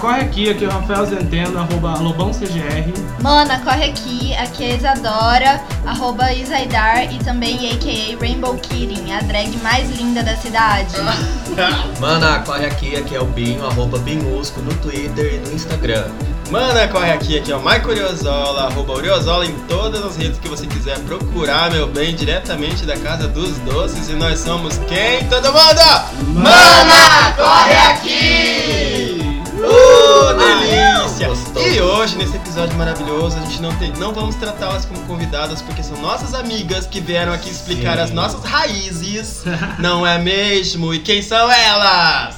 corre aqui, aqui é o Rafael Zenteno, arroba LobãoCGR. Mana, corre aqui, aqui é a Isadora, arroba Isaidar e também a.k.a. Rainbow Kidding, a drag mais linda da cidade. Mana, corre aqui, aqui é o Binho, arroba Binhusco no Twitter e no Instagram. Mana, corre aqui, aqui é o Maico Oriozola, arroba Oriozola em todas as redes que você quiser procurar, meu bem, diretamente da Casa dos Doces. E nós somos quem? Todo mundo! Mana, corre aqui! Uh, delícia! E hoje, nesse episódio maravilhoso, a gente não tem. Não vamos tratá-las como convidadas, porque são nossas amigas que vieram aqui explicar Sim. as nossas raízes. não é mesmo? E quem são elas?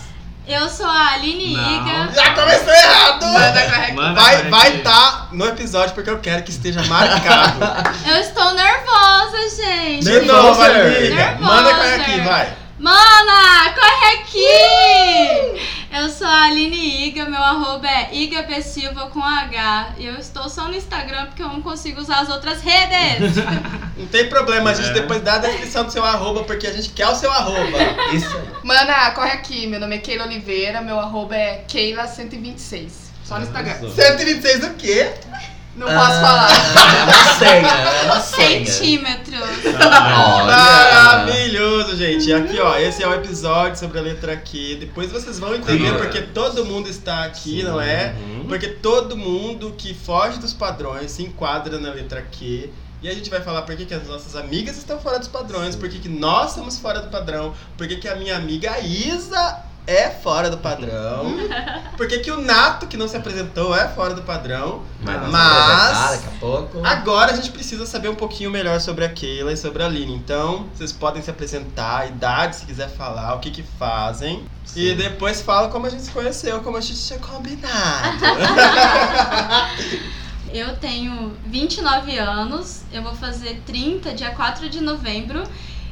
Eu sou a Aline Não. Iga. Ah, Já começou errado! Mana, corre aqui! Manda Vai pra vai gente. tá no episódio porque eu quero que esteja marcado. Eu estou nervosa, gente. é De novo, amiga. Nervosa. Manda correr aqui, vai. Mana, corre aqui! Eu sou a Aline Iga, meu arroba é IgaB Silva com H. E eu estou só no Instagram porque eu não consigo usar as outras redes. Não tem problema, a gente É. depois dá a descrição do seu arroba porque a gente quer o seu arroba. Isso aí. Mana, corre aqui! Meu nome é Keila Oliveira, meu arroba é Keila126. Só no Instagram. 126 o quê? Não posso Ah, falar. É uma senha, é uma senha. Centímetros. Olha. Maravilhoso, gente. Aqui, ó, esse é o episódio sobre a letra Q. Depois vocês vão entender Sim. porque todo mundo está aqui, não é? Uhum. Porque todo mundo que foge dos padrões se enquadra na letra Q. E a gente vai falar por que, que as nossas amigas estão fora dos padrões, por que, que nós somos fora do padrão, por que, que a minha amiga Isa é fora do padrão, por que, que o Nato, que não se apresentou, é fora do padrão. Mas, nós vamos apresentar Mas daqui a pouco. agora a gente precisa saber um pouquinho melhor sobre a Keila e sobre a Aline. Então, vocês podem se apresentar, a idade, se quiser falar, o que que fazem. E depois fala como a gente se conheceu, como a gente tinha combinado. Eu tenho 29 anos, eu vou fazer 30 dia 4 de novembro.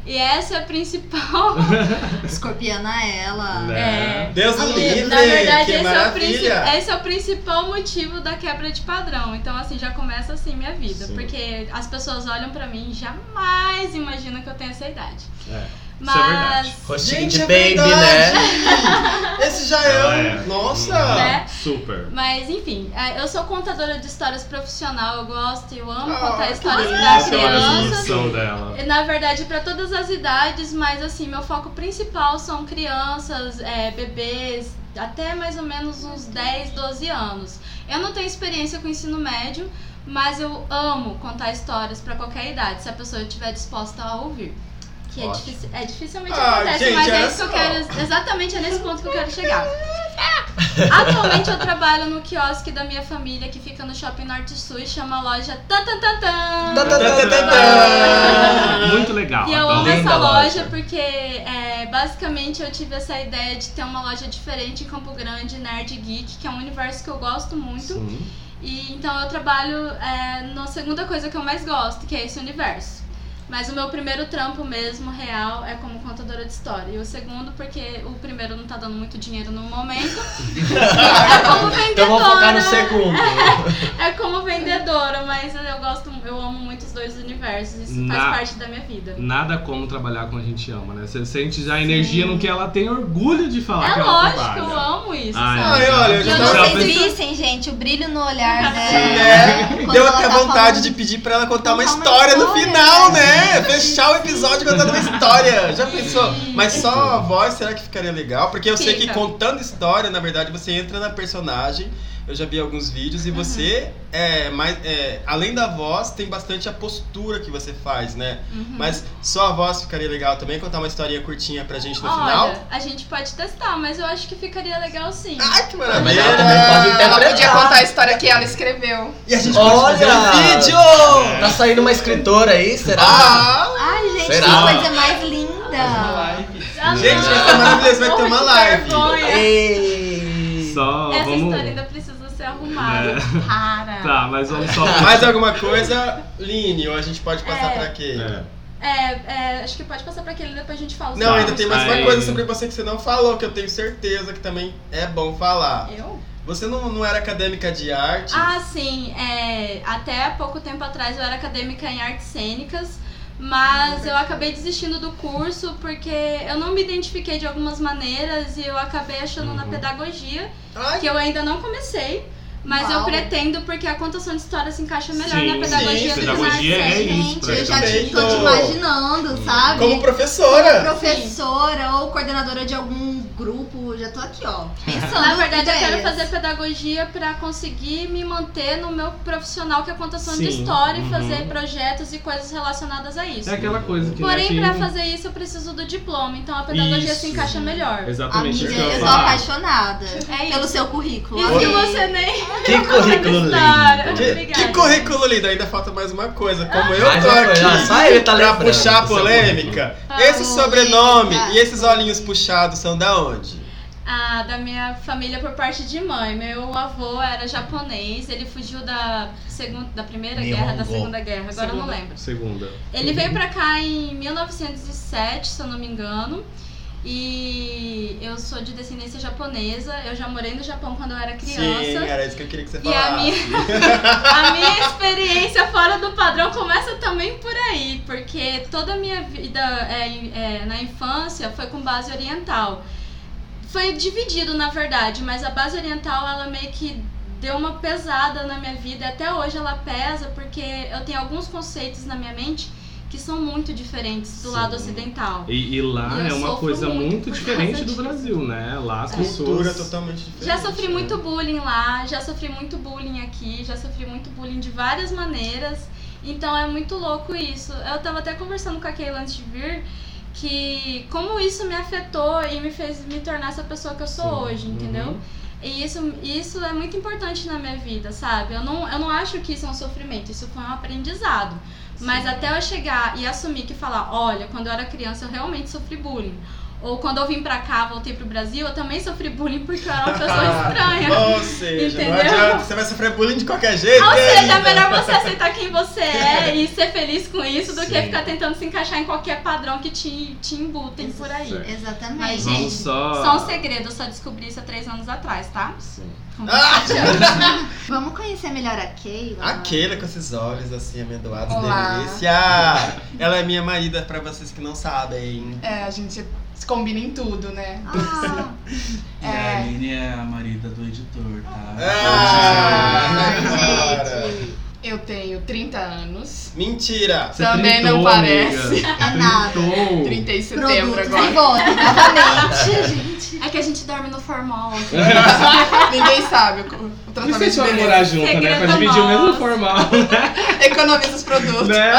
E essa é a principal. Escorpiana ela. É. Deus Ah, me livre! Na verdade, que esse é, o princi- maravilha! esse é o principal motivo da quebra de padrão. Então, assim, já começa assim minha vida. Sim. Porque as pessoas olham pra mim e jamais imaginam que eu tenho essa idade. É, isso é Mas. verdade. Rostinho Gente, de é baby, verdade. né? Esse já é Ela um. é. Nossa! Né? Super. mas enfim, é, eu sou contadora de histórias profissional, eu gosto, eu amo Ah, contar que histórias delícia, da Essa é a criança. evolução dela. E, Na verdade, pra todas as idades, mas assim, meu foco principal são crianças, é, bebês, até mais ou menos uns 10, 12 anos. Eu não tenho experiência com ensino médio, mas eu amo contar histórias pra qualquer idade, se a pessoa estiver disposta a ouvir. Que é, Ótimo. difici- é dificilmente Ah, acontece, gente, mas olha é isso que eu só. quero. Exatamente é nesse ponto que eu quero chegar. Atualmente eu trabalho no quiosque da minha família que fica no shopping norte sul e chama a loja Tan Tan Tan Tan, Tan. tan, tan, tan, tá, tan. Muito Ah, legal. E Ah, eu adoro. amo Linda essa loja. loja porque é, basicamente eu tive essa ideia de ter uma loja diferente em Campo Grande, Nerd Geek, que é um universo que eu gosto muito. Sim. E então eu trabalho é, na segunda coisa que eu mais gosto, que é esse universo. Mas o meu primeiro trampo mesmo, real, é como contadora de história. E o segundo, porque o primeiro não tá dando muito dinheiro no momento. é como vendedora. Então vamos focar no segundo. É como vendedora, mas eu gosto, eu amo muito os dois universos. Isso Na- faz parte da minha vida. Nada como trabalhar com a gente ama, né? Você sente já a energia no que ela tem orgulho de falar que é ela lógico, trabalha. Ah, é. eu amo isso. Ai, sabe? Ai, olha, eu E já eu tava não tava vocês pensando. vissem, gente, o brilho no olhar dela. Né? quando Deu ela até tá vontade falando. de pedir pra ela contar uma Contar uma história no história, final, né? né? Fechar o episódio contando uma história. Já pensou? Sim. Mas só a voz, será que ficaria legal? Porque eu sei que Fica. contando história, na verdade, você entra na personagem. Eu já vi alguns vídeos Uhum. e você é mais é, além da voz tem bastante a postura que você faz, né? Uhum. Mas só a voz ficaria legal também contar uma historinha curtinha pra gente no final. Olha, a gente pode testar, mas eu acho que ficaria legal sim. Ai, que maravilha! Mas ela também pode Ela podia interpretar. contar a história que ela escreveu. E a gente Olha! pode fazer um vídeo! Tá saindo uma escritora aí, será? Ah! Ai, gente, Será? que coisa mais linda. Ah, Gente, não, vai ser maravilhoso, vai ter morro uma de live. vergonha. Ei. Só Essa é vamos. É. história ainda precisa ser arrumada. Para. Tá, mas vamos só. Ah, Mais alguma coisa, Line, ou a gente pode passar É. pra quê? É. É, é, acho que pode passar pra aquele depois a gente fala Não, Tá, sobre ainda tem mais aí. uma coisa sobre você que você não falou, que eu tenho certeza que também é bom falar. Eu? Você não, não era acadêmica de arte? Ah, sim. é, até há pouco tempo atrás eu era acadêmica em artes cênicas, Mas eu acabei desistindo do curso porque eu não me identifiquei de algumas maneiras e eu acabei achando na Uhum. pedagogia, Ai, que eu ainda não comecei. Mas eu Uau. pretendo porque a contação de história se encaixa melhor Sim, na pedagogia sim, do pedagogia design. é isso, gente, eu já te, praticamente. tô te imaginando, sabe? como Como professora. professora ou coordenadora de algum grupo, já tô aqui, ó. Pensando. Então, Na verdade, eu quero ideias. fazer pedagogia pra conseguir me manter no meu profissional, que é contação de Sim, história, uhum. e fazer projetos e coisas relacionadas a isso. É aquela coisa que. né, Porém, que- pra fazer isso, eu preciso do diploma, então a pedagogia Isso. se encaixa melhor. Exatamente Amiga, isso que eu eu ia sou falar. apaixonada É isso. pelo seu currículo. E se amei. você nem Que currículo História. lindo. Que, Obrigada. que currículo lindo, ainda falta mais uma coisa. Como eu Mas tô já foi, já, aqui só ele tá pra lembrando puxar a do seu polêmica, Ah, esse polêmica. sobrenome e esses olhinhos puxados são da onde? Ah, da minha família por parte de mãe. Meu avô era japonês, ele fugiu da segunda, da primeira Nihongo. guerra, da segunda guerra, agora eu não Segunda. lembro. Segunda. Ele veio pra cá em 1907, se eu não me engano. E eu sou de descendência japonesa. Eu já morei no Japão quando eu era Sim, criança. era isso que eu queria que você E a falasse. A minha experiência fora do padrão começa também por aí, porque toda a minha vida é, em- é, na infância foi com base oriental. Foi dividido, na verdade, mas a base oriental ela meio que deu uma pesada na minha vida. Até hoje ela pesa porque eu tenho alguns conceitos na minha mente que são muito diferentes do Sim. lado ocidental. E, e lá E eu é uma sofro coisa muito muito por diferente causa do disso. Brasil, né? Lá as Cultura pessoas. totalmente diferente. Já sofri né? muito bullying lá, já sofri muito bullying aqui, já sofri muito bullying de várias maneiras. Então é muito louco isso. Eu tava até conversando com a Keila antes de vir que como isso me afetou e me fez me tornar essa pessoa que eu sou Sim. hoje, entendeu? Uhum. E isso, isso é muito importante na minha vida, sabe? Eu não, eu não acho que isso é um sofrimento, isso foi um aprendizado. Mas até eu chegar e assumir que falar, olha, quando eu era criança eu realmente sofri bullying. Ou quando eu vim pra cá, voltei pro Brasil, eu também sofri bullying porque eu era uma pessoa estranha. Ou seja, não Entendeu? adianta, você vai sofrer bullying de qualquer jeito. Ou e aí? seja, é melhor você aceitar quem você é e ser feliz com isso do que Sim. ficar tentando se encaixar em qualquer padrão que te, te embutem por aí. é Certo. Exatamente. Mas, Vamos gente, só- só um segredo, eu só descobri isso há três anos atrás, tá? Sim. Com Ah! 27 anos. Vamos conhecer melhor a Keila. A Keila com esses olhos assim amendoados, Olá. delícia! Ela é minha marida, pra vocês que não sabem. É, a gente se combina em tudo, né? Ah, E É. a Aline é a marida do editor, tá? Ah, cara. gente. Eu tenho 30 anos. Mentira! Você Também não trintou, parece. amiga. É nada. Trintou. 30 de setembro Produto agora. triboto, novamente, gente. É que a gente dorme no formal hoje. Ninguém sabe o, Por o isso que tratamento vocês de vão beleza. morar junto, né? Pra Segredo dividir o mesmo nosso. formal, Economiza os produtos. né?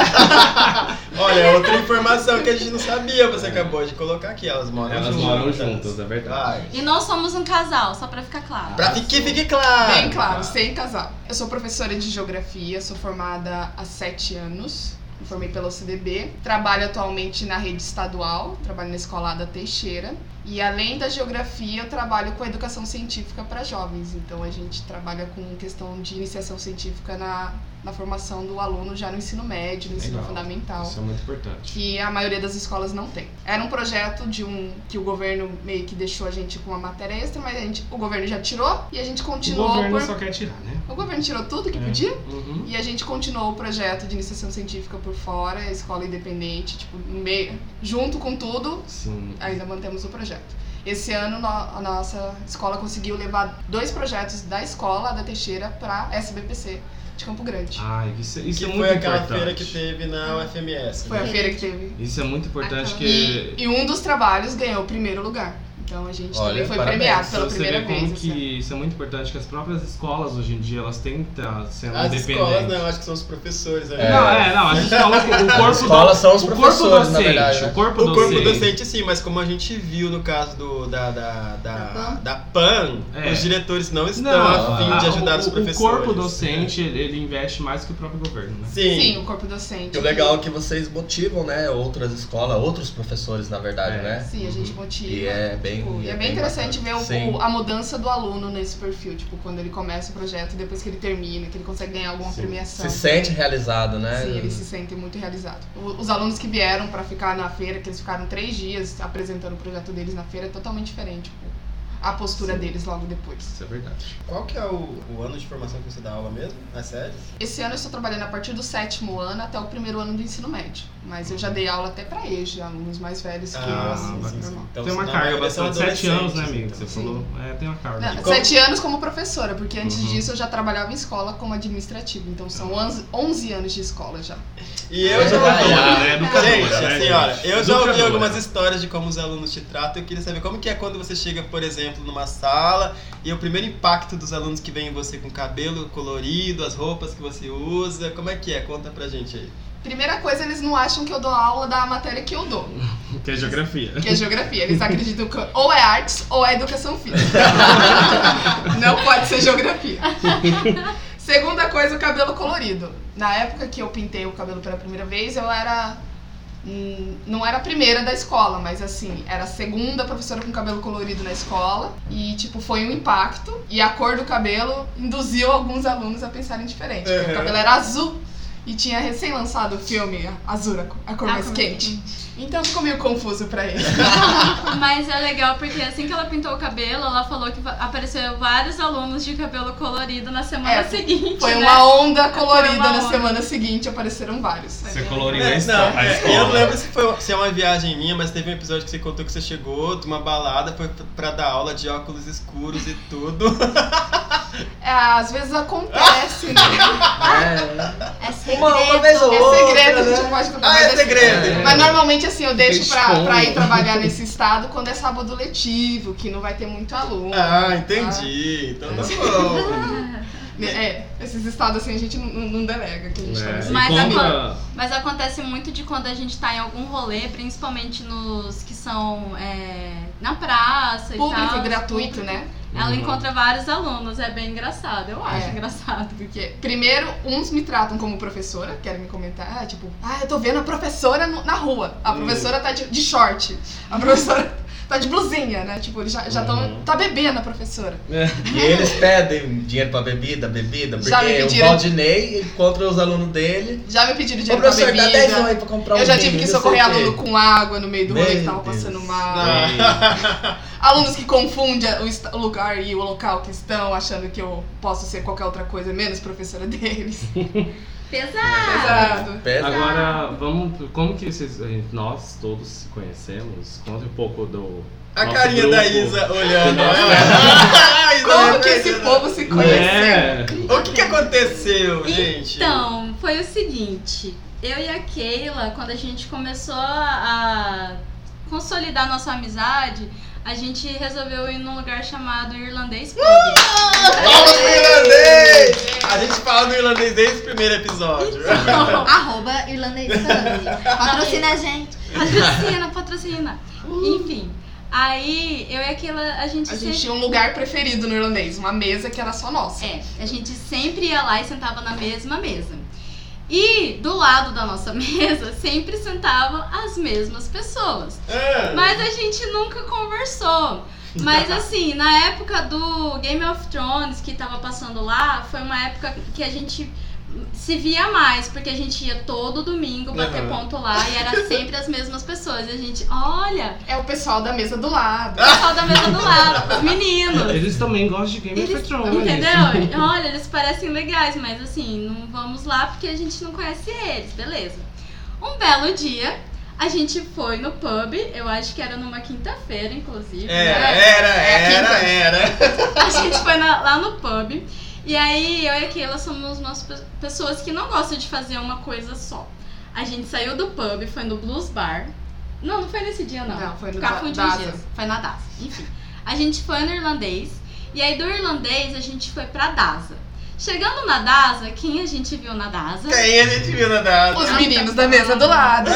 Olha, é outra informação que a gente não sabia, você acabou de colocar aqui. Elas moram Elas juntas. moram juntas, é verdade. Vai. E nós somos um casal, só pra ficar claro. Pra que fique claro. Bem claro, sem casar. Eu sou professora de geografia, sou formada há sete anos, me formei pela OCDB, trabalho atualmente na rede estadual, trabalho na escola Ada Teixeira. E além da geografia, eu trabalho com educação científica para jovens. Então a gente trabalha com questão de iniciação científica na, na formação do aluno já no ensino médio, no ensino Legal. fundamental Isso é muito importante. que a maioria das escolas não tem. Era um projeto de um que o governo meio que deixou a gente com uma matéria extra, mas a gente, o governo já tirou e a gente O continuou governo por- só quer tirar, né? O governo tirou tudo que É. podia Uhum. e a gente continuou o projeto de iniciação científica por fora, a escola independente, tipo, no meio, junto com tudo, Sim. ainda mantemos o projeto. Esse ano no- a nossa escola conseguiu levar dois projetos da escola da Teixeira para SBPC de Campo Grande. Ai, isso, isso Que é muito foi aquela importante. feira que teve na UFMS. Foi a né? feira que teve Isso é muito importante Ah, que... E, e um dos trabalhos ganhou o primeiro lugar. Então a gente Olha, também foi parabéns. premiado Pra pela você primeira ver como vez. que assim. isso é muito importante que as próprias escolas hoje em dia elas têm que estar sendo As escolas, né? independentes. não, acho que são os professores. né? Não, é, não, a gente falou que o corpo As escolas do- são os o corpo professores, docente, na verdade, né? O corpo O corpo docente. docente sim, mas como a gente viu no caso do, da, da, da, Da da PAN, É. os diretores não estão Não, a fim de a- ajudar o, os o professores. né? corpo docente, ele, ele investe mais que o próprio governo, né? Sim. Sim, o corpo docente. E o legal é que vocês motivam, né, outras escolas, outros professores, na verdade, É. né? Sim, a gente motiva. E é bem. Tipo, e é bem interessante ver o- Sim. o- a mudança do aluno nesse perfil, tipo, quando ele começa o projeto e depois que ele termina, que ele consegue ganhar alguma Sim. premiação. Se sente realizado, né? Sim, eles se sentem muito realizados. O- Os alunos que vieram pra ficar na feira, que eles ficaram três dias apresentando o projeto deles na feira, é totalmente diferente. tipo, a postura Sim. deles logo depois. Isso é verdade. Qual que é o, o ano de formação que você dá aula mesmo? Nas séries? Esse ano eu estou trabalhando a partir do sétimo ano até o primeiro ano do ensino médio. Mas eu já dei aula até para EJA, alunos mais velhos que eu, Ah, assim, bacana. normal. Então, tem uma na carga maioria são bastante. Sete anos, né, adolescentes, amigo? então. Você falou. É, tem uma carga. Não, como- Sete anos como professora, porque antes Uhum. disso eu já trabalhava em escola como administrativa. Então são 11, 11 anos de escola já. E eu já Educadora, ouvi. né? Educadora, gente, né, assim, gente? olha, eu já ouvi Educadora. algumas histórias de como os alunos te tratam. Eu queria saber como que é quando você chega, por exemplo, numa sala e o primeiro impacto dos alunos que veem em você com cabelo colorido, as roupas que você usa. Como é que é? Conta pra gente aí. Primeira coisa, eles não acham que eu dou aula da matéria que eu dou, Que é geografia. que é geografia. Eles acreditam que ou é artes ou é educação física. não pode ser geografia. Segunda coisa, o cabelo colorido. Na época que eu pintei o cabelo pela primeira vez, eu era. hum, Não era a primeira da escola, mas assim, era a segunda professora com cabelo colorido na escola. E, tipo, foi um impacto. E a cor do cabelo induziu alguns alunos a pensarem diferente. porque Uhum. O cabelo era azul. E tinha recém-lançado o filme Azul, a cor- a cor Ah, mais como é que- quente. Então ficou meio confuso pra eles. Mas é legal porque assim que ela pintou o cabelo, ela falou que va- apareceu vários alunos de cabelo colorido na semana É, seguinte. Foi né? uma onda Foi uma colorida na onda. semana seguinte, apareceram vários. Você coloriu a É, esco- não, a é, escola. eu não lembro se, foi, se é uma viagem minha, mas teve um episódio que você contou que você chegou de uma balada, foi pra dar aula de óculos escuros e tudo. É, às vezes acontece, né? É segredo. Uma- uma vez ou É segredo, a gente né? não pode contar. Ah, mas é assim- segredo! É. Mas normalmente assim, eu deixo pra, Esconde. pra ir trabalhar nesse estado quando é sábado letivo, que não vai ter muito aluno. Ah, entendi. Então tá bom. É, esses estados assim a gente não, não delega, que a gente tá É, nesse e Mas caminho. conta- Mas acontece muito de quando a gente tá em algum rolê, principalmente nos que são é, na praça e Público tal. e gratuito, né? Ela Uhum. encontra vários alunos, é bem engraçado, eu acho É. engraçado. Porque, primeiro, uns me tratam como professora, querem me comentar, ah, tipo, ah, eu tô vendo a professora no- na rua. A Hum. professora tá de, de short. A professora tá de blusinha, né? Tipo, eles já estão. Uhum. Tá bebendo a professora. E eles pedem dinheiro pra bebida, bebida, porque Já me o pediram. Valdinei encontra os alunos dele. Já me pediram Ô, dinheiro pra professor, dá 10 bebida. aí pra comprar um Eu já vinho, tive que não sei socorrer o quê. aluno com água no meio do rolê que Meu tava Deus. passando mal. Ah, Alunos que confundem o est- o lugar e o local que estão, achando que eu posso ser qualquer outra coisa, menos professora deles. Pesado! É Pesado. é. Pesa. Agora, vamos. Como que vocês, a gente- nós todos se conhecemos? Conta um pouco do. a nosso carinha grupo. da Isa olhando. Nosso Ah, Isa um Como que esse olhando. povo se conheceu? É. O que, que aconteceu, gente? Então, foi o seguinte, eu e a Keila, quando a gente começou a consolidar nossa amizade, a gente resolveu ir num lugar chamado Irlandês Pub. Palmas né? pro irlandês! A gente fala do irlandês desde o primeiro episódio. Então. Arroba irlandês Pub. Patrocina a gente. Patrocina, patrocina. Enfim, aí eu e aquela a gente, A sempre, gente tinha um lugar preferido no irlandês, uma mesa que era só nossa. é, a gente sempre ia lá e sentava na mesma mesa. E do lado da nossa mesa sempre sentavam as mesmas pessoas. Ah, Mas a gente nunca conversou. Mas assim, na época do Game of Thrones que tava passando lá, foi uma época que a gente se via mais, porque a gente ia todo domingo bater Aham. ponto lá e era sempre as mesmas pessoas. E a gente, olha, É o pessoal da mesa do lado. o pessoal da mesa do lado, os meninos. É, Eles também gostam de Game of Eles- Thrones. Entendeu? Olha, eles parecem legais, mas assim, não vamos lá porque a gente não conhece eles, beleza. Um belo dia, a gente foi no pub, eu acho que era numa quinta-feira, inclusive. Era, né? era, É a era, era. A gente foi na- lá no pub. E aí, eu e a Keila somos umas pe- pessoas que não gostam de fazer uma coisa só. A gente saiu do pub, foi no Blues Bar. Não, não foi nesse dia, não. Não, foi no Ficar da- confundindo Daza. dias. Foi na Daza. Enfim, a gente foi no irlandês. E aí, do irlandês, a gente foi pra Daza. Chegando na Daza, quem a gente viu na Daza? Quem a gente viu na então. Os Ah, então data? meninos tá da mesa do lado.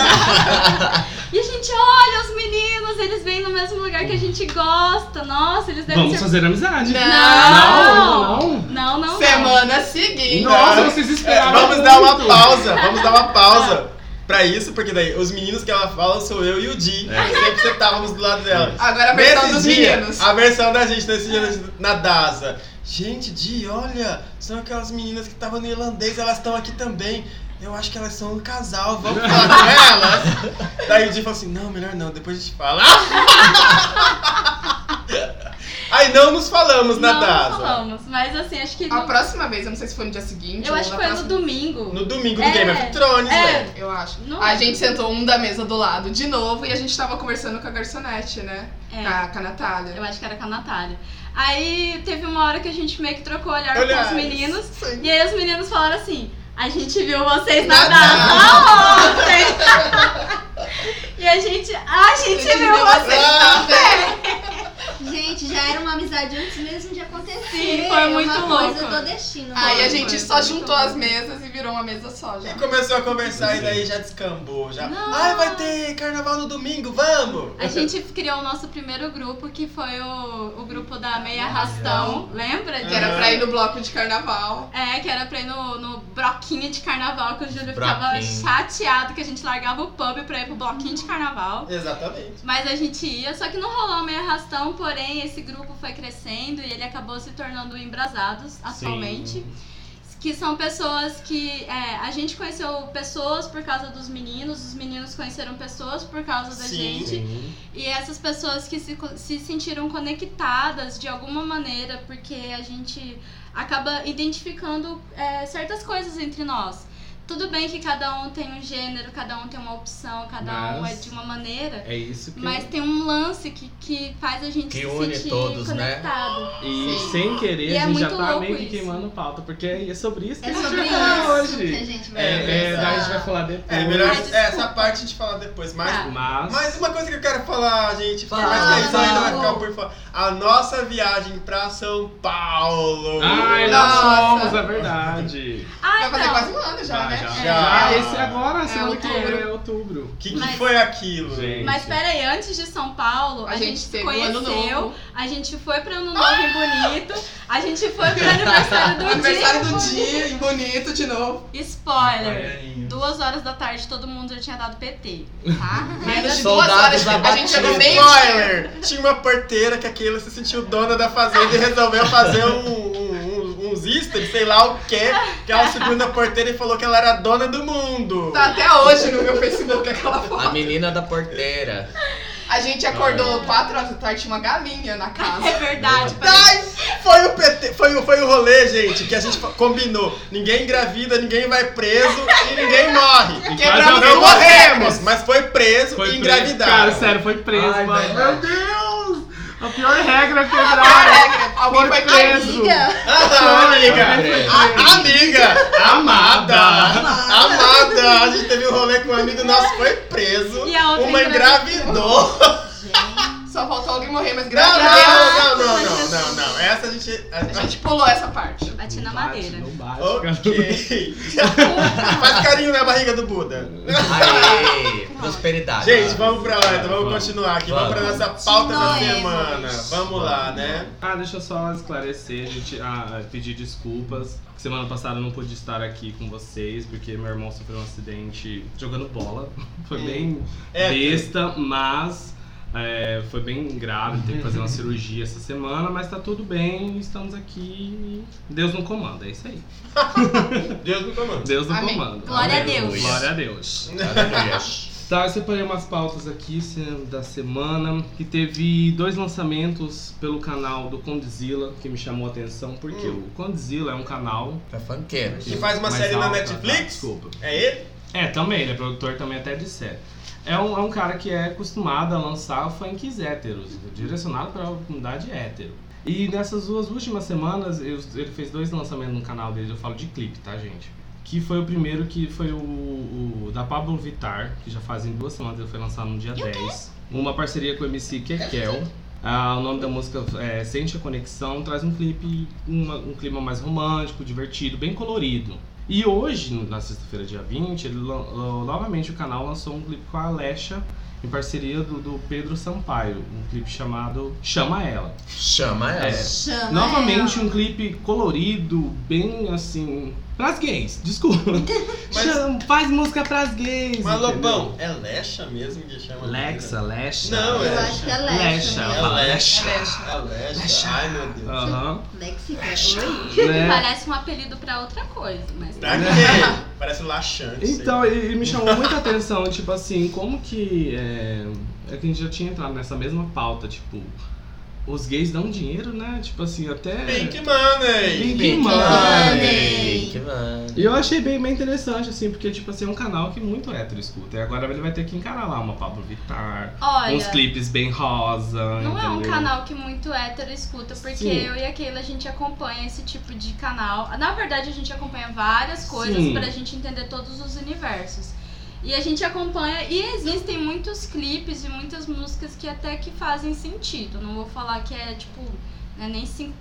E a gente, olha, os meninos, eles vêm no mesmo lugar que a gente gosta. Nossa, eles devem Vamos ser... fazer amizade. Não, Não! não. Não, não, não. Semana seguinte. Nossa, vocês esperavam. É, Vamos dar uma muito. pausa, vamos dar uma pausa Tá. pra isso, porque daí os meninos que ela fala sou eu e o Di. É. Sempre sentávamos do lado dela. Agora a versão Nesse dos dia, meninos. A versão da gente nesse dia na DASA. Gente, Di, olha, são aquelas meninas que estavam no irlandês, elas estão aqui também. Eu acho que elas são um casal, vamos falar com elas. Daí o Di falou assim: não, melhor não, depois a gente fala. Aí Ai, não nos falamos na não, DASA. falamos, mas assim, acho que. A no- próxima vez, eu não sei se foi no dia seguinte eu ou acho que na foi tá no próxima- domingo. No domingo do É. Game of Thrones, É. né? Eu acho. Não a lembro. gente sentou um da mesa do lado de novo e a gente tava conversando com a garçonete, né? É. Com, a, com a Natália. Eu acho que era com a Natália. Aí teve uma hora que a gente meio que trocou olhar com os meninos. Sim. E aí os meninos falaram assim: a gente viu vocês na Na data ontem. e a gente. "Ah, A gente viu vocês. É, Ah, Gente, já era uma amizade antes mesmo de acontecer. Sim, foi muito uma coisa louco. do destino. Aí Foi, a gente foi, só foi juntou muito as mesas e virou uma mesa só já. Uhum. e começou a conversar e daí já descambou. Já. Não. Ai, vai ter carnaval no domingo, vamos! A gente criou o nosso primeiro grupo, que foi o, o grupo da Meia Arrastão. É. Lembra? Que era pra ir no bloco de carnaval. É, que era pra ir no, no bloquinho de carnaval, que o Júlio ficava Broquinho. chateado que a gente largava o pub pra ir pro bloquinho de carnaval. Exatamente. Mas a gente ia, só que não rolou meio arrastão, porém esse grupo foi crescendo e ele acabou se tornando o Embrasados atualmente. Que são pessoas que. é, a gente conheceu pessoas por causa dos meninos, os meninos conheceram pessoas por causa da Sim. gente. Sim. E essas pessoas que se, co- se sentiram conectadas de alguma maneira, porque a gente acaba identificando é, certas coisas entre nós. Tudo bem que cada um tem um gênero, cada um tem uma opção, cada um é Mas- de uma maneira. É isso que. Mas tem um lance que, que faz a gente Que se une sentir todos, né? conectado. E Sim. sem querer, E é a gente já muito tá louco meio que isso. queimando pauta, porque é sobre isso que É a gente sobre vai falar isso que a hoje. gente vai É, é, conversar. daí a gente vai falar depois. É melhor Ai, é, desculpa. essa parte a gente fala depois. Mas, Tá. Mas. mas uma coisa que eu quero falar, gente, por Fala, mais que a gente ainda vai fala. ficar por fora. A nossa viagem pra São Paulo. Ai, nós Nossa. somos, é verdade. Ah, Vai fazer então. quase um ano já, Já, né? Ah, já. É. já. Esse agora, É semana que outubro. vem, é outubro. O que, que Mas- foi aquilo? Gente. Mas peraí, antes de São Paulo, a, A gente gente, se teve um ano conheceu, novo. a gente foi pra Ano Novo em Bonito, a gente foi pro aniversário do Aniversário dia. do dia, e bonito de novo. Spoiler. Olha Duas horas da tarde, todo mundo já tinha dado PT, tá? Mas Menos de assim, duas Soldados horas. A gente chegou meio Spoiler! Tinha uma porteira que aquilo se sentiu dona da fazenda e resolveu fazer um- um- um- uns easter, sei lá o quê, que ela subiu na porteira e falou que ela era a dona do mundo. Tá até hoje no meu Facebook é aquela A foto. menina da porteira. A gente acordou 4 horas da tarde, tinha uma galinha na casa. é verdade, parece. Ai, foi o PT, foi o, foi o rolê, gente, que a gente fa- combinou. Ninguém engravida, ninguém vai preso e ninguém morre. alguém Quebramos Não duas morremos, regras. mas foi preso Foi e preso. Cara, engravidado. sério, foi preso, Ai, mano. velho. Meu Deus! A pior regra é quebrar. Caraca, Alguém vai preso. cair. Amiga, Ah, amiga! é Foi preso. A- amiga! Amada! Amada! A gente teve um rolê com um amigo nosso, foi preso. E a outra Uma engravidou. Só faltou alguém morrer, mas Não, graças a Deus. não, não, não, não, não, não. Essa a gente. A A gente... gente pulou essa parte. Bati Não na bate, madeira. Não bate, cara. Ok. Faz carinho na barriga do Buda. Aê, prosperidade. Gente, vamos pra lá, então vamos Vamos. continuar aqui. Vamos pra nossa pauta da semana. Vamos lá, né? Ah, deixa eu só esclarecer, gente, ah, pedir desculpas. Semana passada eu não pude estar aqui com vocês, porque meu irmão sofreu um acidente jogando bola. Foi Hum. bem É, besta, mas é, foi bem grave, teve que fazer uma cirurgia essa semana, mas tá tudo bem, estamos aqui. e Deus no comando, é isso aí. Deus me comanda. Deus no Amém. comando. Glória a Deus. Glória a Deus. Aleluia. Tá, eu separei umas pautas aqui se- da semana, que teve dois lançamentos pelo canal do Condzilla, que me chamou a atenção, porque Hum. o Condzilla é um canal... Pra funkeiro. Que faz uma mais série na alta- Netflix? Ah, desculpa. É ele? É, também, ele é produtor também até de série. É um, é um cara que é acostumado a lançar funks héteros, direcionado para a comunidade hétero. E nessas duas últimas semanas, eu- ele fez dois lançamentos no canal dele, eu falo de clipe, tá, gente? Que foi o primeiro que foi o, o da Pablo Vittar, que já fazem duas semanas, ele foi lançado no dia 10. Uma parceria com o MC Kekel. Ah, o nome da música é Sente a Conexão, traz um clipe, uma- um clima mais romântico, divertido, bem colorido. E hoje, na sexta-feira, dia 20, ele, lan- lo- novamente o canal lançou um clipe com a Alexa, em parceria do, do Pedro Sampaio, um clipe chamado Chama Ela. Chama ela. É. chama novamente um clipe colorido, bem assim. Pras gays, desculpa. Mas- Chama- faz música pras gays. Mas entendeu? Lobão, é Lecha mesmo que chama? Lexa, Lexa. Não, ela. Eu é. acho que é Lexa. Lexa. É mesmo. um fala Ah. Lecha. Lecha. É Lecha. Ai, meu Deus. Aham. Lexica. Oi. né? Parece um apelido pra outra coisa, mas. Pra quê? Parece laxante. sei Então, lá. e, e me chamou muita atenção, tipo assim, como que. É, é que a gente já tinha entrado nessa mesma pauta, tipo. os gays dão dinheiro, né? Tipo assim, até. Pink Money! Pink Pink Money. Pink Money. E eu achei bem, bem interessante, assim, porque, tipo assim, é um canal que muito hétero escuta. E agora ele vai ter que encarar lá uma Pablo Vittar, Olha, uns clipes bem rosa. não é um entendeu? canal que muito hétero escuta, porque Sim. eu e a Keila a gente acompanha esse tipo de canal. Na verdade, a gente acompanha várias coisas Sim. pra gente entender todos os universos. E a gente acompanha e existem muitos clipes e muitas músicas que até que fazem sentido. Não vou falar que é tipo, né, nem 5%,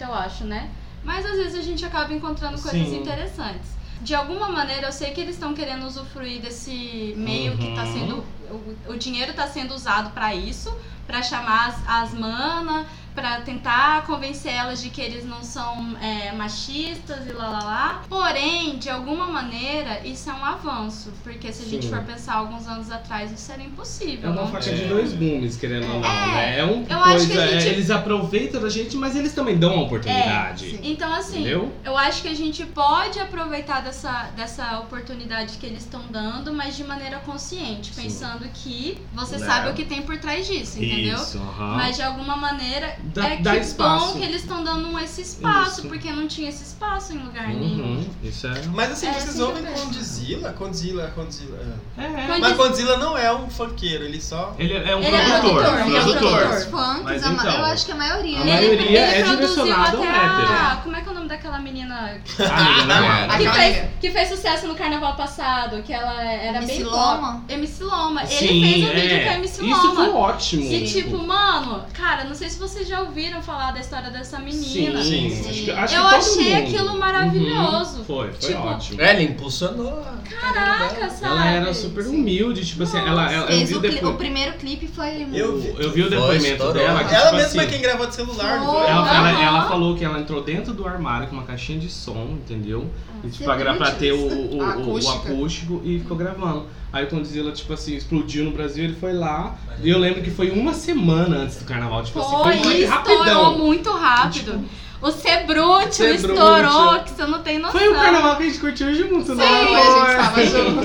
eu acho, né? Mas às vezes a gente acaba encontrando coisas Sim. interessantes. De alguma maneira, eu sei que eles estão querendo usufruir desse meio que tá Uhum. sendo. O, o dinheiro tá sendo usado pra isso, pra chamar as, as manas, pra tentar convencer elas de que eles não são é, machistas e lá lá lá. Porém, de alguma maneira, isso é um avanço, porque se a gente Sim. for pensar alguns anos atrás, isso era É impossível. uma não? faca É. de dois gumes, querendo ou não, né? É uma eu coisa, acho que a gente- é, eles aproveitam da gente, mas eles também dão a É, oportunidade. sim. Então, assim, entendeu? eu acho que a gente pode aproveitar dessa, dessa oportunidade que eles estão dando, mas de maneira consciente, Sim. pensando que você Né? sabe o que tem por trás disso, entendeu? Isso, aham. Mas de alguma maneira Dá- é que dá bom espaço. que eles estão dando esse espaço, Isso. porque não tinha esse espaço em lugar nenhum. Uhum, isso é. Mas assim, É, vocês assim ouvem que eu penso. Condzilla? Condzilla, Condzilla. é. É. Quando Mas diz- Condzilla não é um funkeiro, ele só... Ele é um Ele é produtor. produtor, ele é um produtor. Os funks, Mas a ma- então, eu acho que a maioria. a né? maioria- é produziu direcionado ao até a... hétero. Como é que é o nome daquela menina Amiga, não é? A que Galinha. fez, que fez sucesso no carnaval passado? Que ela era MC bem pop. Loma? MC Loma. Sim, Ele fez um vídeo é. com a MC Loma. Isso foi ótimo. E tipo, mano, cara, não sei se vocês já ouviram falar da história dessa menina. Sim, Sim. Acho que, acho Eu que todo achei mundo. aquilo maravilhoso. Uhum, Foi, foi Tipo, ótimo. Ela impulsionou. a carreira dela. Caraca, sabe? Ela era super humilde, tipo assim, ela, ela eu Fez vi o, o cli- o depois, primeiro clipe foi muito. Eu vi. eu vi o Voz depoimento estourou. dela, que Ela tipo mesma é assim, quem gravou de celular, não Foi. foi? ela, ela- Aham. ela falou que ela entrou dentro do armário com uma caixinha de som, entendeu? E tipo, pra, gra- pra ter o, o, A o- o acústica. acústico e ficou gravando. Aí quando Zila, tipo assim, explodiu no Brasil, ele foi lá. E eu lembro que foi uma semana antes do carnaval, tipo assim, Foi, foi muito estourou rapidão. muito rápido. O Sebrútil Sebrútil. estourou, que você não tem noção. Foi o carnaval que a gente curtiu junto, né? Foi, a gente tava junto.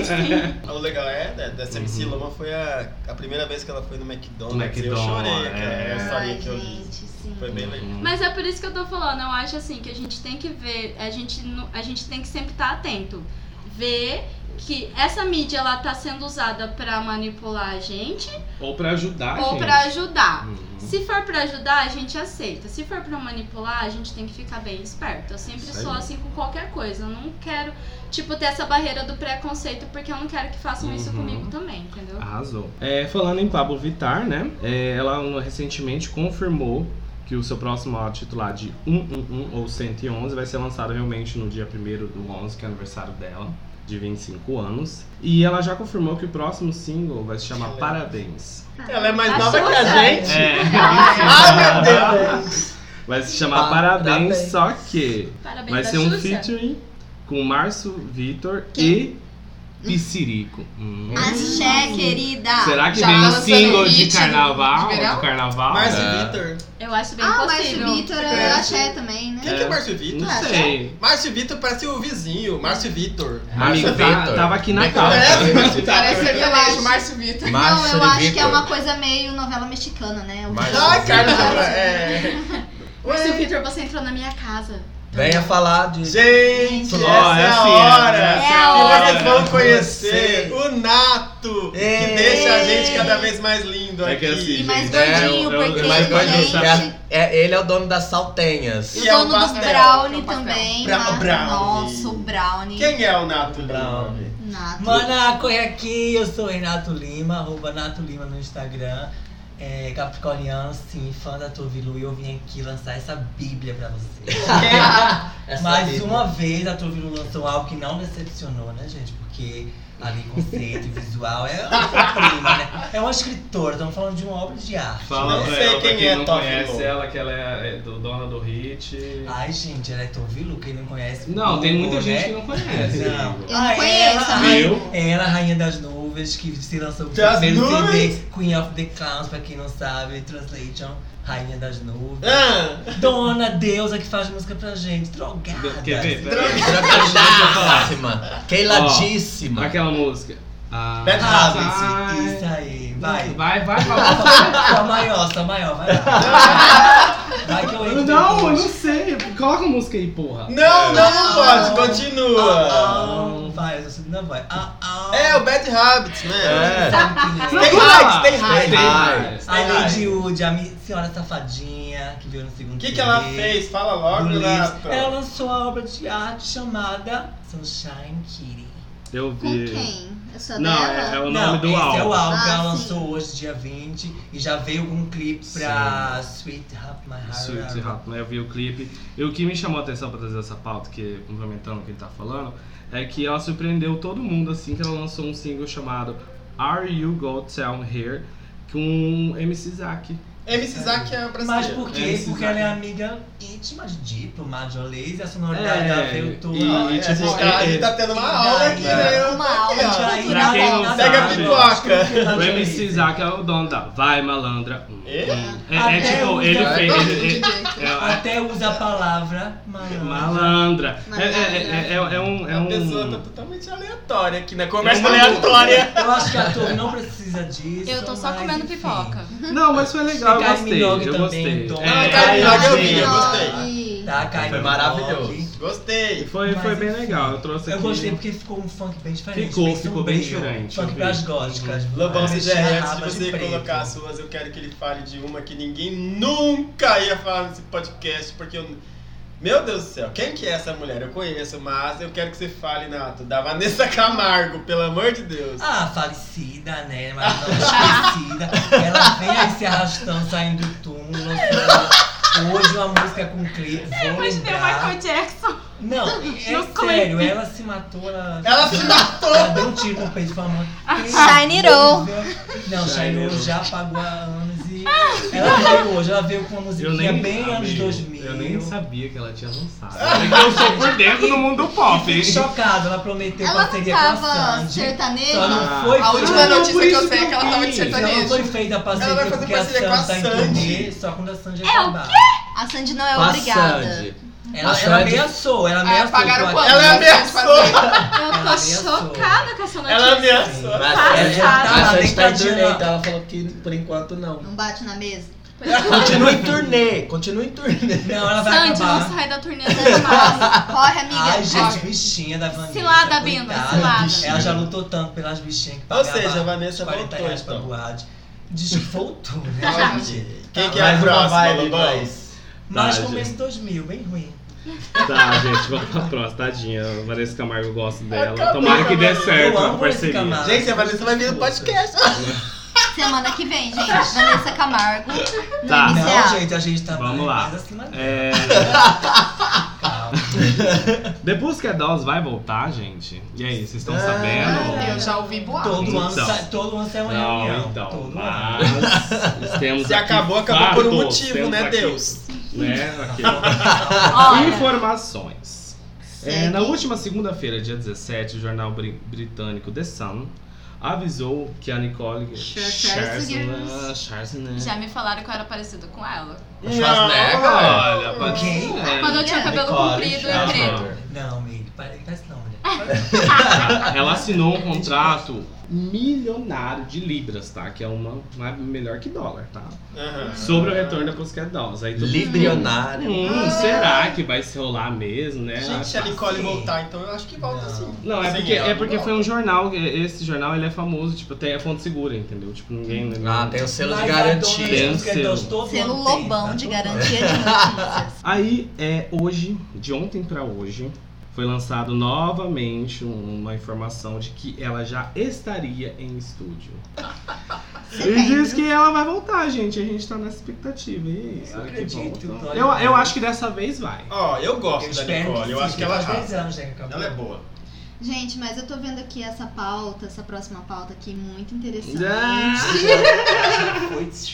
assim, O legal é, da- dessa MC Loma foi a, a primeira vez que ela foi no McDonald's. e eu McDonald's, chorei, cara. é. É. Eu Ai, sabia que eu li. gente, sim. Foi bem legal. Uhum. Mas é por isso que eu tô falando, eu acho assim que a gente tem que ver, a gente, nu- a gente tem que sempre estar atento. Ver que essa mídia ela tá sendo usada pra manipular a gente Ou pra ajudar, ou gente. pra ajudar. Uhum. Se for pra ajudar, a gente aceita. Se for pra manipular, a gente tem que ficar bem esperto. Eu sempre Isso aí. sou assim com qualquer coisa. Eu não quero, tipo, ter essa barreira do preconceito, porque eu não quero que façam isso Uhum. comigo também, entendeu? Arrasou. É, falando em Pablo Vittar, né? é, ela um, recentemente confirmou que o seu próximo álbum titular de 111 ou 111 vai ser lançado realmente no dia 1 do 11, que é aniversário dela, de 25 anos. E ela já confirmou que o próximo single vai se chamar Excelente. Parabéns. Ela é mais A nova que a Xuxa. gente. Ah, né? É, Ah, Ai, meu Deus. vai se chamar Parabéns, Parabéns. só que Parabéns tá vai da ser um Xuxa. featuring com Márcio Vitor e Piscirico. Hum. Axé, querida. Será que Já vem um lançando single hit de do- carnaval? de verão? De carnaval? Márcio É. Vitor. Eu acho bem Ah, mas possível. o Vitor é É. Axé também, né? Quem que é Márcio Vitor? Não sei. Márcio Vitor parece o vizinho. Márcio Vitor. Márcio Amigo, tá- Vitor. tava aqui na Como pauta. é que assim, é? Márcio Vitor. Parece sertanejo, acho- Márcio Vitor. Não, Márcio eu de acho que é Vitor. uma coisa meio novela mexicana, né? O Mas- Ai, Carlos Abra- é. Mas Ué. o Vitor, um você entrou na minha casa. Venha falar de. Gente, essa Ó, é a assim, hora. essa É a que hora. vocês vão conhecer Sim. É. o Nato, que Ei. deixa a gente cada vez mais lindo É aqui. que assim, E mais gente, gordinho, é, eu- eu- porque, eu- Mas Mas pode gordinho, gente... é, é- ele é o dono das saltenhas. E o Que é um dono do pastel, que é Brownie um pastel. também. Bra- Marta. brownie. Nossa, o Brownie. Quem é o Nato Brown. Brown? Nato. Mana, corre aqui, eu sou o Renato Lima, arroba Nato Lima no Instagram. É, Capricorniano, sim, fã da Tovilu, e eu vim aqui lançar essa bíblia pra você. é Essa Mais vida. uma vez a Tovilu lançou algo que não decepcionou, né, gente? Porque ali conceito e visual é uma prima, né? É uma escritora, estamos falando de uma obra de arte. Fala Não pra sei ela, pra quem quem é não Top conhece Low. ela, que ela é é do, dona do hit. Ai, gente, ela é Tovilu, quem não conhece. Não, tem muita Google, gente né? que não conhece. Não. amigo. Eu não Ah, conheço, ela- né? Viu? Ela, a Rainha das Nuvens, que se lançou com o Das primeiro nuvens? CD, Queen of the Clowns, pra quem não sabe, Translation, Rainha das Nuvens. Ah, Dona Deusa que faz música pra gente, drogada. Quer ver? Pera aí. Drogadíssima. Ó, Queiladíssima. Aquela música. Ah, Pet sai. Rabbit. Isso aí, vai. Vai, vai, vai. Só maior, só maior, vai lá. Vai que eu entro. Não, eu não sei. Coloca a música aí, porra. Não, não, não Ah. pode, continua. Ah, ah, vai, eu só subindo a voz. Ah, ah. É, o Bad Habits, né? É. Sabe quem é? Tem fala. raios, tem raios. Tem raios. raios. A Lady Wood, a mi- senhora safadinha que veio no segundo O que, que ela TV, fez? Fala do logo, livro. Ela Renata. lançou a obra de arte chamada Sunshine Kitty. Eu Com vi. quem? Eu sou Não, é, dela? é o Não, nome do esse álbum. é o álbum que Ah, ela sim. lançou hoje, dia 20, e já veio com um clipe pra Sweet Hop My Heart. Sweet Rap, né? Eu vi o clipe. E o que me chamou a atenção pra trazer essa pauta, que complementando o que ele tá falando, é que ela surpreendeu todo mundo assim que ela lançou um single chamado Are You Go Down Here com MC Zack. MC Zack é Mas brasileiro. por quê? É, esse Porque ela é vai. amiga íntima de Diplo, Majolês, e a sonoridade É, dela veio toda. e- Ah, é, e a, tipo, gente tá, a gente tá tendo uma aula aqui, é- né? Eu Uma aula aqui, ó. de cultura Pra quem não pop. Pega a sabe. pipoca. O MC Zack é o dono da Vai Malandra. Hum. É? É, é Até tipo, o ele Zack. fez. ele- ele- é, Até usa a palavra malandra. malandra. É, é, é, é, é um. É A pessoa tá um... totalmente aleatória aqui, né? Conversa É uma aleatória. Eu acho que a turma não precisa disso. Eu tô só mas, comendo enfim. pipoca. Não, mas foi legal, eu Kylie gostei. Minogue Eu gostei. também, Tom. É, Ah, é, Kylie Minogue eu vi, gostei. eu gostei. Minogue. Tá, Kylie Foi Minogue. maravilhoso. Gostei. Foi, foi Mas, bem enfim. legal, eu trouxe Eu aqui. gostei porque ficou um funk bem diferente. Ficou, bem ficou bem sombrio. diferente, eu Funk vi. pras góticas. Uhum. Lobão, se Assistir der a antes de Rapa de você Preto. colocar assim. as suas, eu quero que ele fale de uma que ninguém nunca ia falar nesse podcast, porque eu. Meu Deus do céu, quem que é essa mulher? Eu conheço, mas eu quero que você fale, Nato, da Vanessa Camargo, pelo amor de Deus. Ah, falecida, né? Mas não esquecida. Ela vem aí se arrastando, saindo do túmulo. lançando Hoje uma música com clipe. Vou Imaginei o lembrar. Michael Jackson. Não, é No sério, ela se matou. Ela, Ela se matou! ela deu um tiro no peito e falou, mano. Ah, Shineiro. Não, Shineiro Shineiro. já pagou há anos e. Ah. Ela veio hoje, ela veio com uma Eu musiquinha nem, bem anos Ah. amigo, 2000. eu nem sabia que ela tinha lançado. É que eu sou por dentro do mundo pop, hein? Fiquei chocado, ela prometeu Ela não parceria é com a tava Sandy. sertaneja? Só não Ah. foi A última feita- notícia que eu isso sei é que ela tava de que eu fiz. Ela não sertanejo. foi feita a parceria Ela vai fazer porque a parceria com a Sandy tá em Sandy. turnê, só quando a É Sandy o acabar. A Sandy não é obrigada. Passante. A Ela, ela Sandy- ameaçou, É, ela Aí ameaçou. É, apagaram que quanto? Ela Não sei se ameaçou. fazer. Eu Ela tô ameaçou. chocada com essa notícia. Ela ameaçou. Mas Tá a gente tá, errado. a gente tá em Ela turnê, nem tá então ela falou que por enquanto não. Não bate na mesa? Continua em turnê, continua em turnê. Não, ela vai Sandy, acabar. não sai da turnê do mal. Corre, amiga. Ai, gente, corre. bichinha da Vanessa. Cilada, Bino, coitada. cilada. Ela já lutou tanto pelas bichinhas que Ou pagava seja, a Vanessa 40 voltou, reais pra então. boate. Diz que voltou, né, gente? Quem Tá, que é a mais uma próxima, vibe, Lobão? mas- Mas Tá, começo gente. 2000, bem ruim. Tá, gente, vamos pra próxima. Tadinha, a Vanessa Camargo eu gosto dela. Acabou, Tomara que dê Vanessa. É certo Eu amo a parceria. Vanessa Camargo. Gente, a Vanessa vai vir no podcast. Semana que vem, gente. Vanessa Camargo. No Tá. Não, MCA. gente, a gente tá Vamos mais, lá. mais acima dela. É, Calma. The Pussycat Dolls é vai voltar, gente? E aí, vocês Ah, estão sabendo? é Eu já ouvi Ah, boato. Todo ano, Então. sai, todo ano sai uma reunião. Não, então, todo mas temos Se aqui acabou, acabou por um fatos, motivo, temos né, aqui, Deus? Né, aqui. Olha, Informações. É, na última segunda-feira, dia 17, o jornal bri- britânico The Sun avisou que a Nicole né? Scherzinger. Scherzinger- Scherzinger- já me falaram que eu era parecida com ela. O Schwarzenegger. É, Olha, ano. pode- Quem? Quando eu tinha cabelo Nicole comprido e Scherzinger. preto. Não, amigo, parece não, mulher. Tá, Ela assinou um contrato milionário de libras, tá? Que é uma, uma melhor que dólar, tá? Aham. Sobre o retorno da Pussycat Dolls. Aí todo mundo, Librionário. Hum, será que vai se rolar mesmo, né? Gente, se a Nicole voltar, então eu acho que volta Não. sim. Não, é Sem porque, ela, é porque não foi um jornal, e- esse jornal ele é famoso, tipo, tem, é fonte segura, entendeu? Tipo, ninguém... Ah, tem o selo de Mas a dona garantia. Tem dos Beatles selo. todo Selo ano tem, Lobão tá? de Todo ano. garantia de notícias. Aí, é, hoje, de ontem pra hoje, foi lançado novamente um- uma informação de que ela já estaria em estúdio. E diz que ela vai voltar, gente. A gente tá nessa expectativa. E é isso. Eu que acredito, volta. olha. Eu, eu acho que dessa vez vai. Ó, eu gosto Eu da espero Nicole, que eu sim, acho que ela faz 10 arrasa. anos já que acabou. Ela é boa. Gente, mas eu tô vendo aqui essa pauta, essa próxima pauta aqui, muito interessante. Pinta Awards.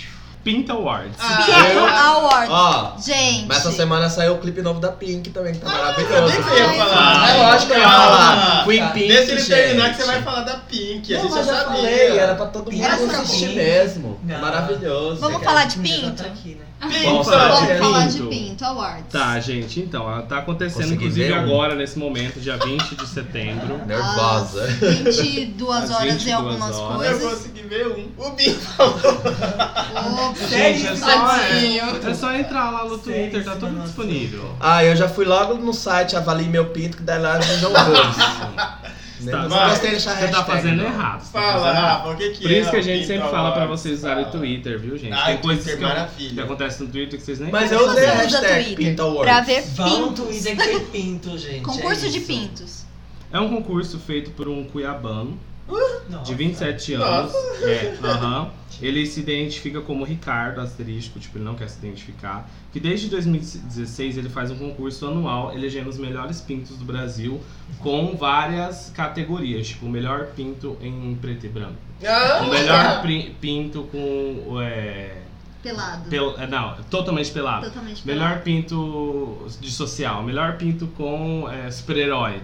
Ah. Pinto Awards. Ó, Gente. mas essa semana saiu o clipe novo da Pink também, que tá maravilhoso. nem sei eu falar. É lógico que eu ia Ah, falar. Queen Pink, Deixa ele terminar que você gente. vai falar da Pink, a Não, gente mas já eu sabia. falei, era pra todo mundo Era pra assistir mim. mesmo. Não. Maravilhoso. Vamos Você falar quer- de Já pinto? tá aqui, né? Pinto! Fala de Vamos falar de Pinto. Pinto Awards. Tá, gente, então, ela tá acontecendo Consegui inclusive ver um. agora, nesse momento, dia 20 de setembro. Nervosa. 22 Às horas 22 e algumas horas. Eu coisas. consegui ver um. O Binho falou. Opa, Gente, é só, Tadinho. é só entrar lá no Sim, Twitter, tá sim, tudo nossa. disponível. Ah, eu já fui logo no site Avalie Meu Pinto, que daí lá eles não vão. Tá, Não vai. Né? gostei de deixar Você tá hashtag, né? fazendo não. errado. você tá Fala, fazendo errado. Rafa, o que que Por é isso que a o gente Pinto sempre fala Awards? pra vocês usarem o Fala. Twitter, viu, gente? Ai, Tem coisas Twitter, que, que maravilha. acontecem no Twitter que vocês nem Mas pensam. eu usei a Você usa hashtag Twitter Pinto Awards. Pra ver Vão no pintos. Twitter que tem pinto, gente. concurso é de isso. pintos. É um concurso feito por um cuiabano Nossa. de né, 27 anos. É, aham. Ele se identifica como Ricardo Asterisco, tipo, ele não quer se identificar. Que desde 2016 ele faz um concurso anual elegendo os melhores pintos do Brasil com várias categorias, tipo, o melhor pinto em preto e branco. Ah, O melhor pri- pinto com. É, Pelado. pel- é, não, totalmente pelado. Totalmente pelado. Melhor pinto de social, melhor pinto com é, super-herói.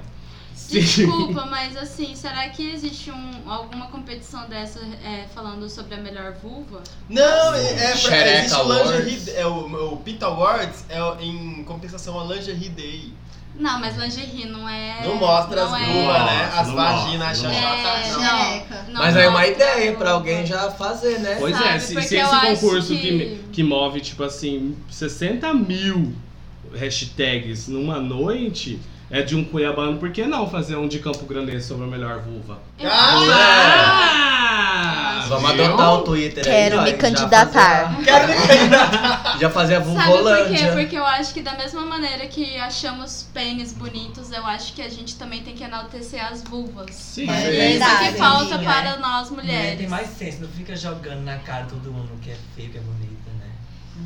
Desculpa, mas assim, será que existe um, alguma competição dessa é, falando sobre a melhor vulva? Não, é, é pra, Xereca existe o Awards. Lingerie é, o, o Pinto Awards é o- em compensação ao Lingerie Day. Não, mas lingerie não é. não mostra não as é- duas, né? Nossa, As não vaginas, a mostra, não xaxá, mostra. tá? Não. Xereca. não Mas aí é uma mostra ideia a pra vulva. alguém já fazer, né? Pois é, Sabe? se, Porque se eu esse acho concurso que- que... Que, move, tipo assim, 60 mil hashtags numa noite é de um cuiabano, por que não fazer um de Campo Grande sobre a melhor vulva? Eu- Ah! Ah! Vamos viu? adotar o Twitter Quero aí. ó, me e já candidatar. fazer Quero me candidatar. a- Já fazer a Sabe por quê? Vulvolândia. Porque eu acho que da mesma maneira que achamos pênis bonitos, eu acho que a gente também tem que enaltecer as vulvas. Sim, É sim. É isso verdade, que falta amiga. para nós Mulher é. Né, tem mulheres. mais senso, não fica jogando na cara de todo mundo que é feio, que é bonito, né?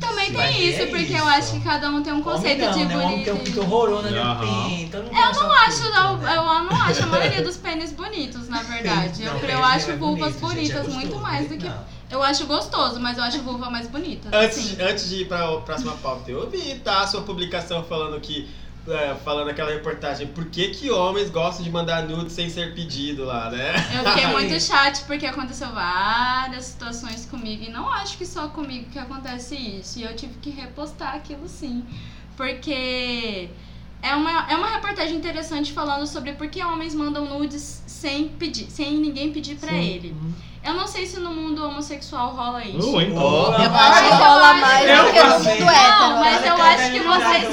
Também Mas tem isso, é porque isso. eu acho que cada um tem um conceito Homem não, de né? O homem tem um bonito. pinto horroroso, né? Aham. Pinto, né? eu não, eu não acho, não, eu não acho a maioria dos pênis bonitos, na verdade. Eu, eu acho vulvas é bonitas muito mais né? do que. Eu acho gostoso, mas eu acho vulva mais bonita. Antes, sim. de- antes de ir pra o- próxima pauta, eu vi, tá? A sua publicação falando que. é, falando aquela reportagem, por que, que homens gostam de mandar nude sem ser pedido lá, né? Eu fiquei muito chate porque aconteceu várias situações comigo e não acho que só comigo que acontece isso. E eu tive que repostar aquilo sim. Porque é uma, é uma reportagem interessante falando sobre por que homens mandam nudes sem pedir, sem ninguém pedir pra ele. Eu não sei se no mundo homossexual rola isso. Uh, hein? Ó, Eu acho que rola mais Eu do que no faço- mundo hétero. Não, mas né? eu acho que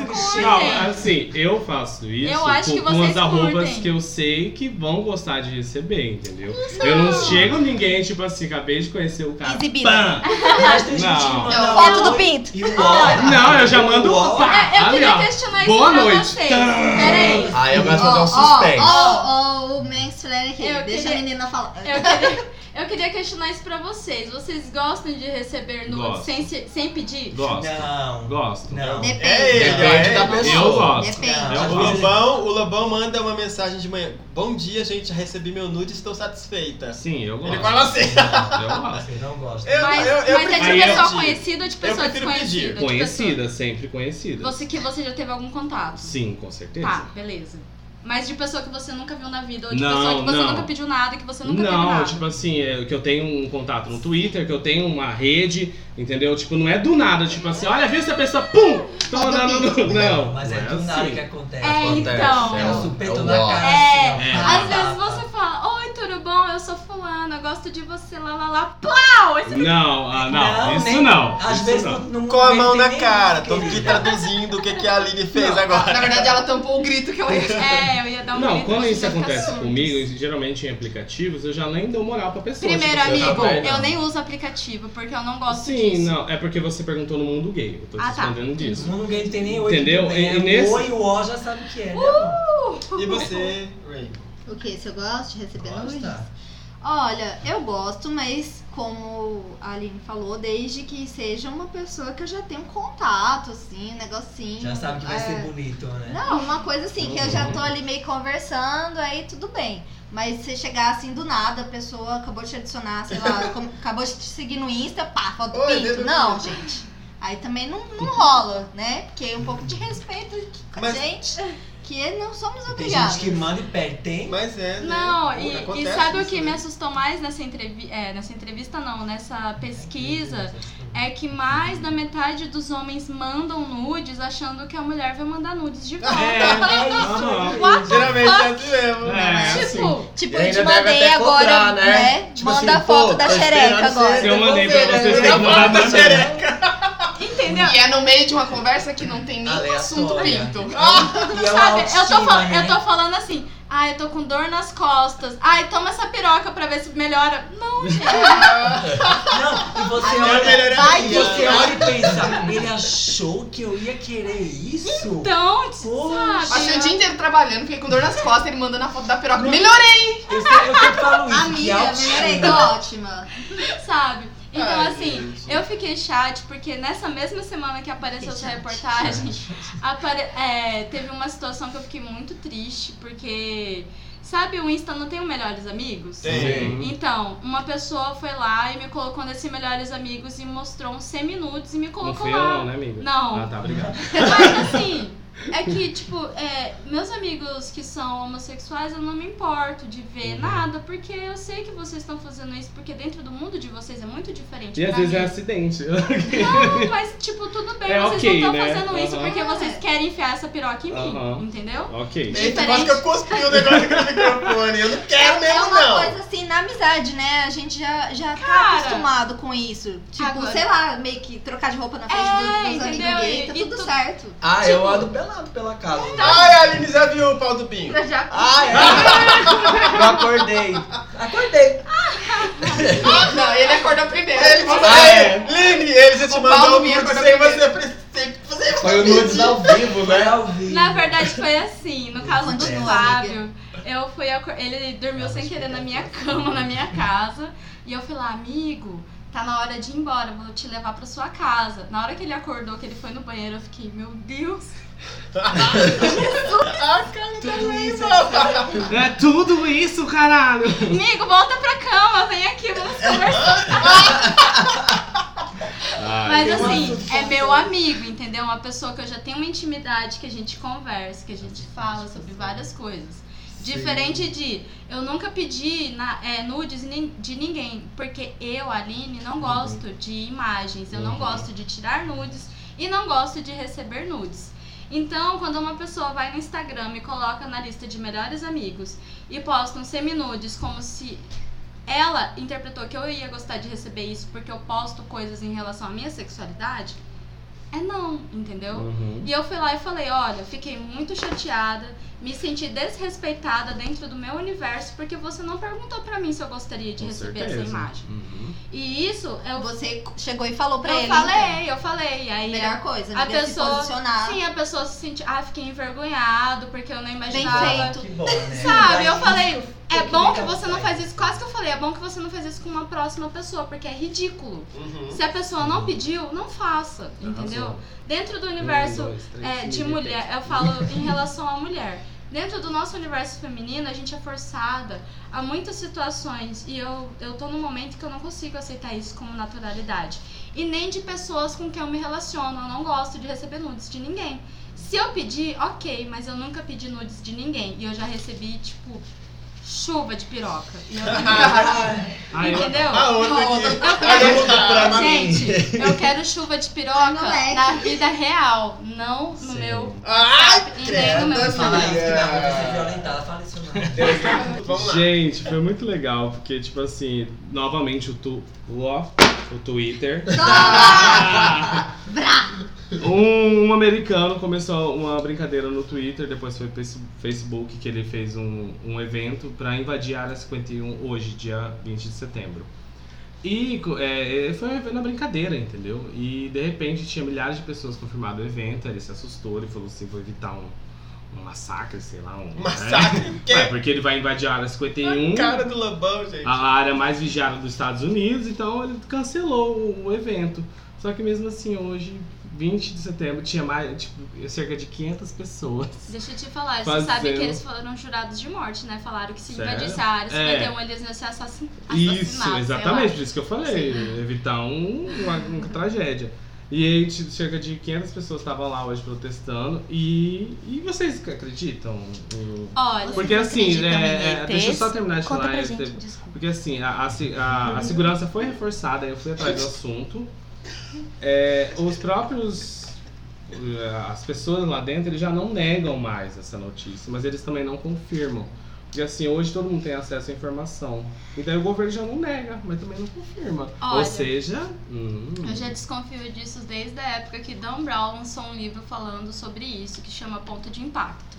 vocês Não, curtem. assim, eu faço isso Eu acho com, que com vocês as arrobas curtem. que eu sei que vão gostar de receber, entendeu? Eu não chego ninguém, tipo assim, acabei de conhecer o cara. Exibida. pam! Mas tem gente que é Não. manda Foto oi do pinto. E o ó. Não, eu já mando o pá! É, eu ali, queria ó. questionar isso Boa pra noite. vocês. Peraí. Aí eu gosto de fazer Ó, um ó, suspense. ó, ó, o Max Flair aqui. Eu Deixa queria- a menina falar. Eu queria, eu queria questionar isso pra vocês. Vocês gostam de receber nudes Gosto. sem, se- sem pedir? Gosto, Não. gosto. Não. Depende. É ele, Depende é da ele. pessoa. Eu gosto. Depende. Eu O gosto. Lobão, o Lobão manda uma mensagem de manhã. Bom dia, gente, recebi meu nude e estou satisfeita. Sim, eu gosto. Ele fala assim. Eu gosto. Eu não gosto. Eu, mas eu, eu mas é prefiro de pessoa pedir. conhecida ou de pessoa prefiro pedir. desconhecida? De Conhecida, sempre pessoa- conhecida. Você que você já teve algum contato? Sim, com certeza. Tá, beleza. Mas de pessoa que você nunca viu na vida, ou de Não, pessoa que você não. nunca pediu nada, que você nunca viu Não, nada. tipo assim, é, que eu tenho um contato no Twitter, que eu tenho uma rede, entendeu? Tipo, não é do nada, tipo assim, olha, viu essa pessoa, pum! Tô mandando no. Não, é Mas é não do nada assim. que acontece. É, então. É o supeto o na ó. cara. É, assim, ó, é. pá, Às vezes pá, pá. você fala, oi, tudo bom? Eu sou fulana, gosto de você, lá, lá, lá, plau! Esse Não, ah, não, Não, isso nem- não. Às isso vezes não. não. não Com a mão tem na nem cara. isso, Tô aqui querida. traduzindo o que, que a Aline fez Na agora. verdade, ela tampou o grito que ela ia É, eu ia tá dar um Não, grito, quando mas isso ia ficar acontece surdo. comigo, geralmente em aplicativos, eu já nem dou moral pra pessoa. Primeiro, tipo, você tá amigo, velho. eu nem uso aplicativo, porque eu não gosto Sim, disso. não, é porque você perguntou no mundo gay. Eu tô te Ah, tá. respondendo O disso. mundo gay não tem nem oi. Entendeu? também, E- é e nesse- O oi e o ó já sabe o que é, né? E você, Ray? O que? Se eu gosto de receber Gosta? nudes? Olha, eu gosto, mas como a Aline falou, desde que seja uma pessoa que eu já tenho contato, assim, um negocinho. Já sabe que vai É. ser bonito, né? Não, uma coisa assim, que eu já tô ali meio conversando, aí tudo bem. Mas se chegar assim do nada, a pessoa acabou de te adicionar, sei lá, com- acabou de te seguir no Insta, pá, foto do Oi, pinto. dedo Não, do gente. Aí também não, não rola, né? Porque um pouco de respeito com a Mas- gente, que não somos Tem obrigados. gente que manda e perde. Tem? Mas é, né? Não, e, e Acontece sabe o isso, que né? me assustou mais nessa, entrevi é, nessa entrevista, não, nessa pesquisa? é que mais da metade dos homens mandam nudes achando que a mulher vai mandar nudes de volta. É, aham. What the Geralmente é assim mesmo. É, Tipo, assim. Tipo, E ainda eu te deve mandei até agora, cobrar, né? né? Tipo Manda assim, a foto pô, da tô xereca esperando agora. Se eu mandei pra Devolver, vocês, né? tem que mandar pra mim. assim. entendeu? E é no meio de uma conversa que não tem nenhum Aleatória. assunto pinto. E é uma Sabe, eu tô, autoestima, fal- né? eu tô falando assim, ai, eu tô com dor nas costas, ai, toma essa piroca pra ver se melhora. Não, gente. Não, e você Não é olha. melhor Ai, aqui, você ó. olha e pensa, ele achou que eu ia querer isso? Então, Poxa. Passei o sabe? dia inteiro trabalhando, fiquei com dor nas costas, ele mandando a foto da piroca. Melhorei! Eu, sempre, eu sempre falo isso. que Amiga, autoestima. é melhorei, tá ótima. Sabe? Então, Ai, assim, gente. eu fiquei chate porque nessa mesma semana que apareceu essa reportagem, apare- é, teve uma situação que eu fiquei muito triste, porque. Sabe, o Insta não tem o melhores amigos? Tem. Então, uma pessoa foi lá e me colocou nesse Melhores Amigos e mostrou um semi-nudes e me Não colocou fui eu lá. não, né, amiga? Não. Ah, tá, obrigado. Mas assim, é que, tipo, é, meus amigos que são homossexuais, eu não me importo de Uhum. ver nada, porque eu sei que vocês estão fazendo isso, porque dentro do mundo de vocês é muito diferente. E às pra vezes mim. é acidente. Não, mas, tipo, tudo bem, É vocês ok, não estão né? fazendo isso Aham. porque vocês querem enfiar essa piroca em mim, Aham. entendeu? ok. Eita, Diferente. quase que eu cuspi o negócio aqui no microfone. Eu não quero É mesmo, uma não. coisa assim, na amizade, né? A gente já, já Cara. tá acostumado com isso. Tipo, Agora. sei lá, meio que trocar de roupa na frente É, dos, dos entendeu? amigos gay, tá E- e tudo tu- certo. Ah, eu Tipo- ando pelado pela casa. né? tá Ai, a Aline já viu o pau do Binho. Eu já Ah, é? Eu acordei. Acordei. Não, ele acordou primeiro. Ele falou, Ah, é. Lini, ele já te O mandou Paulo um Binho é nude acordou sem você primeiro. precisar. Você Foi o nudes ao vivo, Foi né? ao vivo. Na verdade foi assim, no caso do Acontece, Flávio, eu fui acor- ele dormiu sem querer na minha cama, na minha casa, e eu fui lá, amigo, tá na hora de ir embora, vou te levar pra sua casa. Na hora que ele acordou, que ele foi no banheiro, eu fiquei, meu Deus. É tudo isso, caralho! Amigo, volta pra cama, vem aqui, vamos conversar. Ah, Mas assim, é meu amigo, entendeu? Uma pessoa que eu já tenho uma intimidade, que a gente conversa, que a gente fala sobre várias coisas. Diferente de eu nunca pedi na- é, nudes nin- de ninguém, porque eu, Aline, não gosto de imagens, eu não gosto de tirar nudes e não gosto de receber nudes. Então, quando uma pessoa vai no Instagram e coloca na lista de melhores amigos e posta um seminudes como se ela interpretou que eu ia gostar de receber isso porque eu posto coisas em relação à minha sexualidade, é não, entendeu? Uhum. E eu fui lá e falei, olha, fiquei muito chateada, me senti desrespeitada dentro do meu universo porque você não perguntou pra mim se eu gostaria de Com receber essa certeza. imagem. Uhum. E isso eu, Então Você chegou e falou pra eu ele. falei, eu falei. Aí então. Melhor coisa, a amiga, se pessoa- posicionar. sim, a pessoa se sente, ah, fiquei envergonhado porque eu não imaginava. feito. Que bom, né? Sabe, eu falei, Tem é que bom que ligar você o não pai. faz isso, quase que eu falei, é bom que você não faz isso com uma próxima pessoa, porque é ridículo. Uhum. Se a pessoa não pediu, não faça, entendeu? Dentro do universo Um, dois, Um, três, é, de sim, mulher, eu falo em relação à mulher. Dentro do nosso universo feminino, a gente é forçada a muitas situações e eu, eu tô num momento que eu não consigo aceitar isso como naturalidade. E nem de pessoas com quem eu me relaciono, eu não gosto de receber nudes de ninguém. Se eu pedir, ok, mas eu nunca pedi nudes de ninguém e eu já recebi, tipo, chuva de piroca. E eu Ah, eu- Entendeu? A outra aqui. A quero- gente tá pra mim. Gente, eu quero chuva de piroca No leque. na vida real, não no meu. Ai, E é nem no credo, meu Fala né? isso, é. que não, vai ser filha. violentada. Fala isso não. Vamos lá. Gente, foi muito legal, porque, tipo assim, novamente o, tu, o, ó, o Twitter. Ah, um, um americano começou uma brincadeira no Twitter, depois foi pro Facebook que ele fez um, um evento pra invadir a área 51 hoje, dia 20 de setembro. E co- é, é, foi um evento na brincadeira, entendeu? E de repente tinha milhares de pessoas confirmado o evento, ele se assustou, ele falou assim, vou evitar um, um massacre, sei lá, um. Massacre, É, Ué, que porque ele vai invadir a área 51, cara do Lobão, gente. a área mais vigiada dos Estados Unidos, então ele cancelou o, o evento. Só que mesmo assim, hoje, 20 de setembro, tinha mais, tipo, cerca de 500 pessoas. Deixa eu te falar, você Fazendo. sabe que eles foram jurados de morte, né? Falaram que se Sério? invadisse a área É. 51, eles iam ser assassin assassinados. Isso, sei exatamente, lá. por isso que eu falei, evitar um- uma, uma tragédia. E aí, tipo, cerca de 500 pessoas estavam lá hoje protestando, e, e vocês acreditam? em- Olha, Porque assim, acreditam em é, é, ETs? deixa eu só terminar de Conta falar. pra é, gente, te- desculpa. Porque assim, a, a se- a- a segurança foi reforçada, eu fui atrás do assunto. É, os próprios. eh, As pessoas lá dentro eles já não negam mais essa notícia, mas eles também não confirmam. Porque assim, hoje todo mundo tem acesso à informação. E daí o governo já não nega, mas também não confirma. Ou Olha. seja. hum, Eu já desconfio disso desde a época que Dan Brown lançou um livro falando sobre isso, que chama Ponto de Impacto.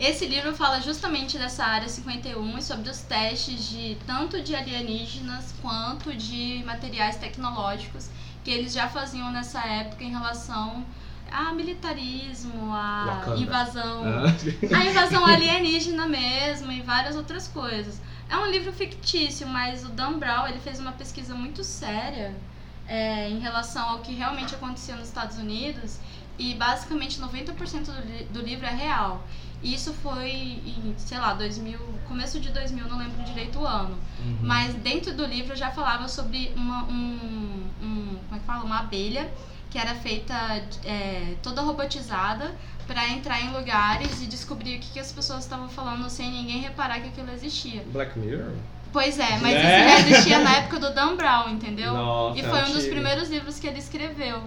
Esse livro fala justamente dessa área 51 e sobre os testes de tanto de alienígenas quanto de materiais tecnológicos que eles já faziam nessa época em relação a militarismo, a Wakanda. invasão ah, a invasão alienígena mesmo e várias outras coisas. É um livro fictício, mas o Dan Brown ele fez uma pesquisa muito séria é, em relação ao que realmente acontecia nos Estados Unidos e basicamente 90% do, li- do livro é real. E Isso foi em, sei lá, 2000, começo de 2000, não lembro direito o ano. uhum. Mas dentro do livro já falava sobre uma, um, um- como é que fala? uma abelha que era feita é, toda robotizada para entrar em lugares e descobrir o que, que as pessoas estavam falando sem ninguém reparar que aquilo existia. Black Mirror? Pois é, mas Né? isso já existia na época do Dan Brown, entendeu? Nossa, e foi um dos antigo. primeiros livros que ele escreveu.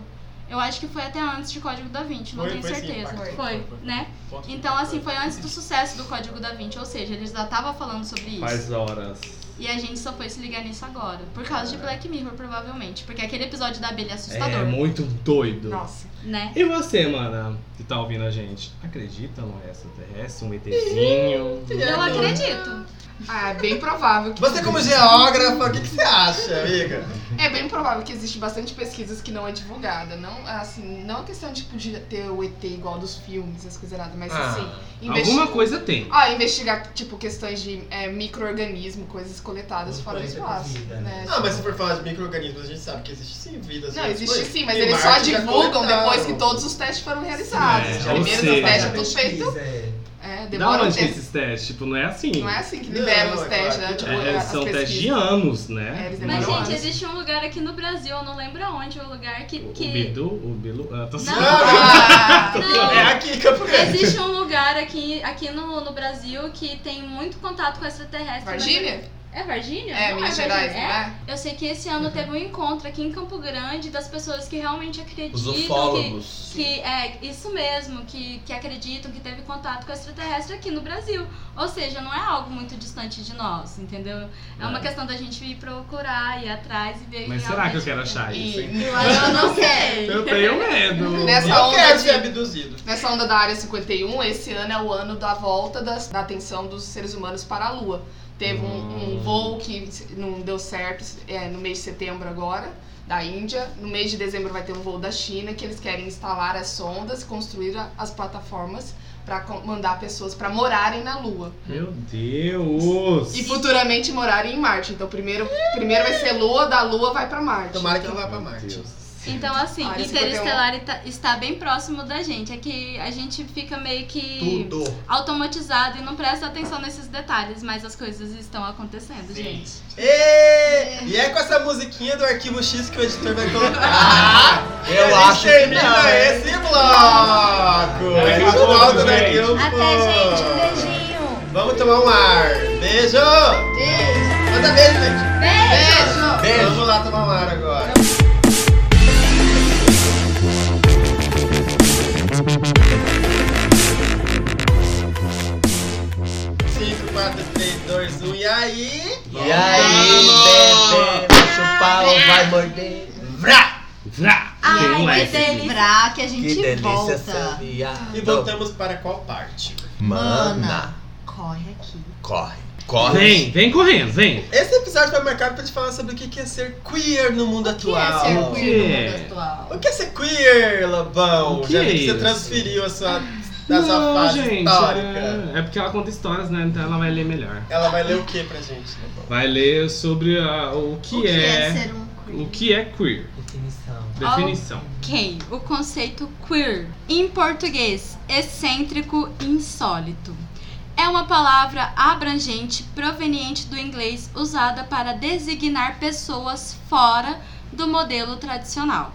Eu acho que foi até antes de Código da Vinci, não Foi, tenho foi sim, certeza. impactou, foi, foi, foi. né? Então, assim, foi antes do sucesso do Código da Vinci, ou seja, ele já tava falando sobre isso. Faz horas. E a gente só foi se ligar nisso agora. Por causa de Black Mirror, provavelmente. Porque aquele episódio da abelha é assustador, É muito doido. Nossa. né? E você, mana, que tá ouvindo a gente? Acredita num extraterrestre, um ETzinho? É, Eu acredito. Ah, é bem provável que. Você como geógrafa, o que, que você acha, amiga? É bem provável que existe bastante pesquisas que não é divulgada. Não, assim, não é questão tipo, de ter o ET igual dos filmes, as coisas nada, mas assim, investi- Ah, Alguma coisa tem. Ah, investigar, tipo, questões de é, micro-organismo, coisas coletadas fora do Coisa espaço. vida, né? Não, Ah, mas se for falar de micro-organismos, a gente sabe que existe sim vida. Não, assim, existe coisas. sim, mas E eles só Marte já divulgam coletaram. depois que todos os testes foram realizados. É, Os ou primeiros seja, testes já Fazer a estão feitos. pesquisa, é. É, Da demora um onde que tempo. esses testes? Tipo, não é assim. Não é assim que Não, liberam é os claro testes, que né? Tipo, É, as são testes de pesquisas. anos, É, né? Mas, eles Demorou gente, anos. existe um lugar aqui no Brasil, eu não lembro aonde, um lugar que. O o que... Bidu, o Bilu. Ah, tô Não. Ah, Não, É aqui em Campo Grande. existe um lugar aqui, aqui no, no Brasil que tem muito contato com extraterrestre. mas- Varginha? É Varginha? É, Não Minas Varginha, Gerais, não é? é? Eu sei que esse ano teve um encontro aqui em Campo Grande das pessoas que realmente Os acreditam que, ufólogos. Que é isso mesmo, que, que acreditam que teve contato com extraterrestre aqui no Brasil. Ou seja, não é algo muito distante de nós, entendeu? É, uma É. questão da gente ir procurar, ir atrás e ver Mas realmente será que eu quero é. achar isso, hein? E Eu acho que eu não sei. Eu tenho medo. Nessa Eu onda quero de- ser abduzido. Nessa onda da Área 51, esse ano é o ano da volta das- da atenção dos seres humanos para a Lua. Teve um, um Hum. voo que não deu certo é, no mês de setembro agora, da Índia. No mês de dezembro vai ter um voo da China, que eles querem instalar as sondas, construir a- as plataformas para mandar pessoas para morarem na Lua. Meu Deus! E futuramente morarem em Marte. Então primeiro, primeiro vai ser Lua, da Lua vai para Marte. Tomara que não Então, vá pra Meu Marte. Deus. Então, assim, Área 51. Interestelar está, está bem próximo da gente. É que a gente fica meio que Tudo. automatizado e não presta atenção nesses detalhes, mas as coisas estão acontecendo, gente. Ê! E é com essa musiquinha do arquivo X que o editor vai colocar. Ah, Eu A gente acho que termina não. esse bloco. Daqui a É A gente pouco, volta gente. daqui a um Até, gente. Um pouco. beijinho. Vamos tomar um ar. Beijo! Beijo. Manda beijo, gente. Beijo! Beijo. Vamos lá tomar um ar agora. Cinco, quatro, três, dois, um. E aí? E aí, bebê, chupar ou vai morder? Vrá! Vrá! Tem um Ai, F que aqui. delícia. Que a Que gente delícia volta. sabia. E voltamos para qual parte? Mana, Corre aqui. corre. Corre. Vem, vem correndo, vem. Esse episódio foi marcado pra te falar sobre o que que é ser queer no mundo atual. O que é ser queer no Ok. mundo atual? O que é ser queer, Lobão? O que Já é vi que você isso? transferiu a sua, da sua Não, fase gente, histórica. É, é porque ela conta histórias, né? Então ela vai ler melhor. Ela vai ler o que pra gente, Lobão? Vai ler sobre a- o que, O que é é. ser um queer? o que é queer. Definição. Definição. Ok, o conceito queer, em português, excêntrico insólito. É uma palavra abrangente proveniente do inglês usada para designar pessoas fora do modelo tradicional,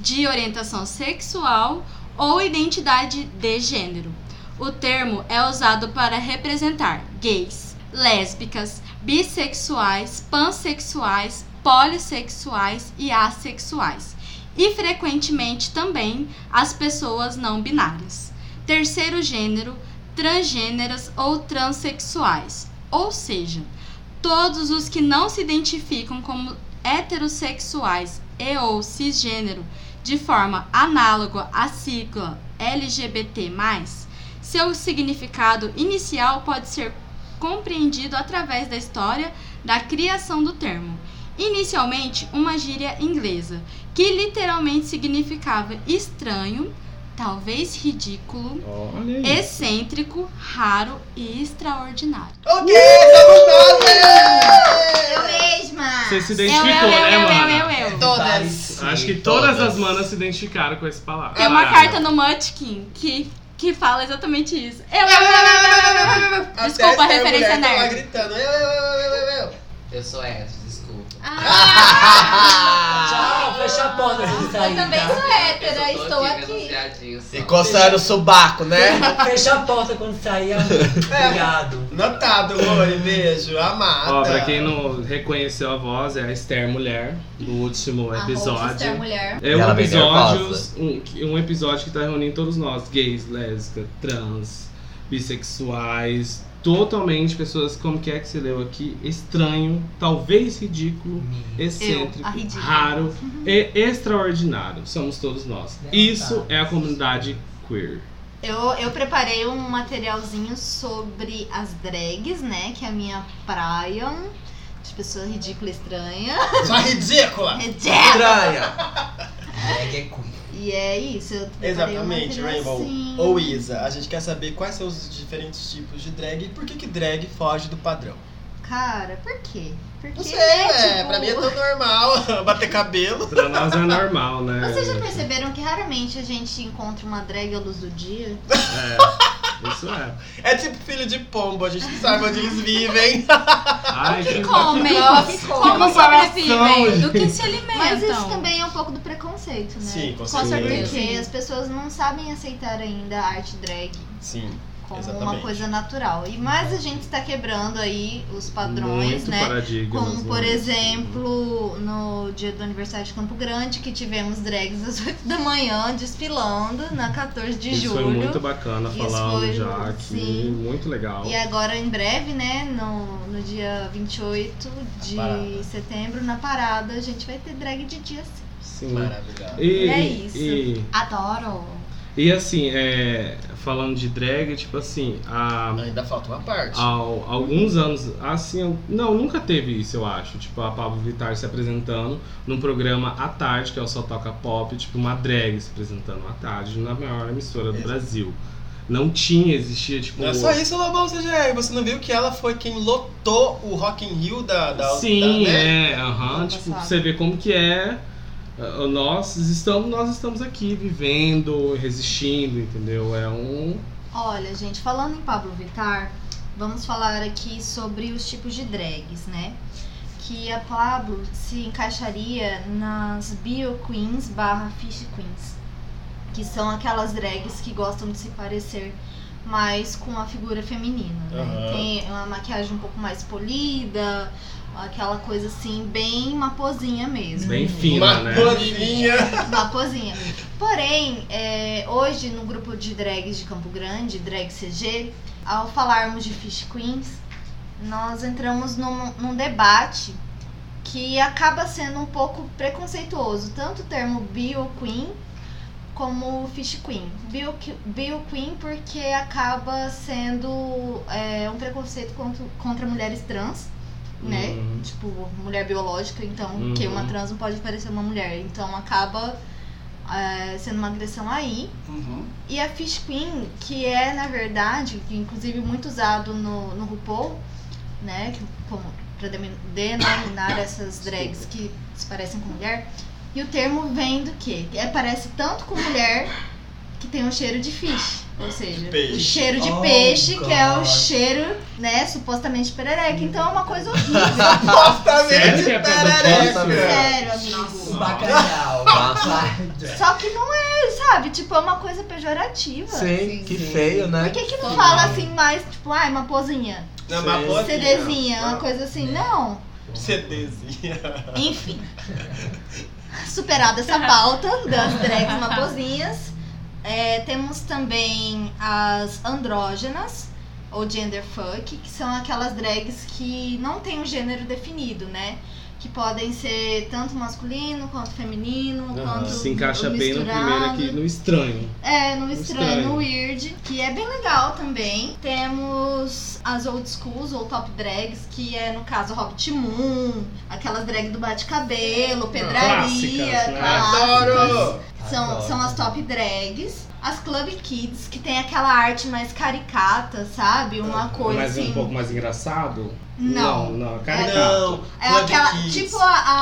de orientação sexual ou identidade de gênero. O termo é usado para representar gays, lésbicas, bissexuais, pansexuais, polissexuais e assexuais e frequentemente também as pessoas não binárias, terceiro gênero, transgêneras ou transexuais, ou seja, todos os que não se identificam como heterossexuais e ou cisgênero de forma análoga à sigla LGBT+, seu significado inicial pode ser compreendido através da história da criação do termo. Inicialmente, uma gíria inglesa, que literalmente significava estranho, talvez ridículo, Olha aí. excêntrico, raro e extraordinário. Ok, somos nós! Eu mesma! Você se Eu, eu, identificou, né, eu, mana? eu, eu, eu. Todas. Acho que todas as manas se identificaram com esse palavra. Tem uma carta no Munchkin que, que fala exatamente isso. Eu, eu, eu, eu, eu, eu, eu. Até Desculpa, a essa referência mulher tá lá nerd. gritando. Eu, eu, eu, eu, eu, eu. Eu sou hétero, desculpa. Ah, Tchau, fecha a porta pra você Ah, Eu sair. também tá? sou hétera, Eu só tô estou nos aqui. viadinhos só. E coçaram o sobaco, né? Fecha a porta quando sair. amor. É. Obrigado. Notado, Lori, beijo, amada. Ah, Ó, tá. pra quem não reconheceu a voz, é a Esther Mulher, do último Arroz, Esther, episódio. mulher. É E ela um vem episódio, nervosa. um, um episódio que tá reunindo todos nós, gays, lésbicas, trans, bissexuais, totalmente pessoas, como que é que você leu aqui, estranho, talvez ridículo, É. excêntrico, a ridícula. Uhum. raro e extraordinário. Somos todos nós. Isso é a comunidade queer. Eu, eu preparei um materialzinho sobre as drags, né? Que é a minha praia. um, De pessoa ridícula e estranha. É Só ridícula! Estranha. Drag é queer. E é isso. Eu preparei Exatamente, um Rainbow. materialzinho. Ou Isa, a gente quer saber quais são os diferentes tipos de drag e por que, que drag foge do padrão. Cara, por quê? Porque, Não sei, né, é, tipo, pra mim é tão normal bater cabelo. Pra nós é normal, né? Vocês já perceberam que raramente a gente encontra uma drag à luz do dia? É, isso é. É tipo filho de pombo, a gente É. não sabe onde eles vivem. Ai, que, comem, Nossa, como que comparação, sobrevivem, do que se Mas isso alimentam. também é um pouco do preconceito, né? Sim, com certeza. Porque as pessoas não sabem aceitar ainda a arte drag Sim, como Exatamente. uma coisa natural. E mais a gente está quebrando aí os padrões, Muito né? paradigmas, Como, por né? exemplo, no dia do aniversário de Campo Grande, que tivemos drags às 8 da manhã desfilando na 14 de Isso julho. foi muito bacana Isso falando foi, já aqui, sim. muito legal. E é agora, em breve, né, no, no dia 28 de parada. setembro, na parada, a gente vai ter drag de dias. Sim. maravilhoso. E, É isso. E, Adoro! e assim, é, falando de drag, tipo assim, há, É Ainda falta uma parte. ao- alguns anos, assim, eu- não, nunca teve isso, eu acho. Tipo, a Pablo Vittar se apresentando num programa à tarde, que é o Só Toca Pop, tipo, uma drag se apresentando à tarde na maior emissora do Exato. Brasil. Não tinha, existia, tipo. Não é só isso, Lobão, você já é. Você não viu que ela foi quem lotou o Rock in Rio da... da Sim, da, tá, né? é, aham, Ano tipo, passado. você vê como que é. ah, Nós estamos, nós estamos aqui vivendo, resistindo, entendeu? É um. Olha, gente, falando em Pablo Vittar, vamos falar aqui sobre os tipos de drags, né? Que a Pablo se encaixaria nas bio queens barra fish queens, que são aquelas drags que gostam de se parecer mais com a figura feminina, né? Aham. Tem uma maquiagem um pouco mais polida, aquela coisa assim, bem maposinha mesmo. Bem fina, Uma né? bolinha. Uma cozinha. Porém, é, hoje no grupo de drags de Campo Grande, Drag CG, ao falarmos de Fish Queens, nós entramos num, num debate que acaba sendo um pouco preconceituoso, tanto o termo Bio Queen como Fish Queen. Bio, que- bio Queen porque acaba sendo é, um preconceito contra, contra mulheres trans, né? Uhum. tipo, mulher biológica, então, Uhum. que uma trans não pode parecer uma mulher. Então acaba eh, sendo uma agressão aí. Uhum. E a Fish Queen, que é, na verdade, que inclusive muito usado no, no RuPaul, né? que- Como, pra demi- denominar essas drags que se parecem com mulher. E o termo vem do quê? É, parece tanto com mulher que tem um cheiro de fish. Ou seja, o peixe. cheiro de Oh, peixe, que é o God. cheiro, né, supostamente perereca. Então é uma coisa horrível. Supostamente Sério que é pra perereca. dar Sério, amigo. O um bacalhau. Nossa. Só que não é, sabe? Tipo, é uma coisa pejorativa. Sei, que sim. feio, Por né? que, que não fala assim mais, tipo, ai, uma pozinha, um Não, uma Sim. bolinha. CDzinha, uma coisa assim? Não. CDzinha. Enfim. superado essa pauta das drags mapozinhas. É, temos também as andrógenas, ou genderfuck, que são aquelas drags que não tem um gênero definido, né? Que podem ser tanto masculino quanto feminino, Aham. quanto. Se encaixa bem no misturado. primeiro aqui, no estranho. É, no estranho, Estranho. no weird, que é bem legal também. Temos as old schools ou top drags, que é no caso Hobbit Moon, aquelas drags do bate-cabelo, pedraria, Clássicas, né? clássicas. Adoro! São, Adoro. são as top drags. As club kids, que tem aquela arte mais caricata, sabe? Uma coisa Mas assim. um pouco mais engraçado? Não, Não. não. Não, Caricato. É Club aquela, Kids. tipo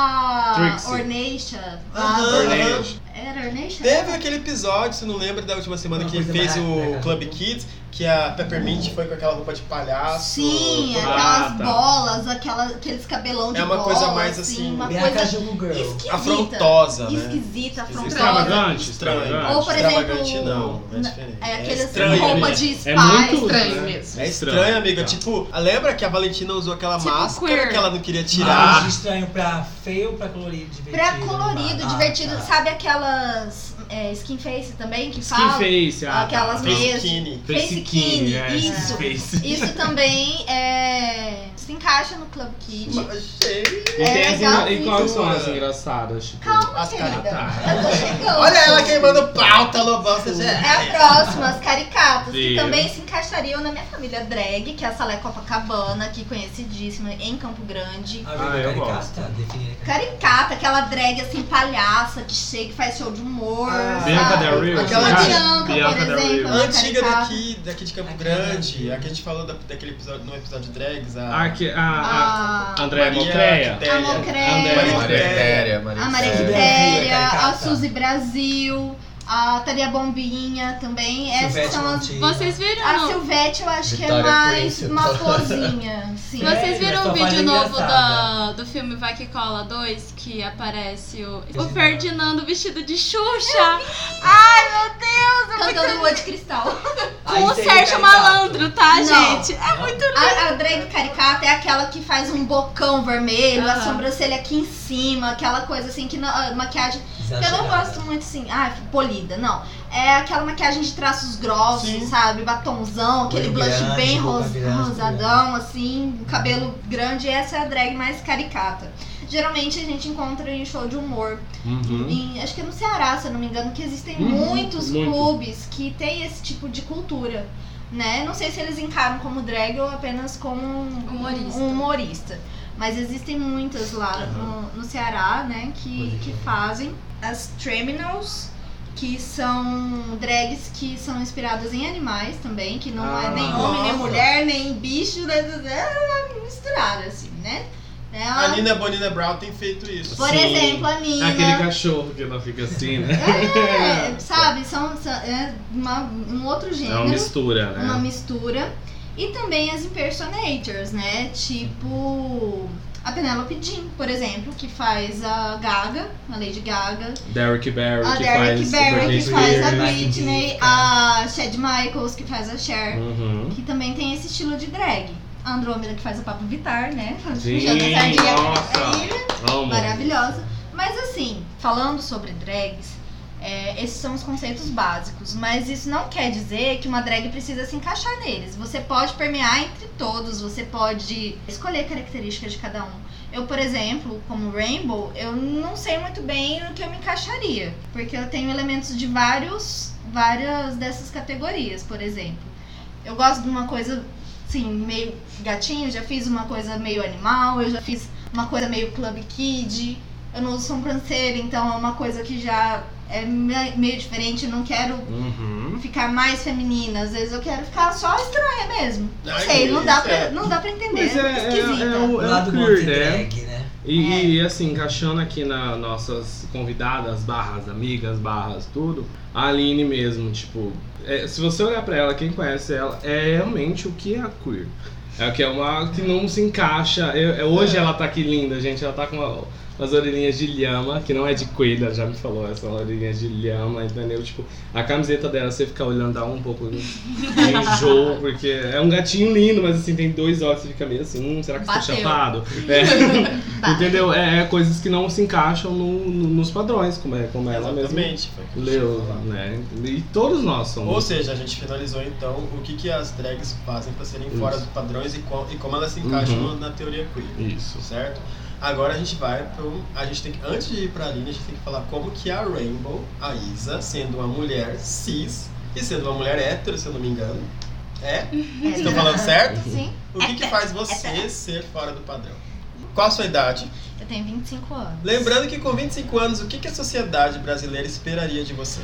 a, Trixie. a Ornation. Aham. Orneios. Era Ornation? Teve aquele episódio, se não lembra, da última semana Uma que coisa fez maravilhosa. o Club Kids, que a Peppermint foi com aquela roupa de palhaço. Sim, é. Ah, aquelas tá. bolas, aquela, aqueles cabelão de É uma bola, coisa mais, assim, uma Bem a coisa Caju Girl. esquisita. Afrontosa, né? Esquisita, afrontosa. Extravagante, Estranho. extravagante. Ou, por Extravagante exemplo, não, é na- diferente. É aqueles estranho, roupa né? de spy. É muito Estranho né? mesmo. É estranho, amiga. Tá. Tipo, lembra que a Valentina usou aquela Tipo máscara queer. que ela não queria Mas tirar? de estranho pra feio, pra colorido, divertido. Pra colorido, Ah, divertido, tá. sabe aquelas é, skin face também que Skin fala? face, ah, Aquelas tá. meias. Skinny. Face face skin, skinny, é, isso. Face. Isso também é, se encaixa no Club Kid. Gente, E, tem assim, as é legal engra- e quais são as isso. engraçadas? Tipo, Calma, As querida. caricatas. Eu tô chegando. Olha ela queimando pauta, Lobão. Você já... É a próxima, as caricatas, que Sim. também se encaixariam na minha família drag, que é a Salé Copacabana, que é conhecidíssima em Campo Grande. Ah, Ah, eu gosto. caricata, definir Caricata, aquela drag assim, palhaça, que chega e faz show de humor. Ah, sabe? Bianca Del Rio. Aquela você de- acha? Bianca, por Del exemplo. Rio. Uma Antiga caricata. daqui, daqui de Campo Aqui, Grande. né? Aqui a gente falou da- daquele episódio, no episódio de drags. A... Ah, que- a, A, a Andréa Maria Mocrea. Quitéria. A Mocrea. Andréa Maria Mocrea. Quitéria, ah. a Ah, Maria É. Quitéria, a Caricata. Suzy Brasil, a Thalia Bombinha também. Essas Silvete são as. Montilla. Vocês viram? A Silvete eu acho que é Vitória mais Prince. uma pozinha. Sim. Vocês É, mas viram só o vídeo faz novo engraçada. da, é. do filme Vai Que Cola 2 que aparece o, o Ferdinando. Ferdinando vestido de Xuxa Cantando Lua de Cristal. com o um Sérgio Malandro, tá, Não. gente? A, a drag caricata é aquela que faz um bocão vermelho, a Aham. sobrancelha aqui em cima, aquela coisa assim que não, a maquiagem. Tá Eu não gosto né? muito assim, ah, polida, não. É aquela maquiagem de traços grossos, Sim. sabe? Batonzão, aquele Olho blush grande, bem boca ros- grande, né? rosadão, assim, cabelo grande. Essa é a drag mais caricata. Geralmente a gente encontra em show de humor. Uhum. Em- acho que é no Ceará, se eu não me engano, que existem Uhum, muitos muito. clubes que tem esse tipo de cultura. Né? Não sei se eles encaram como drag ou apenas como um Humorista. um humorista. Mas existem muitas lá no, no Ceará, né, que, que fazem. As Treminals, que são drags que são inspiradas em animais também, que não é Ah, nem homem, nem nossa. mulher, nem bicho, né, é misturada, assim, né? Ela- A Nina Bonina Brown tem feito isso. por Sim. É exemplo, a Nina. Aquele cachorro que ela fica assim, né? É, sabe, são, são- é uma- um outro É gênero, uma mistura, uma né? mistura. E também as impersonators, né? Tipo a Penelope Jean, por exemplo, que faz a Gaga, a Lady Gaga. Derrick Barry, a que Derek faz Ah, Barry, Britney que faz a Spears. Britney Britney. Spears. A Chad Michaels, que faz a Cher. Uhum. Que também tem esse estilo de drag. A Andrômeda, que faz o Papo Vitar, né? É Sim, Joga a sardinha nossa. aí, Amo. maravilhosa. Mas assim, falando sobre drags, é, esses são os conceitos básicos. Mas isso não quer dizer que uma drag precisa se encaixar neles. Você pode permear entre todos, você pode escolher características de cada um. Eu, por exemplo, como Rainbow, eu não sei muito bem no que eu me encaixaria. Porque eu tenho elementos de vários, várias dessas categorias, por exemplo. Eu gosto de uma coisa, assim, meio gatinho, já fiz uma coisa meio animal, eu já fiz uma coisa meio club kid. Eu não uso sobrancelha, então é uma coisa que já é me- meio diferente. Eu não quero Uhum. ficar mais feminina, às vezes eu quero ficar só estranha mesmo. Não Ai, sei, não isso dá pra, é- não dá pra entender. Mas é, é, esquisita. é o, O é lado o bom de queer, né? drag, né? E, e, assim, encaixando aqui nas nossas convidadas, barras, amigas, barras, tudo, a Aline mesmo, tipo, é, se você olhar pra ela, quem conhece ela, é realmente o que é a é, queer. É o que é uma que não se encaixa. Eu- é, hoje ela tá aqui linda, gente. Ela tá com uma, as orelhinhas de lhama, que não é de coelho, ela já me falou, essas orelhinhas de lhama, entendeu? Tipo, a camiseta dela, você fica olhando, dá um pouco de enjoo, porque é um gatinho lindo, mas assim, tem dois olhos, você fica meio assim, hum, será que Bateu. está chapado? Tá. É. entendeu? É, é coisas que não se encaixam no- no- nos padrões, como, é, como ela mesma Exatamente. foi o que eu tinha leu, falado. né? E todos nós somos. Ou seja, a gente finalizou então o que, que as drags fazem pra serem Isso. fora dos padrões e, qual- e como elas se encaixam Uhum. na teoria queer. Isso. certo? Agora a gente vai pro. A gente tem que, antes de ir pra linha, a gente tem que falar como que a Rainbow, a Isa, sendo uma mulher cis e sendo uma mulher hétero, se eu não me engano. É? Estou falando certo? Sim, O que, que faz você ser fora do padrão? Qual a sua idade? eu tenho 25 anos. Lembrando que com 25 anos, o que, que a sociedade brasileira esperaria de você?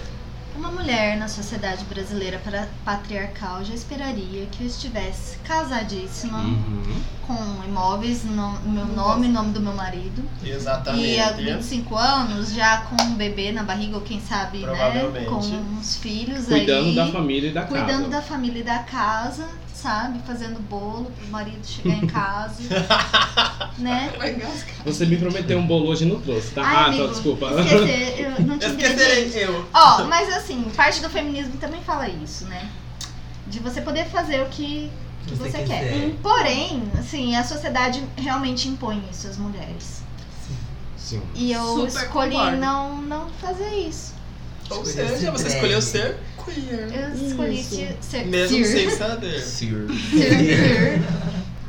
Uma mulher na sociedade brasileira para- patriarcal já esperaria que eu estivesse casadíssima, Uhum. com imóveis no meu nome, nome do meu marido. Tá E tipo há Exatamente. 25 anos, já com um bebê na barriga, ou quem sabe, né? Provavelmente. Com uns filhos Cuidando aí. da família e da casa. cuidando da família e da casa, sabe? Fazendo bolo pro marido chegar em casa. né? Vai engasgar. Você me prometeu um bolo hoje e não trouxe, tá? Ai, ah, amigo, tá, desculpa. Esquecer, eu não tinha entendido. Esquecerei eu. Ó, mas assim, parte do feminismo também fala isso, né? De você poder fazer o que, que você, quer. Hum. Porém, assim, a sociedade realmente impõe isso às mulheres. Sim. E eu Super escolhi concordo. não, não fazer isso. Ou Escolher seja, ser você drag. escolheu ser queer. Eu escolhi se- ser Mesmo queer. sem saber. Sir.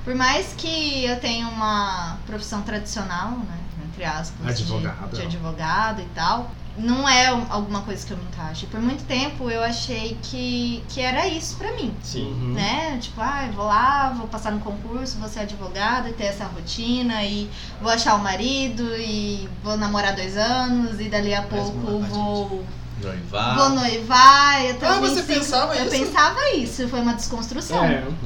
Por mais que eu tenha uma profissão tradicional, né? Entre aspas, de- Advogado. De, advogado e tal, não é um- alguma coisa que eu me encaixe. Por muito tempo eu achei que, que era isso pra mim. Sim. Uhum. Né? Tipo, ah, eu vou lá, vou passar no concurso, vou ser advogada e ter essa rotina, e vou achar o marido, e vou namorar dois anos, e dali a Mais uma pouco lá, vou Noivar. Vou noivar, eu Ah, você pensava Eu isso? pensava isso, foi uma desconstrução. É. Uhum.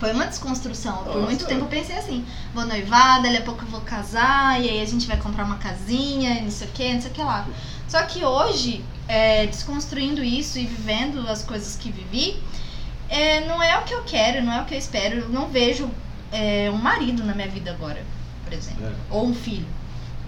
Foi uma desconstrução. Por muito Nossa. tempo eu pensei assim, vou noivar, dali a pouco eu vou casar, e aí a gente vai comprar uma casinha, e não sei o que, não sei o que lá. Só que hoje, é, desconstruindo isso e vivendo as coisas que vivi, é, não é o que eu quero, não é o que eu espero. Eu não vejo é, um marido na minha vida agora, por exemplo. É. Ou um filho.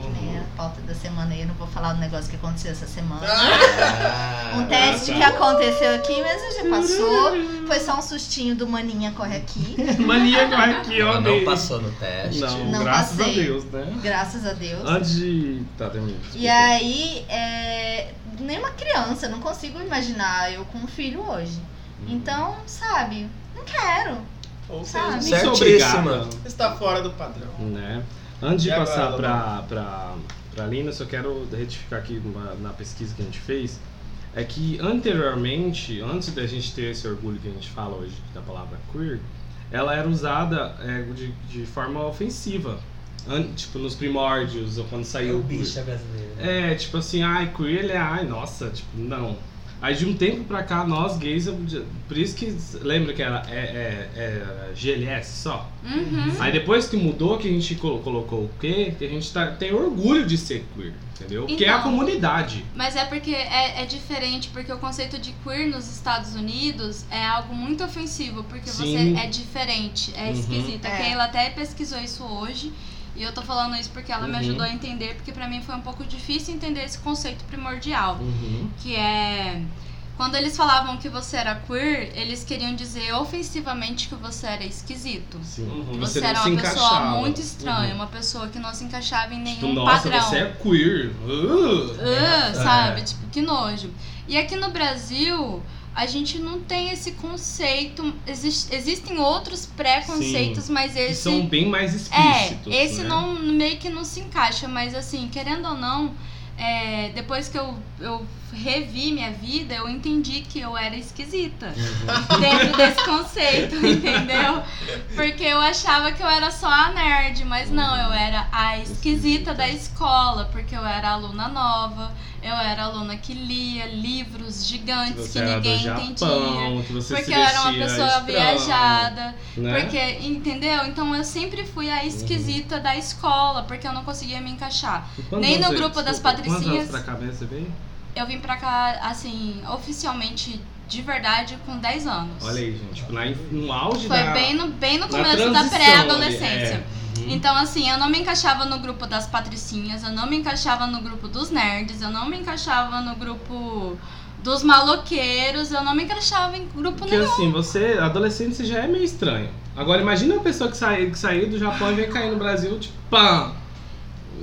Que nem Uhum. a pauta da semana aí, eu não vou falar do negócio que aconteceu essa semana. Ah, Um Ah, teste que aconteceu aqui, mas já passou. Foi só um sustinho do maninha corre aqui. Mania corre aqui, ó. ela não tá baby. passou no teste. é, Não, Não tá graças passei. a Deus, né? Graças a Deus. Antes de. Tá, termina. E aí, é... nenhuma criança, eu não consigo imaginar eu com um filho hoje. Uhum. Então, sabe, não quero. Ou Sabe? seja, Não sou Certíssima. obrigado, está fora do padrão. Né? Antes de E agora, passar Lolo? pra, pra, pra Lina, eu só quero retificar aqui uma- na pesquisa que a gente fez. É que anteriormente, antes da gente ter esse orgulho que a gente fala hoje da palavra queer, ela era usada é, de, de forma ofensiva. An- tipo, nos primórdios, ou quando É saiu o o queer. bicha brasileiro. É, tipo assim, ai, queer ele é, ai, nossa, tipo, não. Aí de um tempo pra cá, nós gays, eu- por isso que lembra que era é, é, é, GLS só. Uhum. Aí depois que mudou, que a gente colo- colocou o quê, que a gente tá, tem orgulho de ser queer, entendeu? Porque é a Então. comunidade. Mas é porque é, é diferente, porque o conceito de queer nos Estados Unidos é algo muito ofensivo, porque Sim. você é diferente, é Uhum. esquisito. A É. Keila até pesquisou isso hoje. E eu tô falando isso porque ela me Uhum. ajudou a entender, porque pra mim foi um pouco difícil entender esse conceito primordial. que é quando eles falavam que você era queer, eles queriam dizer ofensivamente que você era esquisito. Sim. Uhum. Que Você, não era se uma pessoa encaixava. muito estranha, Uhum. uma pessoa que não se encaixava em nenhum Tipo, nossa, padrão. você é queer. Uh! Ah, É. sabe? Tipo, que nojo. E aqui no Brasil, a gente não tem esse conceito. Exis- existem outros preconceitos, mas Que esse são bem mais é, explícitos. esse né? não meio que não se encaixa, mas assim, querendo ou não, é, depois que eu, eu revi minha vida, eu entendi que eu era esquisita Uhum. dentro desse conceito, entendeu? Porque eu achava que eu era só a nerd, mas não, eu era a esquisita da escola, porque eu era aluna nova, eu era aluna que lia livros Que gigantes que você era do ninguém entendia. Japão, que você se Porque eu vestia era uma pessoa estranho, viajada. né? Porque, entendeu? Então eu sempre fui a esquisita da escola, porque eu não conseguia me encaixar. E quando nem no grupo das quantos patricinhas- anos pra cá mesmo você veio? Eu vim pra cá, assim, oficialmente, de verdade, com 10 anos. Olha aí, gente. Tipo, na, no auge Foi da... bem no, bem no na começo da transição ali, pré-adolescência. é. Então, assim, eu não me encaixava no grupo das patricinhas, eu não me encaixava no grupo dos nerds, eu não me encaixava no grupo dos maloqueiros, eu não me encaixava em grupo Porque nenhum. assim, você, adolescente, você já é meio estranho. Agora imagina uma pessoa que, sai, que saiu do Japão e veio cair no Brasil, tipo, pam!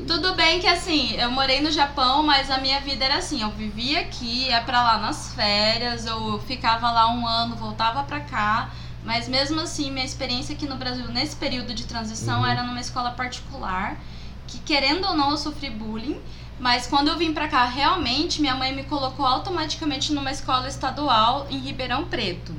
Tudo bem que assim, eu morei no Japão, mas a minha vida era assim, eu vivia aqui, ia pra lá nas férias, eu ficava lá um ano, voltava pra cá, mas mesmo assim, minha experiência aqui no Brasil nesse período de transição Uhum. era numa escola particular, que querendo ou não eu sofri bullying, mas quando eu vim pra cá realmente, minha mãe me colocou automaticamente numa escola estadual em Ribeirão Preto.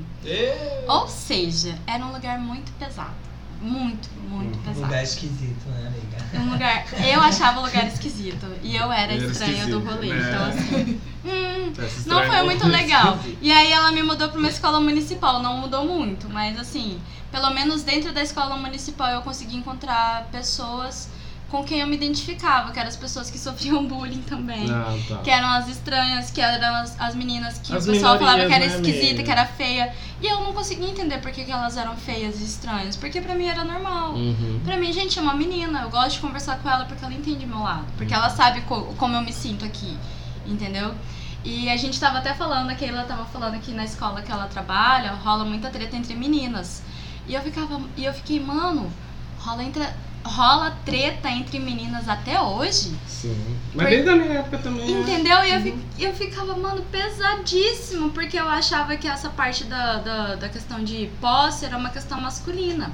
Ou seja, era um lugar muito pesado, muito, muito Um pesado. lugar esquisito, né, amiga? Um lugar. Eu achava o lugar esquisito. E eu era Era estranha do esquisito, rolê. né? Então, assim. hum, Essa é não estranha- foi muito legal. E aí ela me mudou pra uma escola municipal. Não mudou muito, mas assim, pelo menos dentro da escola municipal eu consegui encontrar pessoas com quem eu me identificava, que eram as pessoas que sofriam bullying também. Ah, tá. Que eram as estranhas, que eram as, as meninas que As o pessoal falava que era minorias, né, esquisita, amiga? que era feia. E eu não conseguia entender por que, que elas eram feias e estranhas. Porque pra mim era normal. Uhum. Pra mim, gente, é uma menina. Eu gosto de conversar com ela porque ela entende meu lado. Porque ela sabe co- como eu me sinto aqui, entendeu? E a gente tava até falando, a Keila tava falando que na escola que ela trabalha, rola muita treta entre meninas. E eu ficava, e eu fiquei, mano, rola, entre, rola treta entre meninas até hoje? Sim. Mas desde a minha época também. né? Entendeu? E eu, fi- eu ficava, mano, pesadíssimo, porque eu achava que essa parte da, da, da questão de posse era uma questão masculina.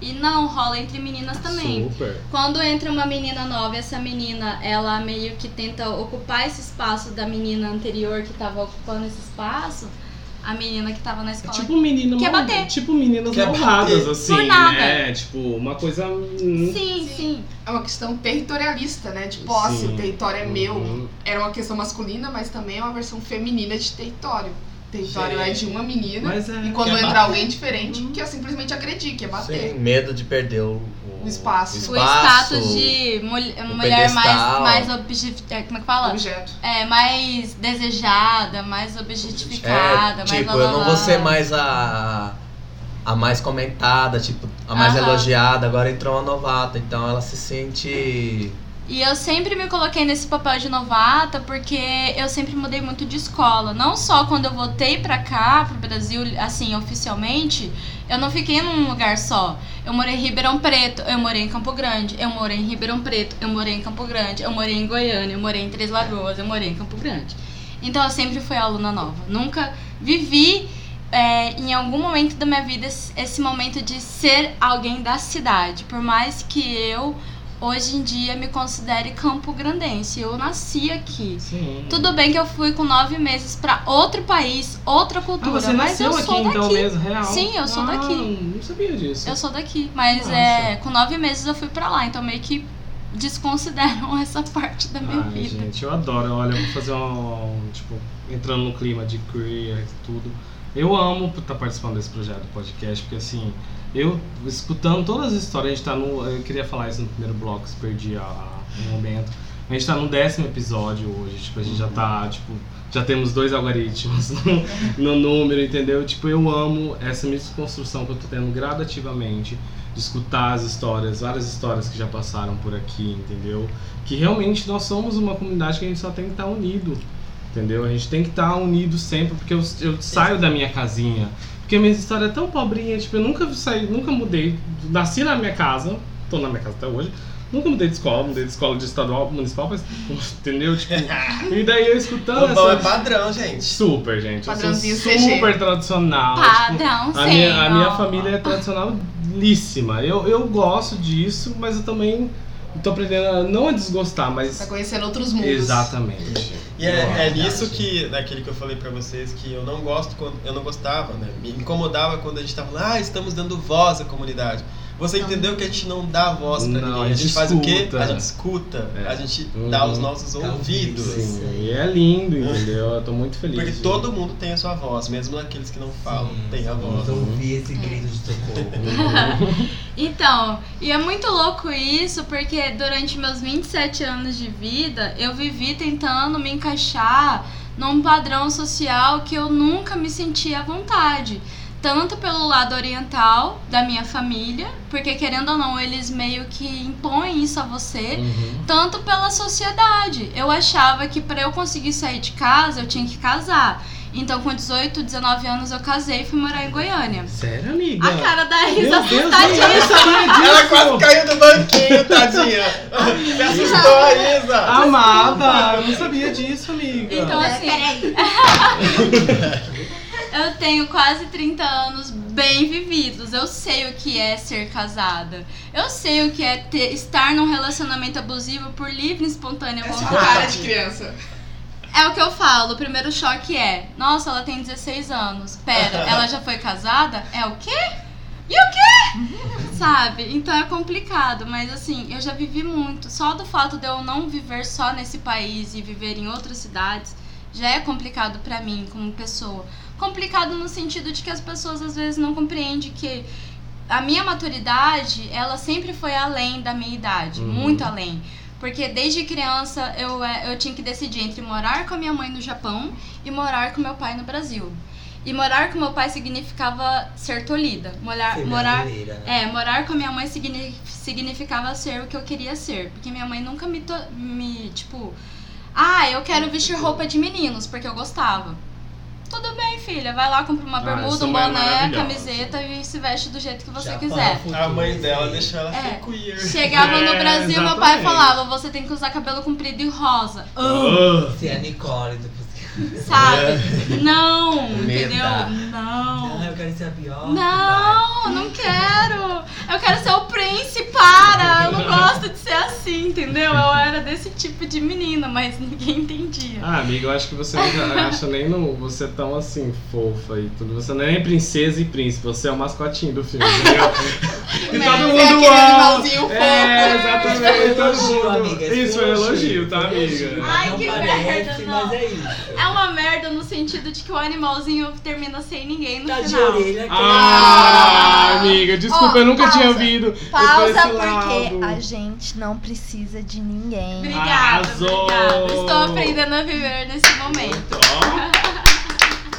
E não, rola entre meninas também. Super. Quando entra uma menina nova, essa menina, ela meio que tenta ocupar esse espaço da menina anterior que tava ocupando esse espaço, a menina que tava na É escola. tipo um menino Quer mal- bater. Tipo meninas Quer malvadas, bater. assim. Por nada. Né? Tipo, uma coisa. um hum, Sim, sim. É uma questão territorialista, né? De posse, Sim. o território é meu. Uhum. Era uma questão masculina, mas também é uma versão feminina de território. Território Sim. é de uma menina. Mas é. E quando Quer entra bater. alguém diferente, que eu simplesmente agredi, que é bater. Sem medo de perder o, o- O espaço. O espaço. É, status de mul- o mulher pedestal. mais, mais objef... é, Como é que fala? Objeto. É, mais desejada, mais objetificada, É, mais tipo, blá, blá, eu não blá. vou ser mais a. A mais comentada, tipo, a mais Aham. elogiada, agora entrou uma novata, então ela se sente. E eu sempre me coloquei nesse papel de novata porque eu sempre mudei muito de escola. Não só quando eu voltei pra cá, pro Brasil, assim, oficialmente, eu não fiquei num lugar só. Eu morei em Ribeirão Preto, eu morei em Campo Grande, eu morei em Ribeirão Preto, eu morei em Campo Grande, eu morei em Goiânia, eu morei em Três Lagoas, eu morei em Campo Grande. Então eu sempre fui aluna nova. Nunca vivi é, em algum momento da minha vida esse- esse momento de ser alguém da cidade. Por mais que eu hoje em dia me considere campo grandense. Eu nasci aqui. Sim. Tudo bem que eu fui com nove meses pra outro país, outra Ah, cultura, você mas eu nasceu sou aqui então daqui. mesmo, real? Sim, eu sou Ah, daqui. Não sabia disso. Eu sou daqui, mas Nossa. é, com nove meses eu fui pra lá, então meio que desconsideram essa parte da minha Ai, vida. gente, eu adoro. Olha, eu vou fazer um. Tipo, entrando no clima de queer e tudo. Eu amo estar participando desse projeto do podcast, porque assim, eu escutando todas as histórias, a gente tá no. Eu queria falar isso no primeiro bloco, se perdi a, a- o momento. A gente tá no décimo episódio hoje, tipo, a gente já Uhum. tá, tipo, já temos dois algoritmos no, no número, entendeu? Tipo, eu amo essa minha desconstrução que eu tô tendo gradativamente, de escutar as histórias, várias histórias que já passaram por aqui, entendeu? que realmente nós somos uma comunidade que a gente só tem que estar unido, entendeu? A gente tem que estar unido sempre, porque eu, eu saio da minha casinha. Porque a minha história é tão pobrinha, tipo, eu nunca saí, nunca mudei. Nasci na minha casa, tô na minha casa até hoje. Nunca mudei de escola, mudei de escola de estadual pra municipal, mas, entendeu? Tipo, e daí eu escutando O bom é essa... padrão, gente. Super, gente. Eu sou Padrãozinho CG. super tradicional. tipo, Padrão, a sim, minha, a minha ó. família é tradicionalíssima. Eu, eu gosto disso, mas eu também tô aprendendo a não a desgostar, Tá mas. conhecendo outros mundos. Exatamente. E é, é Verdade. nisso que, daquele que eu falei pra vocês, que eu não gosto, quando, eu não gostava, né? Me incomodava quando a gente tava falando, ah, estamos dando voz à comunidade. Você entendeu que a gente não dá voz pra Não, ninguém. a A gente, gente faz o quê? escuta. A gente escuta. É. A gente Uhum. dá os nossos Dá ouvidos. ouvidos. Sim, e é lindo, entendeu? Eu tô muito feliz. Porque gente. todo mundo tem a sua voz, mesmo aqueles que não falam, Sim, tem a voz. Uhum. Vamos Então ouvir esse grito de socorro. Uhum. Então, e é muito louco isso, porque durante meus 27 anos de vida, eu vivi tentando me encaixar num padrão social que eu nunca me sentia à vontade. tanto pelo lado oriental da minha família, porque querendo ou não, eles meio que impõem isso a você, Uhum. tanto pela sociedade. Eu achava que para eu conseguir sair de casa, eu tinha que casar. Então, com 18, 19 anos, eu casei e fui morar em Goiânia. Sério, amiga? A cara tá da Meu Risa Deus, eu assustadinha. não sabia disso. Ela quase caiu do banquinho, tadinha. Me assustou a Isa. Amada, eu não sabia disso, amiga. Então, assim, Né? Peraí. Eu tenho quase 30 anos bem vividos. Eu sei o que é ser casada. Eu sei o que é ter- estar num relacionamento abusivo por livre e espontânea Essa cara vontade. de criança. É o que eu falo. O primeiro choque é: Nossa, ela tem 16 anos. Pera, ela já foi casada? É o quê? E o quê? Sabe? Então é complicado, mas assim, eu já vivi muito. Só do fato de eu não viver só nesse país e viver em outras cidades já é complicado pra mim como pessoa. Complicado no sentido de que as pessoas às vezes não compreendem que a minha maturidade, ela sempre foi além da minha idade, Uhum. muito além. Porque desde criança eu, eh, eu tinha que decidir entre morar com a minha mãe no Japão e morar com meu pai no Brasil. E morar com meu pai significava ser tolhida. Morar, Ser Ah, morar, brasileira, né? é, morar com a minha mãe signi- significava ser o que eu queria ser. Porque minha mãe nunca me, to- me, tipo, ah, eu quero vestir roupa de meninos, porque eu gostava. Tudo bem, filha, vai lá, compra uma Ah, bermuda, essa um mãe é boné, maravilhosa. camiseta e se veste do jeito que você Japão, quiser. futuro, A mãe dela sim. deixou ela É. ser queer. Chegava no É, Brasil, meu pai exatamente. falava, você tem que usar cabelo comprido e rosa. Ah, Se é a Nicole do Fusquinha. É. Sabe? Não, entendeu? Meda. Ah, Não. eu quero ser a Bjork. vai. Não, não quero. Eu quero ser o príncipe, para. Eu não gosto de ser assim, entendeu? Eu era desse tipo de menina, mas ninguém entendia. Ah, amiga, eu acho que você nunca acha nem no, você é tão assim, fofa e tudo. Você não é nem princesa e príncipe, você é o mascotinho do filme, entendeu? e Né? todo é mundo aquele ama. animalzinho fofo. É, exatamente. Elogio, Todo mundo. amiga, isso Isso foi é um elogio, tá, Elogio. amiga? Ai, Não que parece, merda, Mas não. é isso. É uma merda no sentido de que o animalzinho termina sem ninguém no Tá de final. orelha. Ah, amiga, desculpa, Ó, eu nunca tinha pausa. ouvido. Pausa Depois esse porque lado. a gente não precisa de ninguém. Obrigada, Arrasou. obrigada. Estou aprendendo a viver nesse momento. Ó,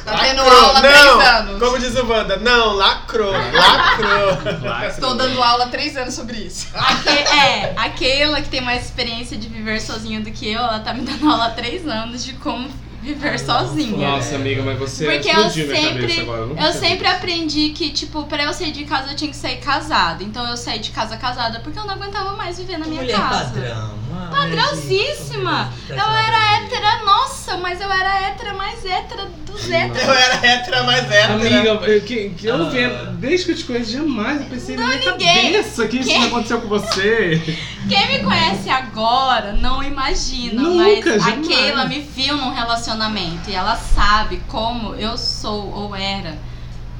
Tá tendo Lacrou. aula não. há três anos. Como diz o Wanda, não, lacrou, lacrou. classe. Estou dando aula há três anos sobre isso. Aque- é, aquela que tem mais experiência de viver sozinha do que eu, ela tá me dando aula há três anos de como viver sozinha. Nossa, amiga, mas você Porque eu explodiu minha sempre- cabeça agora. nunca Eu tinha sempre aprendi que, tipo, pra eu sair de casa eu tinha que sair casada. Então eu saí de casa casada porque eu não aguentava mais viver na minha Mulher casa. padrão. ah, Padrãozíssima. gente, Eu era hétera, nossa, mas eu era hétera mais hétera dos héteros. Eu era hétera, mas É é. hétera. Amiga, eu, que, que eu Ah. vendo, desde que eu te conheço, jamais eu pensei na minha ninguém. cabeça que isso Quem? não aconteceu com você. Quem me conhece agora não imagina, Nunca, mas a jamais. Keila me viu num relacionamento e ela sabe como eu sou ou era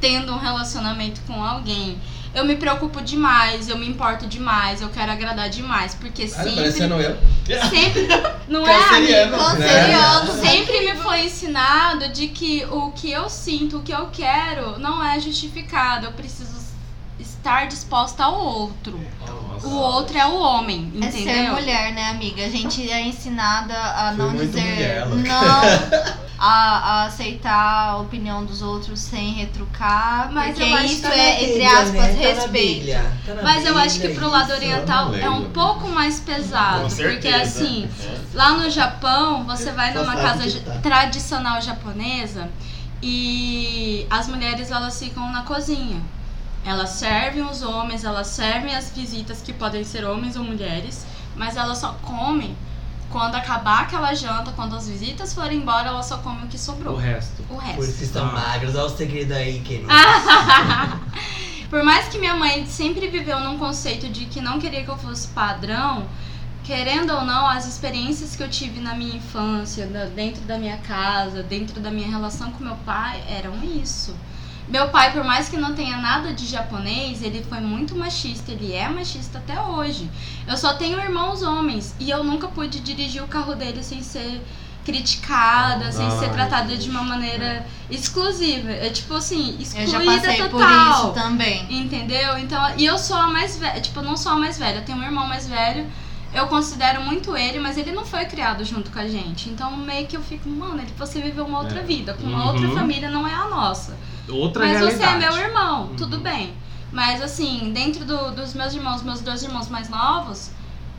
tendo um relacionamento com alguém. Eu me preocupo demais, eu me importo demais, eu quero agradar demais, porque Olha, sempre, parecendo eu. sempre não é amigo? Canceriano. Canceriano. Sempre me foi ensinado de que o que eu sinto, o que eu quero, não é justificado. Eu preciso estar disposta ao outro. Nossa. O outro é o homem, É entendeu? ser mulher, né, amiga? A gente é ensinada a Foi não muito dizer mulher, ela. não, a, a aceitar a opinião dos outros sem retrucar, Mas porque eu acho que isso Tá na é, entre Bíblia, aspas, né? Tá na respeito. Bíblia, tá na Mas eu acho que Bíblia, pro lado isso. oriental é um lembro. pouco mais pesado. Com Porque certeza. É. assim, lá no Japão, você vai Só numa sabe casa que ja- tá. tradicional japonesa e as mulheres elas ficam na cozinha. Elas servem os homens, elas servem as visitas que podem ser homens ou mulheres, mas elas só comem quando acabar aquela janta, quando as visitas forem embora, elas só comem o que O sobrou. resto. O Por resto. isso que estão magros, olha o segredo aí, querido. Por mais que minha mãe sempre viveu num conceito de que não queria que eu fosse padrão, querendo ou não, as experiências que eu tive na minha infância, da- dentro da minha casa, dentro da minha relação com meu pai, eram isso. Meu pai, por mais que não tenha nada de japonês, ele foi muito machista, ele é machista até hoje. Eu só tenho irmãos homens e eu nunca pude dirigir o carro dele sem ser criticada, sem ser tratada de uma maneira exclusiva. É tipo assim, Eu já excluída passei total. por isso também. Entendeu? Então, e eu sou a mais velha, tipo, eu não sou a mais velha, eu tenho um irmão mais velho. Eu considero muito ele, mas ele não foi criado junto com a gente. Então, meio que eu fico, mano, ele- você viveu uma outra É. vida, com uma Uhum. outra família, não é a nossa. outra Mas você é realidade. meu irmão, Uhum. tudo bem. Mas assim, dentro do- dos meus irmãos, meus dois irmãos mais novos,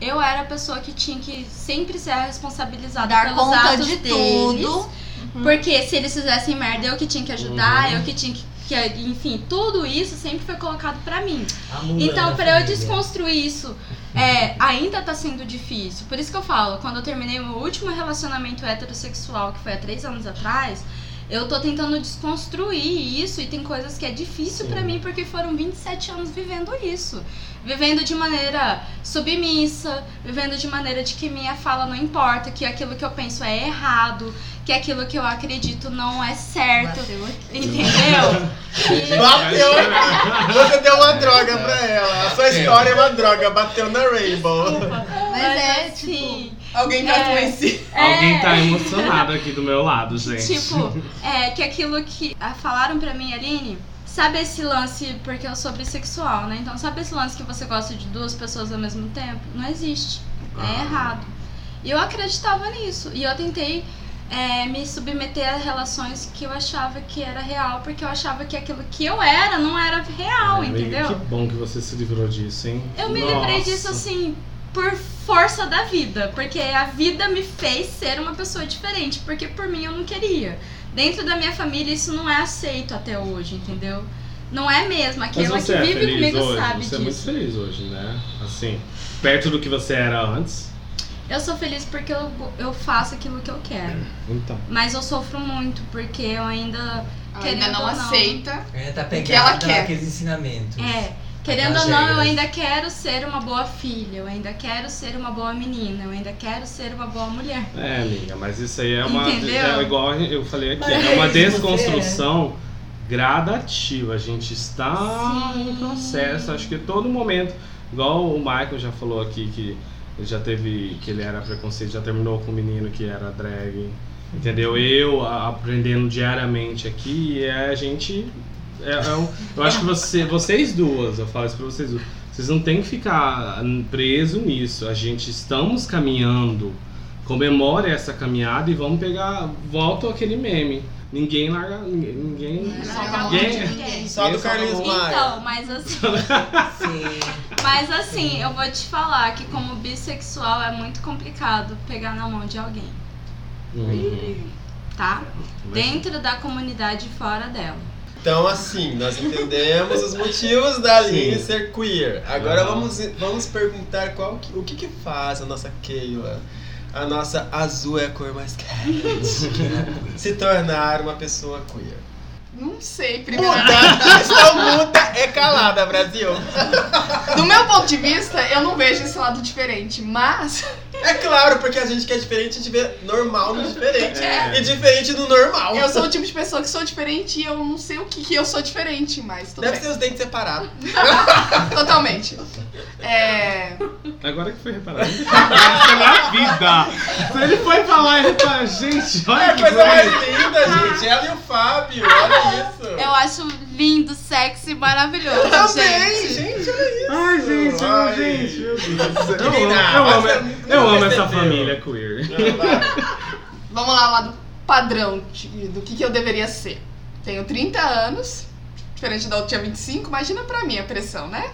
eu era a pessoa que tinha que sempre ser responsabilizada Dar pelos conta atos de deles, Uhum. tudo. Porque se eles fizessem merda, eu que tinha que ajudar, Uhum. eu que tinha que, que- Enfim, tudo isso sempre foi colocado pra mim. A Mulan Então, da pra eu família. desconstruir isso, é, ainda tá sendo difícil. Por isso que eu falo, quando eu terminei o último relacionamento heterossexual, que foi há três anos atrás, eu tô tentando desconstruir isso e tem coisas que é difícil pra mim porque foram 27 anos vivendo isso. Vivendo de maneira submissa, vivendo de maneira de que minha fala não importa, que aquilo que eu penso é errado, que aquilo que eu acredito não é certo. Bateu aqui. Entendeu? Que- Bateu! Você deu uma droga pra ela. A sua Bateu. história é uma droga. Bateu na Rainbow. Mas é, assim, Alguém tá É. influenciando. é- Alguém tá emocionado aqui do meu lado, gente. Tipo, é que aquilo que ah, falaram pra mim, Aline, sabe esse lance, porque eu sou bissexual, né? Então, sabe esse lance que você gosta de duas pessoas ao mesmo tempo? Não existe. É errado. E eu acreditava nisso. E eu tentei é, me submeter a relações que eu achava que era real, porque eu achava que aquilo que eu era não era real, Ai, amiga, entendeu? É Que bom que você se livrou disso, hein? Eu me Nossa. livrei disso assim por força da vida, porque a vida me fez ser uma pessoa diferente, porque por mim eu não queria. Dentro da minha família isso não é aceito até hoje, entendeu? Não é mesmo. Mas Aquela você que é vive feliz comigo hoje? sabe você é muito disso. feliz hoje, né? Assim, perto do que você era antes. Eu sou feliz porque eu, eu faço aquilo que eu quero. Então. Mas eu sofro muito, porque eu ainda. é, Ainda Querendo não ou não. aceita. Ela tá que ela pegada quer. aqueles ensinamentos. É. Querendo As ou não, eu regras. ainda quero ser uma boa filha, eu ainda quero ser uma boa menina, eu ainda quero ser uma boa mulher. É, amiga, mas isso aí é uma. Entendeu? É igual eu falei aqui, Mas é uma você é. desconstrução gradativa. A gente está Sim. em processo. Acho que todo momento, igual o Michael já falou aqui que ele já teve. que ele era preconceito, já terminou com um menino que era drag. Entendeu? Eu a- aprendendo diariamente aqui e é a gente. é- é um- eu acho que você, vocês duas, eu falo isso pra vocês duas. Vocês não têm que ficar hum, preso nisso. A gente estamos caminhando. Comemore essa caminhada e vamos pegar. Volta aquele meme. Ninguém larga. Ninguém. ninguém- Solta a mão Ninguém- de ninguém. Só do Esse é Carlinhos um- Maia. Então, mas assim. Sim. Mas assim, eu vou te falar que como bissexual é muito complicado pegar na mão de alguém, Uhum. tá? Mas- Dentro da comunidade e fora dela. Então, assim, nós entendemos os motivos da Sim. Aline Ah. ser queer. Agora Aham. vamos, vamos perguntar qual que- o que, que faz a nossa Keila, a nossa azul é a cor mais quente, se tornar uma pessoa queer. Não sei, primeiro. Muda! A questão muda é calada, Brasil! Do meu ponto de vista, eu não vejo esse lado diferente, mas É claro, porque a gente que é diferente, a gente vê normal no diferente. É. E diferente no normal. eu sou o tipo de pessoa que sou diferente e eu não sei o que, que eu sou diferente, mas tudo Deve bem. ter os dentes separados. Totalmente. É, Agora que foi reparado. Nossa, na vida! Se ele foi falar ele tá, gente, olha É a que coisa mais coisa. linda, gente. Ela e o Fábio, olha isso. Eu acho lindo, sexy, maravilhoso, Também, gente. gente. Ai, gente, Ai. ai, gente, meu Deus. do céu. Eu amo, Menina, eu amo, você eu não amo essa percebeu. família queer. vamos lá, o lado padrão de- do que, que eu deveria ser. Tenho 30 anos, diferente da outra tinha 25, imagina pra mim a pressão, né?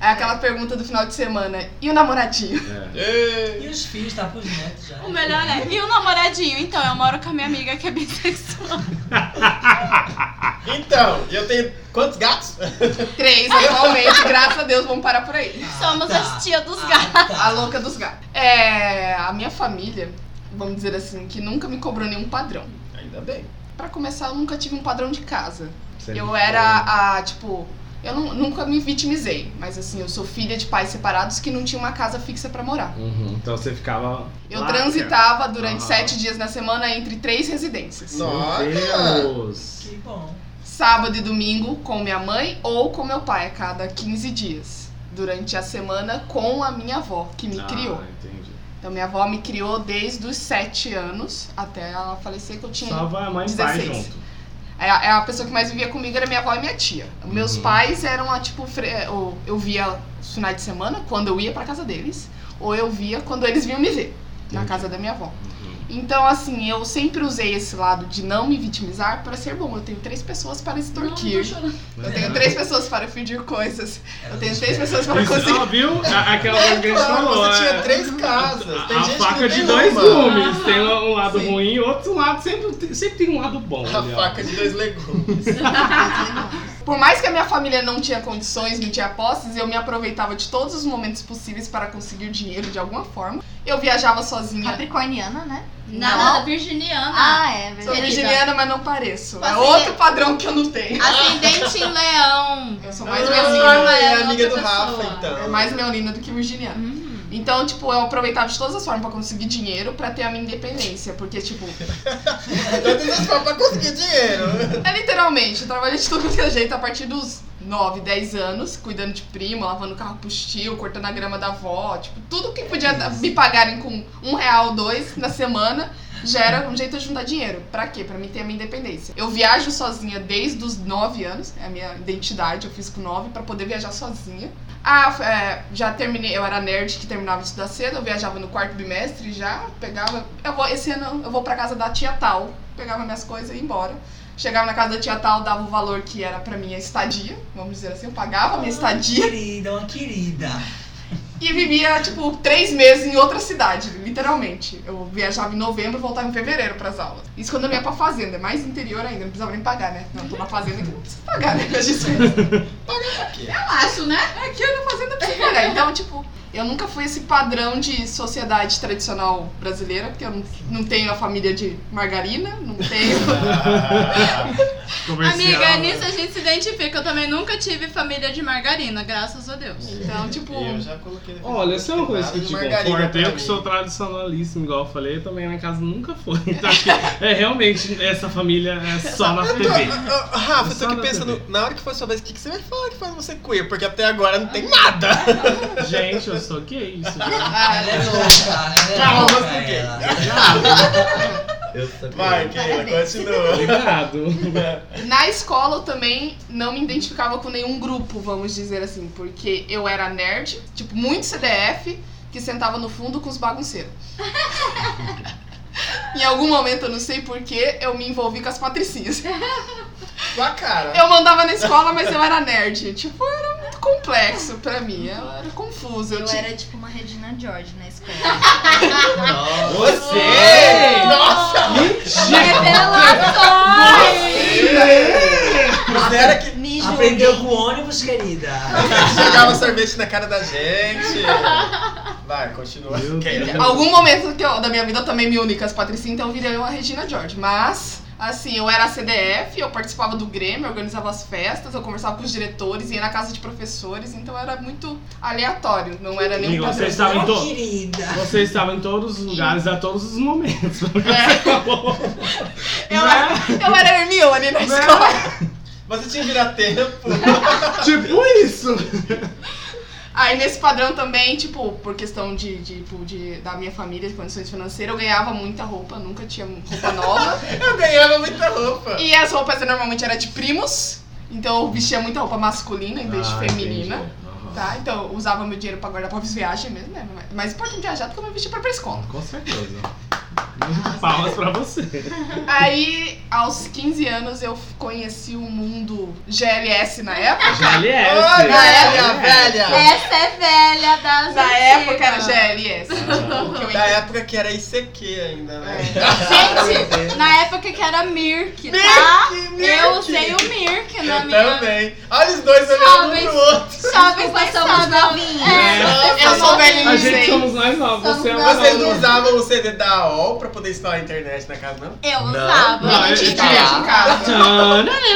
É aquela pergunta do final de semana, e o namoradinho? É. Ei. E os filhos tá pros netos já. O melhor é. E o namoradinho? Então, eu moro com a minha amiga que é bissexual. Então, eu tenho quantos gatos? É Três atualmente, graças a Deus, vamos parar por aí. Somos Tá. as tias Ah, tá. Ah. dos gatos. A louca dos gatos. É, a minha família, vamos dizer assim, que nunca me cobrou nenhum padrão. Ainda bem. Pra começar, eu nunca tive um padrão de casa. Você é Eu não foi. era a, tipo, eu nu- nunca me vitimizei, mas assim, eu sou filha de pais separados que não tinha uma casa fixa pra morar. Uhum, Então você ficava. Eu Laca. transitava durante Aham. sete dias na semana entre três residências. Nossa. Meu Deus! Que bom. Sábado e domingo com minha mãe ou com meu pai a cada 15 dias. Durante a semana com a minha avó, que me Ah, criou. entendi. Então minha avó me criou desde os 7 anos até ela falecer que eu tinha. Só vai a mãe e pai 16. junto. É, a- é a pessoa que mais vivia comigo era minha avó e minha tia. Meus Uhum. pais eram a tipo fre- é, ou eu via os finais de semana quando eu ia pra casa deles, ou eu via quando eles vinham me ver na Entendi. casa da minha avó. Uhum. Então, assim, eu sempre usei esse lado de não me vitimizar para ser bom. Eu tenho três pessoas para Não, tô extorquir. chorando. Eu tenho três pessoas para pedir coisas. Eu tenho três pessoas para Uhum. Isso, conseguir. ó, viu? A- Aquela coisa que a gente Claro, falou. Então, você é- tinha três casas. Tem a gente que faca não de tem dois uma. gumes. Tem um lado Sim. ruim e outro lado. Sempre, tem- sempre tem um lado bom. A ali, ó. faca de dois legumes. Por mais que a minha família não tinha condições, não tinha posses, eu me aproveitava de todos os momentos possíveis para conseguir dinheiro de alguma forma. Eu viajava sozinha. Capricorniana, né? assim, Nada, é virginiana. Ah, é Sou verdade. Querida. virginiana, mas não pareço. É Assim, outro padrão que eu não tenho. Ascendente em leão. Eu sou Ah, mais transforma leonina. é ela em amiga do outra Rafa, pessoa. É então. mais leonina do que virginiana. Hum. Então, tipo, eu aproveitava de todas as formas pra conseguir dinheiro pra ter a minha independência. Porque, tipo, Todas as formas pra conseguir dinheiro. é literalmente, eu trabalhei de tudo que é jeito a partir dos 9, 10 anos, cuidando de primo, lavando o carro pros tio, cortando a grama da avó, tipo, tudo que podia dar- me pagarem com um real, dois na semana. Já era um jeito de juntar dinheiro. Pra quê? Pra mim ter a minha independência. Eu viajo sozinha desde os 9 anos, é a minha identidade, eu fiz com 9 pra poder viajar sozinha. Ah, f- é, já terminei, eu era nerd que terminava de estudar cedo, eu viajava no quarto bimestre já, pegava. Eu vou, esse ano eu vou pra casa da tia tal, pegava minhas coisas e ia embora. Chegava na casa da tia tal, dava o valor que era pra minha estadia, vamos dizer assim, eu pagava a Ah. minha estadia Querida, uma querida. e vivia, tipo, três meses em outra cidade, literalmente. Eu viajava em novembro e voltava em fevereiro pras aulas. Isso quando eu ia pra fazenda, é mais interior ainda, não precisava nem pagar, né? Não, tô na fazenda que não precisa pagar, né? Minhas despesas. Eu acho, né? Aqui eu não fazendo pra pagar. Então, tipo, eu nunca fui esse padrão de sociedade tradicional brasileira, porque eu não, não tenho a família de margarina, não tenho. Comercial. Amiga, nisso a gente se identifica. Eu também nunca tive família de margarina, graças a Deus. Então, tipo, Eu já coloquei. Olha, isso é uma coisa que Nada te de margarina conforta. pra Eu mim. que sou tradicionalíssimo, igual eu falei, também na casa nunca foi. Então, aqui, é realmente, essa família é só na Eu tô- TV. Então, Ô, Rafa, eu tô Só aqui na pensando, TV. na hora que for sua vez, o que, que você vai falar que faz você queer? Porque até agora não tem nada. Gente, eu sou gay, isso. Ela é louca. Tá Ela é Calma, louca, você ela. Eu sabia. Vai, Keila, continua. Obrigado. na escola eu também não me identificava com nenhum grupo, vamos dizer assim, porque eu era nerd, tipo, muito CDF, que sentava no fundo com os bagunceiros. em algum momento, eu não sei porquê, eu me envolvi com as patricinhas. Sua cara. Eu mandava na escola, mas eu era nerd. Tipo, era muito complexo pra mim. Eu era confusa. Eu, Eu tinha- era tipo uma Regina George na escola. Nossa. Você! Nossa! Revelações! Você era que Me Aprendeu julguem. com o ônibus, querida. jogava sorvete na cara da gente. Vai, continua. Meu Keila. Deus. Algum momento que eu- da minha vida eu também me uni com as patricinhas, então eu virei uma Regina George. Mas, assim, eu era CDF, eu participava do Grêmio, eu organizava as festas, eu conversava com os diretores, ia na casa de professores, então era muito aleatório. Não era um E nenhum você padrão. estava em Uma todos. querida. Você estava em todos os lugares a todos os momentos. tá É, eu, era, eu era Hermione na escola. Você tinha virar tempo. Tipo isso! Aí nesse padrão também, tipo, por questão de, de, tipo, de- da minha família, de condições financeiras, eu ganhava muita roupa, nunca tinha roupa nova. Eu ganhava muita roupa. e as roupas normalmente eram de primos, então eu vestia muita roupa masculina em vez de Ah, Um feminina. entendi. Aham. Tá? Então eu usava meu dinheiro pra guardar pra viagem mesmo, né? Mas- Mas importante viajar do que eu me vestir pra ir pra escola. Com certeza. Palmas pra você. Aí, aos 15 anos, eu conheci o mundo GLS na época. GLS. Olha, É. velha, velha. Essa é velha das Na antigas. época era GLS. Ah. o que eu Da época que era ICQ ainda, né? Gente, na época que era Mirk, tá? Eu usei o Mirk na Eu minha. também. Olha os dois olhando um Jovens. pro outro. Jovens nós somos novinhos. É. Eu sou velhinha. A Não gente sei. somos mais novos. Você é Somos mais Vocês nova. não usavam o CD da AOL pra poder instalar a internet na casa, não? É, Eu Não. usava. Não, eu- tinha internet em casa.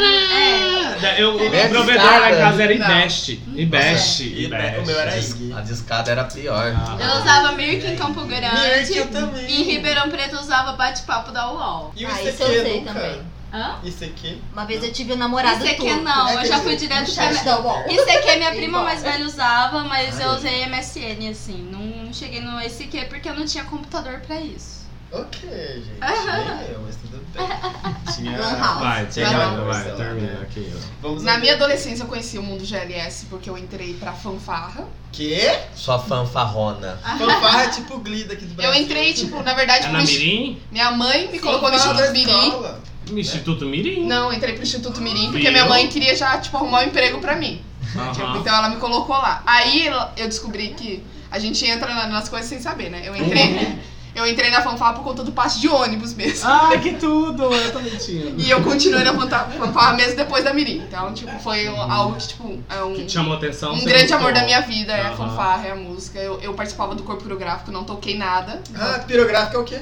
Tchananana. Eu, o É provedor da discada. casa era Não. Ibeste. Ibeste. É. E o meu era Ah, A IG. dis- A discada era pior. Ah. Eu usava Mirk em Campo Grande. Mirk eu também. Em Ribeirão Preto eu usava bate-papo da UOL. E o Ah, isso ICQ eu sei nunca? também. Hã? ICQ? Uma vez eu tive um namorado Isso aqui turco não, É eu que já eu- fui no direto pra chat da UOL. Isso aqui a minha Sim, prima bom. mais velha usava, mas eu usei MSN assim. Não cheguei no SQ porque eu não tinha computador pra isso. Ok, gente. Nem eu, mas tudo bem. Tinha. Lan House. Vai, Tinha chega lá, aquela coisa vai, lá, termina né? aqui, ó. Vamos Na abrir- minha adolescência eu conheci o mundo GLS porque eu entrei pra fanfarra. Quê? Sua fanfarrona. Fanfarra é tipo Glee daqui do Eu Brasil. entrei, tipo, na verdade, É pro na insti- Mirim? minha mãe me colocou no Fanfarra Instituto da Mirim. escola. No Instituto Mirim? Não, eu entrei pro Instituto Mirim porque Viu? minha mãe queria já, tipo, arrumar um emprego pra mim. Aham. Então ela me colocou lá. Aí eu descobri que a gente entra na- nas coisas sem saber, né? Eu entrei, eu entrei na fanfarra por conta do passe de ônibus mesmo. Uhum. Ah, que tudo! Eu tô mentindo. E eu continuei na fanta- fanfarra mesmo depois da Mirim. Então, tipo, foi um- algo que, tipo, é Uhum. Que um, te chamou atenção. um você grande gostou. amor da minha vida. É a Aham. fanfarra, é a música. Eu, eu participava do corpo pirográfico, não toquei nada. Ah, pirográfico é o quê?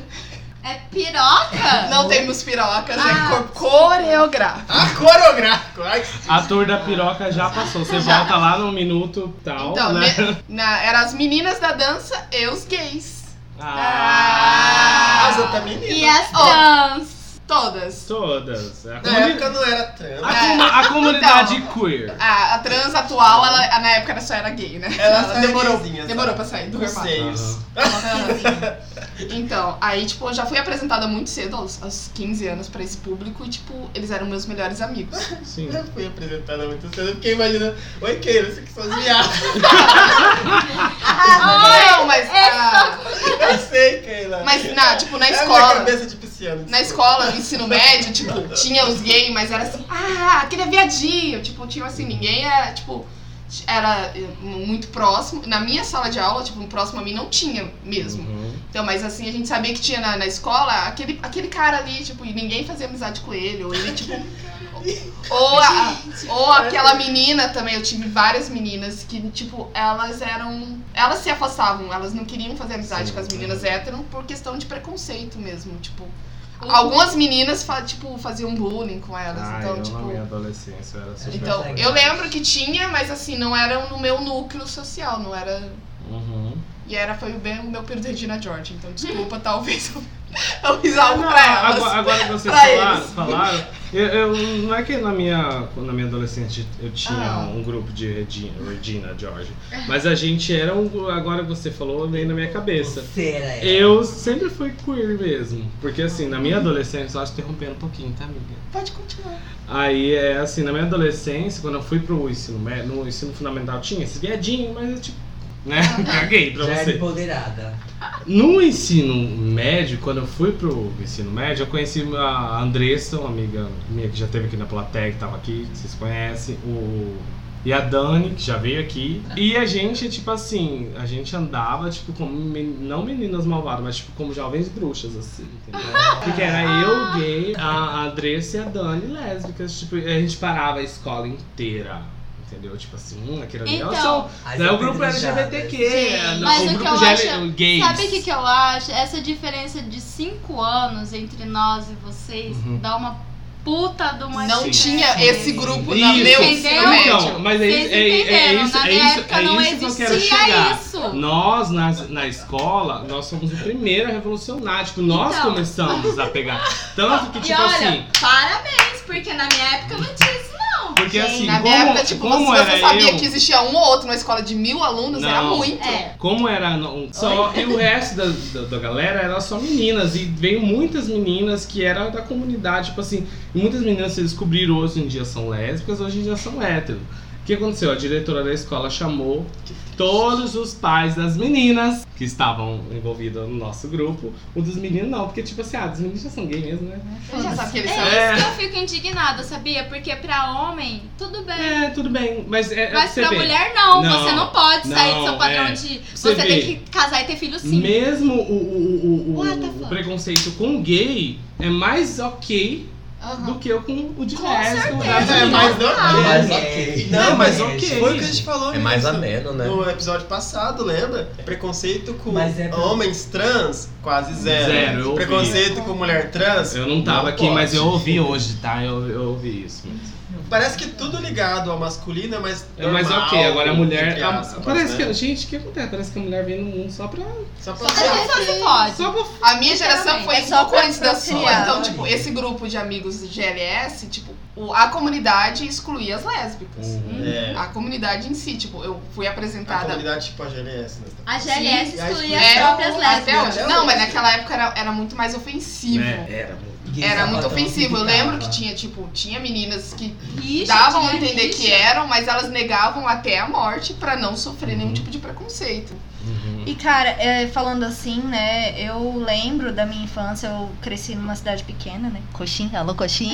É Ah. piroca? Não temos pirocas, é Ah. corpo coreográfico. Ah, coreográfico. Ai, que A tour da piroca já passou. Você volta lá num minuto tal. Então, né? me- na, eram as meninas da dança e os gays. Ah, casa tá menina. E as Ó. trans? Todas. Todas. É. A, Na comuni- época não era trans. a comu- a Então. comunidade queer. A, a trans atual, ela, na época, ela só era gay, né? Ela demorou, saiu demorou pra sair do Dos armário. seios. Então, aí, tipo, eu já fui apresentada muito cedo, aos, aos 15 anos, pra esse público. E, tipo, eles eram meus melhores amigos. Sim. É Eu fui apresentada muito cedo, eu fiquei imaginando. Oi, Keila, isso aqui são os viados. não, mas... ah, Eu sei, Keila. mas, na, tipo, na É a minha escola... cabeça de pisciano. Na escola, no ensino médio, tipo, tinha os gays, mas era assim, ah, aquele é viadinho. Tipo, tinha assim, ninguém era, tipo, era eh, muito próximo. Na minha sala de aula, tipo, próximo a mim não tinha mesmo. Uhum. Então, mas assim, a gente sabia que tinha na, na escola aquele, aquele cara ali, tipo, e ninguém fazia amizade com ele, ou ele, tipo. ou, a- ou aquela menina também, eu tive várias meninas que, tipo, elas eram. Elas se afastavam, elas não queriam fazer amizade com as meninas é. hétero por questão de preconceito mesmo, tipo. Algumas meninas, fa- tipo, faziam bullying com elas, Ah, então, eu tipo. na minha adolescência eu era super. Então, eu lembro que tinha, mas assim, não eram no meu núcleo social, não era Uhum. e era, foi bem o meu período de Regina George, então desculpa, talvez eu, eu fiz algo Não, pra elas. Agora, agora que vocês Pra falaram, eles. falaram, eu, eu- não é que na minha, na minha adolescência eu tinha Ah. um grupo de Regina, Regina George, mas a gente era um. Agora que você falou, veio na minha cabeça. Será? Eu sempre fui queer mesmo. Porque assim, na minha adolescência, eu acho que interrompendo um pouquinho, tá, amiga? Pode continuar. Aí é assim, na minha adolescência, quando eu fui pro ensino mé- no ensino fundamental, tinha esses viadinhos, mas eu tipo. Né? Caguei pra Já é era você. empoderada. No ensino médio, quando eu fui pro ensino médio, eu conheci a Andressa, uma amiga minha que já esteve aqui na plateia, que tava aqui, que vocês conhecem, o... e a Dani, que já veio aqui. E a gente, tipo assim, a gente andava, tipo, como, men- não meninas malvadas, mas tipo, como jovens bruxas, assim, entendeu? Porque era eu gay, a Andressa e a Dani lésbicas, tipo, a gente parava a escola inteira. Entendeu? Tipo assim, hum, aquele ali é o Então, seu- As não é o grupo apedrejadas. LGBTQ, Sim, é, não, mas o o que grupo eu gay- acho- é, gays. Sabe o que, que eu acho? Essa diferença de 5 anos entre nós e vocês Uhum. dá uma puta de uma Não Sim. tinha diferença. esse grupo na Isso. meu ensino Entendeu? médio. Então, mas é Vocês isso, é, é entenderam, isso, na é minha isso, época é não isso que eu quero existia chegar. isso. Nós, na, na escola, nós somos o primeiro a revolucionar. Tipo, nós Então. começamos a pegar. Tanto que, e tipo olha, assim, parabéns, porque na minha época não tinha isso. porque assim, Na como, minha época, tipo, se como você era sabia eu, que existia um ou outro numa escola de mil alunos, era Não. muito. É. como era um só, e o resto da, da, da galera era só meninas. E veio muitas meninas que eram da comunidade, tipo assim, e muitas meninas se descobriram hoje em dia são lésbicas, hoje em dia são hétero. O que aconteceu? A diretora da escola chamou todos os pais das meninas que estavam envolvidas no nosso grupo. O dos meninos não, porque tipo assim, ah, dos meninos já são gay mesmo, né? Você já sabe que eles são. É isso que eu fico indignada, sabia? Porque pra homem, tudo bem. É, tudo bem, mas é, é Mas você pra vê. mulher não, Não, você não pode sair do não, seu padrão é. de. Você Você, vê. tem que casar e ter filho sim. Mesmo o, o- o- o- What the o fuck? preconceito com gay é mais ok Aham. do que eu com o de Com lésbico. certeza. né? É mais do É É mais mais ok. Não, Não, mas mas ok. Foi o que a gente falou É mais mesmo. ameno, né? No episódio passado, lembra? É. Preconceito com Mas é- homens trans, quase zero. Zero, eu ouvi. Preconceito com mulher trans, Eu não tava Não aqui, mas eu pode. ouvi hoje, tá? Eu, eu ouvi isso. parece que tudo ligado ao masculino é mais É, mas é normal, ok, agora a mulher. entre a- aspas, parece né? que. Gente, o que acontece? Parece que a mulher vem no mundo só pra. Só pra Só que só se pode. Só pra A minha geração foi É um só pouco antes da procriar. sua. Então, tipo, esse grupo de amigos do GLS, tipo, o- a comunidade excluía as lésbicas. Uhum. É. Tá, A comunidade em si, tipo, eu fui A apresentada. comunidade tipo a GLS, né? A GLS Sim, excluía a as excluía. próprias É, até lésbicas. hoje. Não, mas naquela época era, era muito mais ofensivo. Né? Era, muito. Era muito ofensivo. Eu lembro que tinha, tipo, tinha meninas que Rixa, davam a tinha entender rixa. que é. eram, mas elas negavam até a morte pra não sofrer nenhum tipo de preconceito. Uhum. E cara, é, falando assim, né? Eu lembro da minha infância, eu cresci numa cidade pequena, né? Coxinha, alô, coxinha.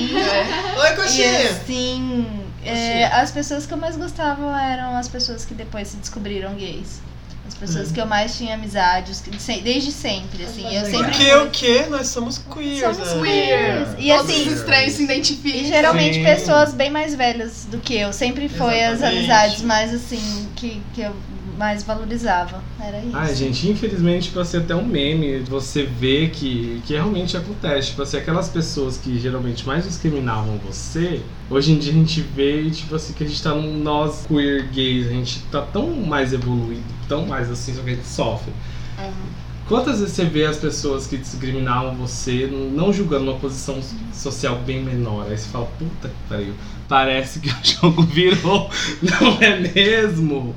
Oi, E coxinha! assim, é, as pessoas que eu mais gostava eram as pessoas que depois se descobriram gays. As pessoas que eu mais tinha amizade, os que- se- desde sempre, assim. Eu sempre. Porque o quê? Nós somos queers. Somos né? queers. E Todos os assim, estranhos se e identificam. geralmente Sim. pessoas bem mais velhas do que eu. Sempre foi as Exatamente. amizades mais assim que, que eu mais valorizava. Era isso. Ai, gente, infelizmente pode ser até um meme você vê que, que realmente acontece. Tipo assim, aquelas pessoas que geralmente mais discriminavam você, hoje em dia a gente vê, e, tipo assim, que a gente tá num nós queer gays, a gente tá tão mais evoluído, tão mais assim, só que a gente sofre. Quantas vezes você vê as pessoas que discriminavam você, não julgando uma posição social bem menor? Aí você fala, puta que pariu, parece que o jogo virou, não é mesmo?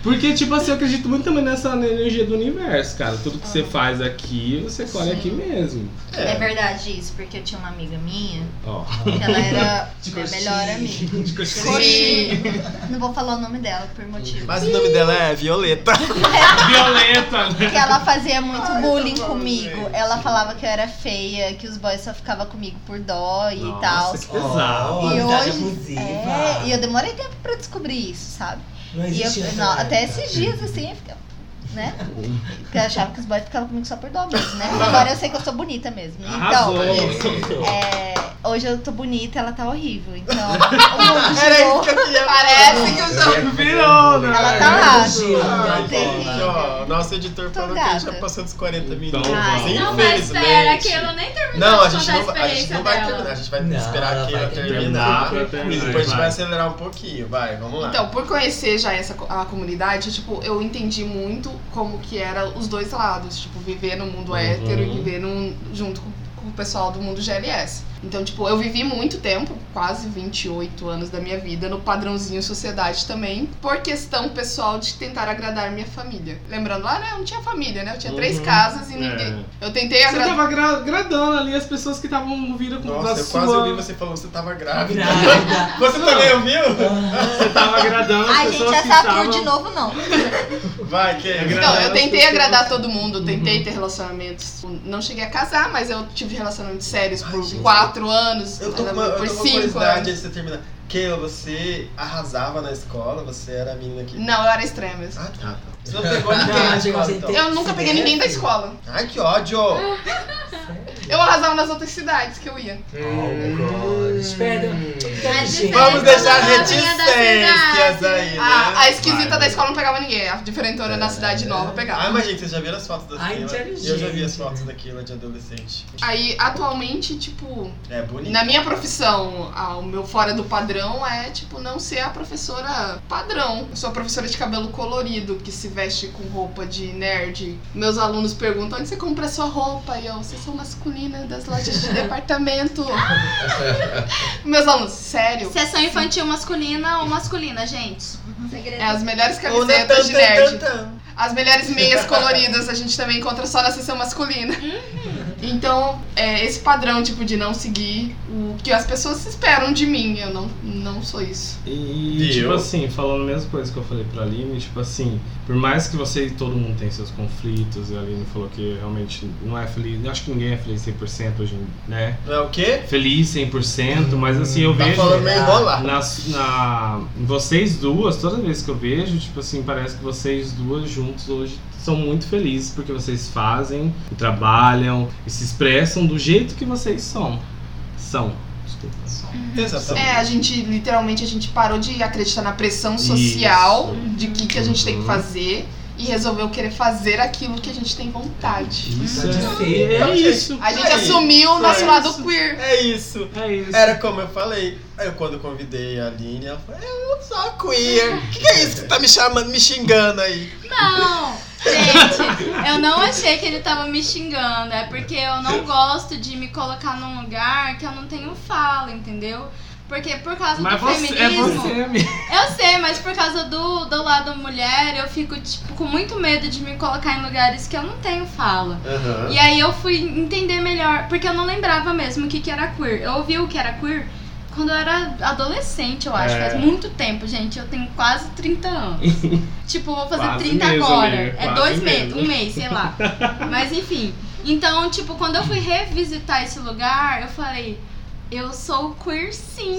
Porque, tipo assim, eu acredito muito também nessa energia do universo, cara. Tudo que você faz aqui, você colhe aqui mesmo. É verdade isso, porque eu tinha uma amiga minha, Ó. que ela era De minha coxinha. melhor amiga. De coxinha. Não vou falar o nome dela por motivo. Mas o nome dela é Violeta. Violeta, né? Porque ela fazia muito Ai, bullying tá bom, comigo. gente. Ela falava que eu era feia, que os boys só ficavam comigo por dó e Nossa, tal. que pesado. E amizade hoje- abusiva. É, e eu demorei tempo pra descobrir isso, sabe? Não E eu- existia essa não, época. até esses dias, assim, eu ficava, né? Porque eu achava que os boys ficavam comigo só por dó mesmo, né? Agora eu sei que eu sou bonita mesmo. Arrasou. Então, é, hoje eu tô bonita, ela tá horrível. Então, o mundo Era girou. isso que eu queria Parece que eu já. Virou, né? Uhum. Ela tá lá. Ah, Não, gente, terrível. ó, nosso editor Tô falou que a gente já gata. passou dos 40 minutos. Então, Ai, hein? Não, mas espera, Infelizmente. que ela nem terminou Não, a de gente contar a não, a experiência gente não vai dela. terminar, a gente vai Não, esperar ela que vai ela terminar. terminar. Vai E terminar, É. depois a gente vai vai. acelerar um pouquinho, vai, vamos lá. Então, por conhecer já essa co- a comunidade, tipo, eu entendi muito como que era os dois lados, tipo, viver no mundo Uhum. hétero e viver num- junto com, com o pessoal do mundo GLS. Então, tipo, eu vivi muito tempo, quase 28 anos da minha vida, no padrãozinho sociedade também, por questão pessoal de tentar agradar minha família. Lembrando, lá, né, eu não tinha família, né? Eu tinha três Uhum. casas e É. ninguém. Eu tentei Você agradar. tava gra- agradando ali as pessoas que estavam vindo com da Nossa, eu sua... quase ouvi você falando que você tava grávida. Grávida. Você também ouviu? Ah, Você tava agradando as Ai, pessoas gente, que essa estavam... tour de novo não. Vai, que Então, eu as tentei pessoas. agradar todo mundo, Uhum. tentei ter relacionamentos. tipo, Não cheguei a casar, mas eu tive relacionamentos sérios por Ai, gente. quatro anos, Eu tô com uma, eu tô por com uma cinco curiosidade anos. antes de você terminar. Keila, você arrasava na escola, você era a menina que. Não, eu era extrema. mesmo. Ah, tá. Você não pegou ninguém Não, na gente, escola, você então. tem- Eu nunca peguei ninguém da escola. Ai, que ódio! Eu arrasava nas outras cidades que eu ia. Oh God. Espera. Mas Gente, espera. Vamos deixar Ela vinha da reticências cidade. Ah, aí, né? A, a esquisita Vai. da escola não pegava ninguém, a diferentona na cidade nova É, Ah, pegava. mas gente, vocês já viram as fotos da Ai, Keila? inteligente. Eu já vi as fotos da Keila de adolescente. Aí, atualmente, tipo, É bonito. na minha profissão, a- o meu fora do padrão é, tipo, não ser a professora padrão. Eu sou a professora de cabelo colorido, que se veste com roupa de nerd. Meus alunos perguntam onde você compra sua roupa. E eu, vocês são masculina das lojas de departamento. Meus alunos, sério? Sessão infantil masculina ou masculina, gente? Um É as melhores Ou na tan, camisetas de tan, nerd. tan, tan. As melhores meias coloridas a gente também encontra só na seção masculina. Então, é, esse padrão, tipo, de não seguir o que as pessoas esperam de mim. Eu não, não sou isso. E, Viu? tipo assim, falando a mesma coisa que eu falei pra Aline, tipo assim, por mais que você e todo mundo tem seus conflitos, e a Aline falou que realmente não é feliz, eu acho que ninguém é feliz 100% hoje, né? Não é o quê? Feliz 100%, mas assim, eu Tá vejo falando Ah. meio enrolar. nas, na, em vocês duas, toda vez que eu vejo, tipo assim, parece que vocês duas juntos hoje são muito felizes porque vocês fazem, e trabalham e se expressam do jeito que vocês são. São. Desculpa. Exatamente. É, a gente, literalmente, a gente parou de acreditar na pressão social Isso. de o que, que a gente tem que Uhum. fazer e resolveu querer fazer aquilo que a gente tem vontade. Isso é- é isso. A gente Aí, assumiu o foi nosso lado isso. queer. É isso. É isso. Era como eu falei. Aí eu, quando eu convidei a Aline, ela falou: "É, Eu não sou queer. O que, que é isso que você tá me chamando, me xingando aí? Não! Gente, eu não achei que ele tava me xingando. É porque eu não gosto de me colocar num lugar que eu não tenho fala, entendeu? Porque por causa Mas do você, é feminismo. você, amiga. Eu sei, mas por causa do, do lado mulher, eu fico, tipo, com muito medo de me colocar em lugares que eu não tenho fala. Aham. E aí eu fui entender melhor, porque eu não lembrava mesmo o que, que era queer. Eu ouvi o que era queer quando eu era adolescente, eu acho. É. Faz muito tempo, gente. Eu tenho quase 30 anos. tipo, vou fazer Quase 30 mesmo, agora. amiga, é quase dois meses, mesmo. um mês, sei lá. Mas enfim. Então, tipo, quando eu fui revisitar esse lugar, eu falei, eu sou queer sim.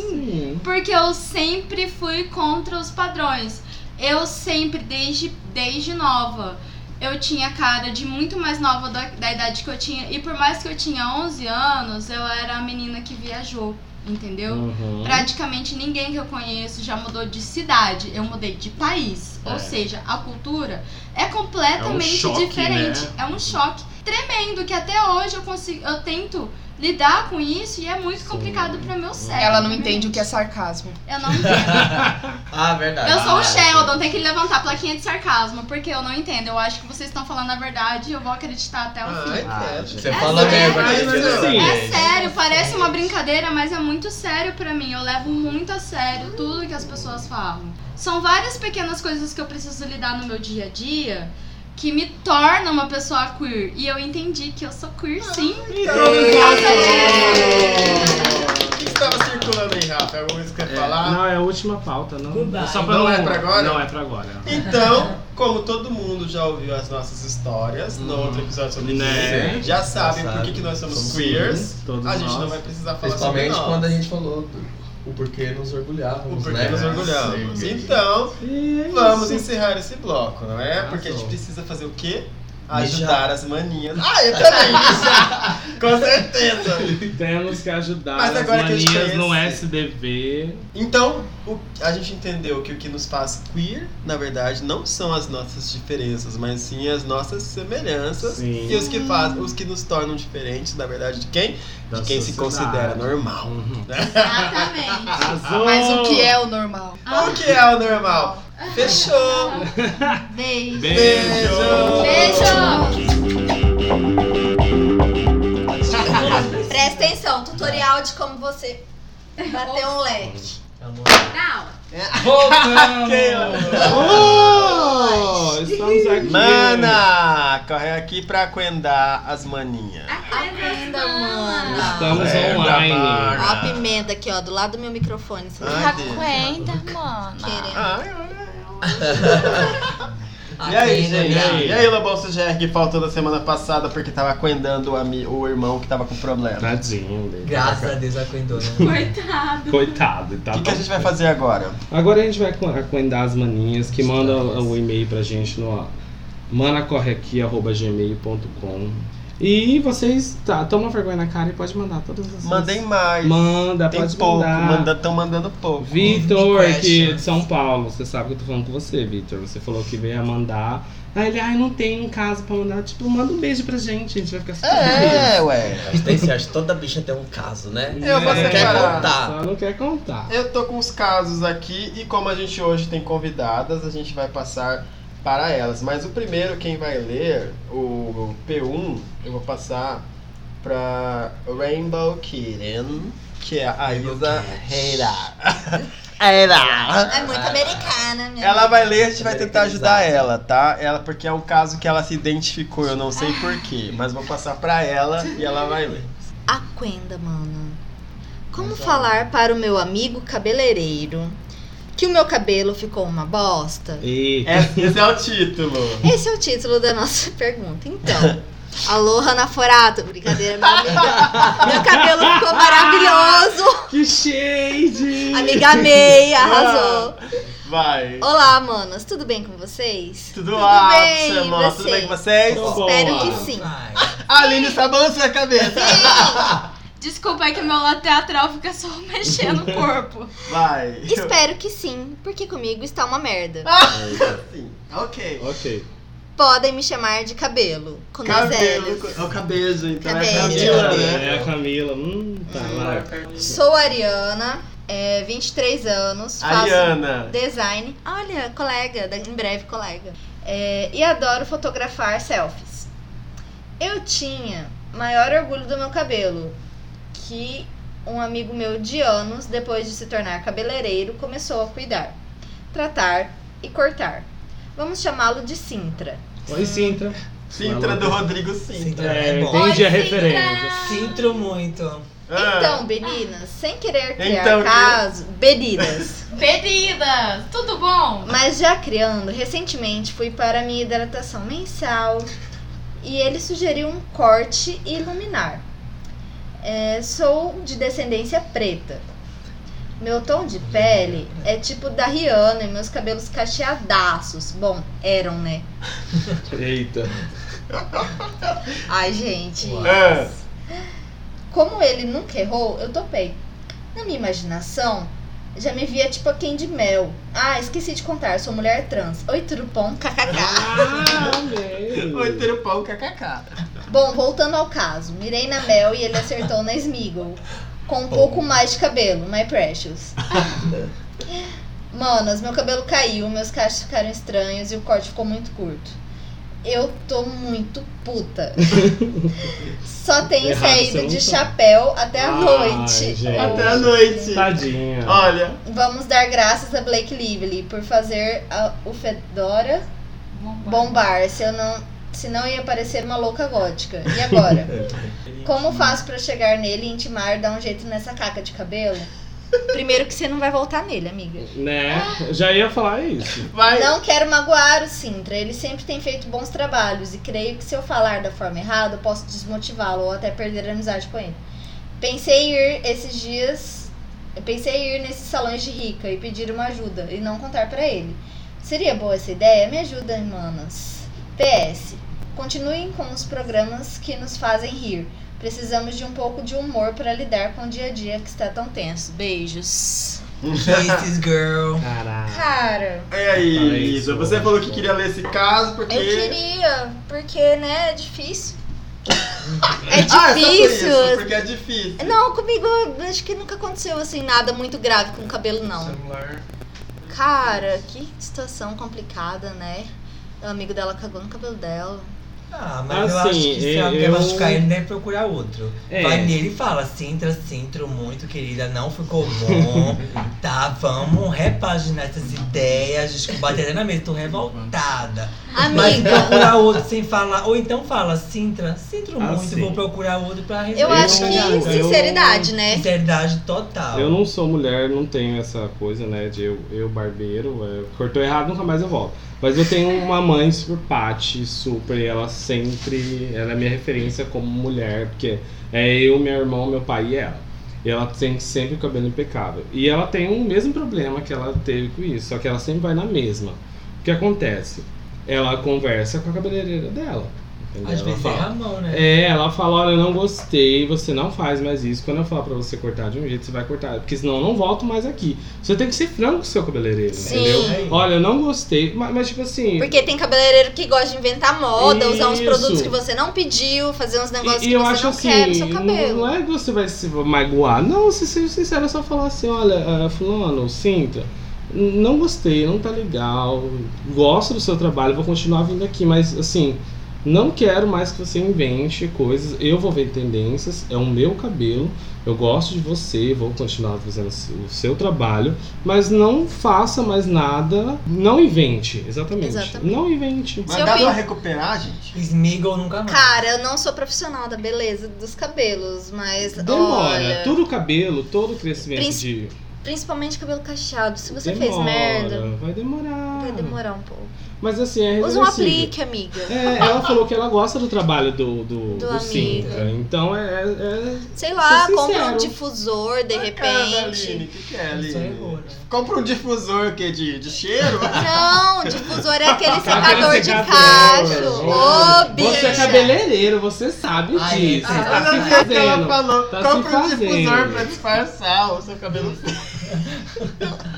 Uhum. Porque eu sempre fui contra os padrões. Eu sempre, desde, desde nova, eu tinha cara de muito mais nova da, da idade que eu tinha. E por mais que eu tinha 11 anos, eu era a menina que viajou, entendeu? Uhum. Praticamente ninguém que eu conheço já mudou de cidade. Eu mudei de país. É. Ou seja, a cultura é É completamente um choque, diferente. né? É um choque tremendo que até hoje eu consigo. Eu tento lidar com isso e é muito complicado para meu cérebro. Ela não entende o que é sarcasmo. Eu não entendo. Ah, verdade. Eu sou o Ah, Sheldon, tem que levantar a plaquinha de sarcasmo, porque eu não entendo. Eu acho que vocês estão falando a verdade e eu vou acreditar até o fim. Ai, Ah, credo. Você É fala sério. mesmo, a gente Mas, adora. assim, É sério, parece uma brincadeira, mas é muito sério pra mim. Eu levo muito a sério tudo que as pessoas falam. São várias pequenas coisas que eu preciso lidar no meu dia a dia que me torna uma pessoa queer. E eu entendi que eu sou queer sim. Então, O que estava circulando aí, Rafa? Alguma coisa que você quer falar? Não, é a última pauta, não. Goodbye. Só Não é pra agora? Não é pra agora. Então, como todo mundo já ouviu as nossas histórias no outro episódio sobre Né? queer, já sabem por Hum. sabe. que, que nós somos, Somos queers. todos a gente nós. não vai precisar falar sobre Principalmente nós. quando a gente falou do- o porquê nos orgulhávamos, O porquê né? nos orgulhamos. Sim. Então, E é vamos isso. encerrar esse bloco, não é? Porque a gente Arrasou. precisa fazer o quê? Mijar. Ajudar as manias. Ah, eu também! mijar. Com certeza! Temos que ajudar Mas agora as que eu te manias no conheço. SDV. Então, o- a gente entendeu que o que nos faz queer, na verdade, não são as nossas diferenças, mas sim as nossas semelhanças. Sim. E os que faz, os que nos tornam diferentes, na verdade, de quem? Da de quem se sociedade. considera normal. Uhum. Exatamente. Arrasou! Mas o que é o normal? O que é o normal? Fechou! Beijo. Beijo! Beijo! assim, né? Presta atenção, tutorial de como você bater um leque. Amor. Tchau! Voltamos! Oh, estamos aqui. Mana, corre aqui pra coendar as maninhas. Aprenda, mano. Estamos É, online. Ó a pimenta aqui, ó, do lado do meu microfone. Você não Ai, tá Deus. aguenta, mano. Querendo. Ai, olha. Aqui, E aí, né, gente? E minha? aí, Lobão Suger, que faltou na semana passada porque tava coendando o, ami- o irmão que tava com problema. Tá, Tadinho dele. Graças a Deus aguentou, né? Coitado! Coitado, O tá que, que a tão- gente vai fazer agora? Agora a gente vai co- acoendar as maninhas que mandam o e-mail pra gente no manacorreaqui.gmail.com E vocês tá, toma vergonha na cara e pode mandar todas as Mandem mais. Manda, Tem pode pouco, mandar. estão mandando pouco. Vitor, que Me questions. de São Paulo, você sabe que eu tô falando com você, Vitor. Você falou que veio a mandar. Aí ele, ai, não tem em casa pra mandar. Tipo, manda um beijo pra gente, a gente vai ficar super feliz. É, ué. Existenciais, toda bicha tem um caso, né? Eu É, vou Né? separar. Só não quer contar. Eu tô com os casos aqui e como a gente hoje tem convidadas, a gente vai passar para elas. Mas o primeiro, quem vai ler, o P1, eu vou passar pra Rainbow Kitten, que é a Isa Heira. Heira. É muito americana, minha Ela vai amiga. ler, a gente vai tentar ajudar ela, tá? Ela porque é um caso que ela se identificou, eu não sei porquê, mas vou passar pra ela e ela vai Então. ler. Aquenda, mano. Como falar para o meu amigo cabeleireiro que o meu cabelo ficou uma bosta? E É- Esse é o título. Esse é o título da nossa pergunta. Então, alô, Ana Forato. Brincadeira, minha amiga. Meu cabelo ficou maravilhoso. que shade! Amiga amei, arrasou. Ah, Vai. Olá, manos. Tudo bem com vocês? Tudo, ótimo, e tudo bem vocês? com vocês? Tudo bom. Espero Boa. que sim. Vai. Aline, tá está balançando a cabeça. Desculpa, é que meu lado teatral fica só mexendo o corpo. Vai. Espero que sim, porque comigo está uma merda. Sim. Ok. Ok. Podem me chamar de cabelo, com dois Cabelo. L's. É o cabelo, então é Cabelo. Camila, né? É a Camila. Hum, tá lá. Sou Ariana, é, 23 anos, faço Ariana. design. Olha, colega, da- em breve colega. É, e adoro fotografar selfies. Eu tinha maior orgulho do meu cabelo, que um amigo meu de anos, depois de se tornar cabeleireiro, começou a cuidar, tratar e cortar. Vamos chamá-lo de Sintra. Oi, Sintra. Sintra do Rodrigo Sintra. Sintra é, É, bom. tem- entendi a Oi, Sintra. referência. Sintro muito. Ah, Então, Beninas, sem querer criar Então, que- caso, Beninas. Queridas, tudo bom? Mas já criando, recentemente fui para minha hidratação mensal e ele sugeriu um corte e iluminar. É, sou de descendência preta. Meu tom de pele é tipo da Rihanna e meus cabelos cacheadaços. Bom, eram, né? Eita. Ai, gente. ah, Como ele nunca errou, eu topei. Na minha imaginação, já me via tipo a quem de mel. Ah, esqueci de contar, sou mulher trans. Oi, tudo bom? KKK. Ah, amei. Oi, Terupão, kkk. Bom, voltando ao caso, mirei na Mel e ele acertou na Smiggle. Com um pouco mais de cabelo, my precious. Manas, meu cabelo caiu, meus cachos ficaram estranhos e o corte ficou muito curto. Eu tô muito puta. Só tenho Errado, você saído não de tá. chapéu até a Ai, noite. gente. Até a noite. Tadinha. Olha, Vamos dar graças a Blake Lively por fazer a- o Fedora bombar, se eu não, se não ia parecer uma louca gótica. E agora? Como faço pra chegar nele e intimar, dar um jeito nessa caca de cabelo? Primeiro que você não vai voltar nele, amiga. Né? Já ia falar isso. vai. Não quero magoar o Sintra, ele sempre tem feito bons trabalhos e creio que se eu falar da forma errada, eu posso desmotivá-lo ou até perder a amizade com ele. Pensei em ir esses dias, eu pensei em ir nesses salões de rica e pedir uma ajuda e não contar pra ele. Seria boa essa ideia? Me ajuda, manas. PS. Continuem com os programas que nos fazem rir. Precisamos de um pouco de humor pra lidar com o dia a dia que está tão tenso. Beijos. Kisses, girl. Caraca. Cara, E aí, Fala isso, Isa, é você falou que queria ler esse caso porque. Eu queria, porque, né, é difícil. é Ah, só por difícil. isso, porque é difícil. não, comigo eu acho que nunca aconteceu assim nada muito grave com o cabelo, não. Celular. Cara, que situação complicada, né? O amigo dela cagou no cabelo dela. Ah, mas eu Assim, acho que se eu- alguém eu- machucar ele, deve procurar outro. É. Vai nele e fala, Sintra, Sintro, muito querida, não ficou bom, tá? Vamos repaginar essas ideias, desculpa, bater até na mesa, tô revoltada. Mas Amiga, procurar outro sem falar, ou então fala, Sintra, Sintro Ah, muito, sim. vou procurar outro pra resolver. eu acho que eu- sinceridade, né? Sinceridade total. Eu não sou mulher, não tenho essa coisa, né? De eu, eu barbeiro, é, cortou errado, nunca mais eu volto. Mas eu tenho uma mãe super Pati, super, e ela sempre. Ela é minha referência como mulher, porque é eu, meu irmão, meu pai e ela. E ela tem sempre o cabelo impecável. E ela tem o mesmo problema que ela teve com isso, só que ela sempre vai na mesma. O que acontece? Ela conversa com a cabeleireira dela. entendeu? Às Ela vezes fala, erra a mão, né? é, ela fala, olha, eu não gostei, você não faz mais isso. Quando eu falar pra você cortar de um jeito, você vai cortar. Porque senão eu não volto mais aqui. Você tem que ser franco com o seu cabeleireiro, entendeu? Sim. Olha, eu não gostei. Mas, mas, tipo assim. Porque tem cabeleireiro que gosta de inventar moda, usar uns Isso. produtos que você não pediu, fazer uns negócios e, e que eu você acho não assim, quer no seu não- cabelo. não é que você vai se magoar. Não, se ser sincero, é só falar assim, olha, ah, fulano, sinta, não gostei, não tá legal, gosto do seu trabalho, vou continuar vindo aqui, mas assim, não quero mais que você invente coisas, eu vou ver tendências, é o meu cabelo, eu gosto de você, vou continuar fazendo o seu trabalho, mas não faça mais nada, não invente, exatamente, Exatamente. não invente. Mas eu dá pra fiz- recuperar, gente? Smiggle nunca mais. Cara, eu não sou profissional da beleza dos cabelos, mas Demora, olha, todo o cabelo, todo o crescimento Princ- de... Principalmente cabelo cacheado. Se você Demora, fez merda, Vai demorar. vai demorar um pouco. Mas assim, é Usa um reversível. aplique, amiga. É, ela falou que ela gosta do trabalho do, do, do amigo. Sintra. Então é. é- Sei lá, Ser compra um sincero. difusor de Cara, repente. Aline, o que, que é, Só errou, Aline? né? Compra um difusor o quê? De, de cheiro? Não, difusor é aquele secador Aquele de secador. cacho. Ô, Você é bicha. cabeleireiro, você sabe Ai, disso. é. Tá Olha se o que que ela fazendo. falou. Tá se Compra um fazendo. difusor pra disfarçar o seu cabelo.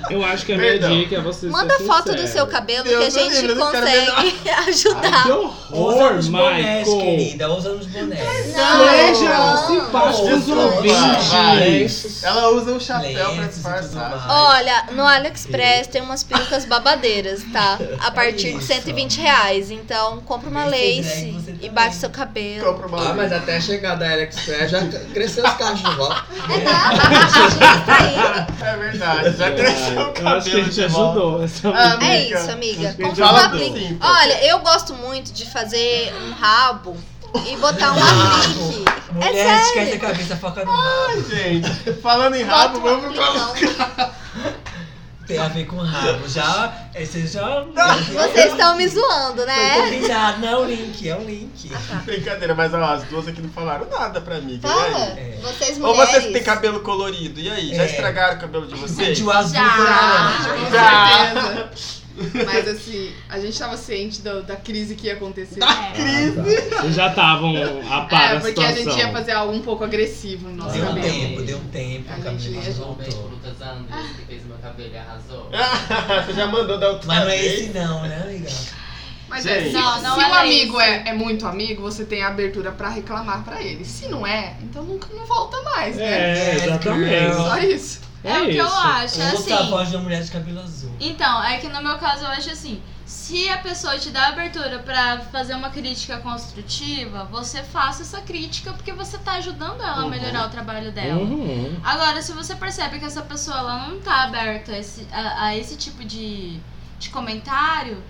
Eu acho que a minha Perdão. dica é você Manda ser foto do sincero. seu cabelo Deus que a me livre, gente eu não quero ver consegue Ai, que ajudar. horror, os bonés, Michael! querida. Usa nos bonés. Seja um Não. simpático com os Desculpa, Ah, vai. ouvintes! Ela usa um chapéu pra Lenços e tudo disfarçar. mais. Olha, no AliExpress tem umas perucas babadeiras, tá? A partir de isso. 120 reais. Então, compra uma Esse lace drag você e também. bate seu cabelo. Compra uma Ah, mas até chegar da AliExpress já cresceu os cachos de volta. É nada, tá a gente É verdade, já cresceu o Eu acho que a cabelo gente de volta. ajudou. Essa... Ah, É amiga. isso, amiga. Acho que a gente Compra uma Fala ajudou. aplique. assim. Olha, eu gosto muito de fazer um rabo e botar um aplique. Mulher, esquece a cabeça, foca no rabo. Gente, falando em Bota rabo, um vamos pro aplicão. Tem a ver com rabo. Já. Esse já. Vocês estão me zoando, Foi né? Ah, combinado. Não é o link, é o link. Brincadeira, mas ó, as duas aqui não falaram nada pra amiga. E aí? Fala, É. vocês mulheres. Ou vocês têm cabelo colorido, e aí? Já É. estragaram o cabelo de tá. vocês? Gente, o azul Já. foi Ah. laranja. Com Já. Tá. certeza. Mas assim, a gente tava ciente do- da crise que ia acontecer. Tá. Vocês já estavam a par É, da porque a gente ia situação. fazer algo um pouco agressivo no nosso Deu um cabelo. tempo, deu um tempo. A O cabelo gente voltou. Lucas Andres, que fez meu cabelo e arrasou. Você já mandou da outra Mas não é vez. esse não, né, amiga? Mas Gente. é, se, Não, não se era o amigo isso. é, é muito amigo, você tem a abertura pra reclamar pra ele. Se não é, então nunca não volta mais, né? É, exatamente. Só isso. É, o que eu isso. acho, é Ouça a assim. voz de uma mulher de cabelo azul. Então, é que no meu caso eu acho assim, se a pessoa te dá abertura pra fazer uma crítica construtiva, você faça essa crítica porque você tá ajudando ela a melhorar o trabalho dela. Uhum. Agora, se você percebe que essa pessoa ela não tá aberta a esse, a, a esse tipo de, de comentário,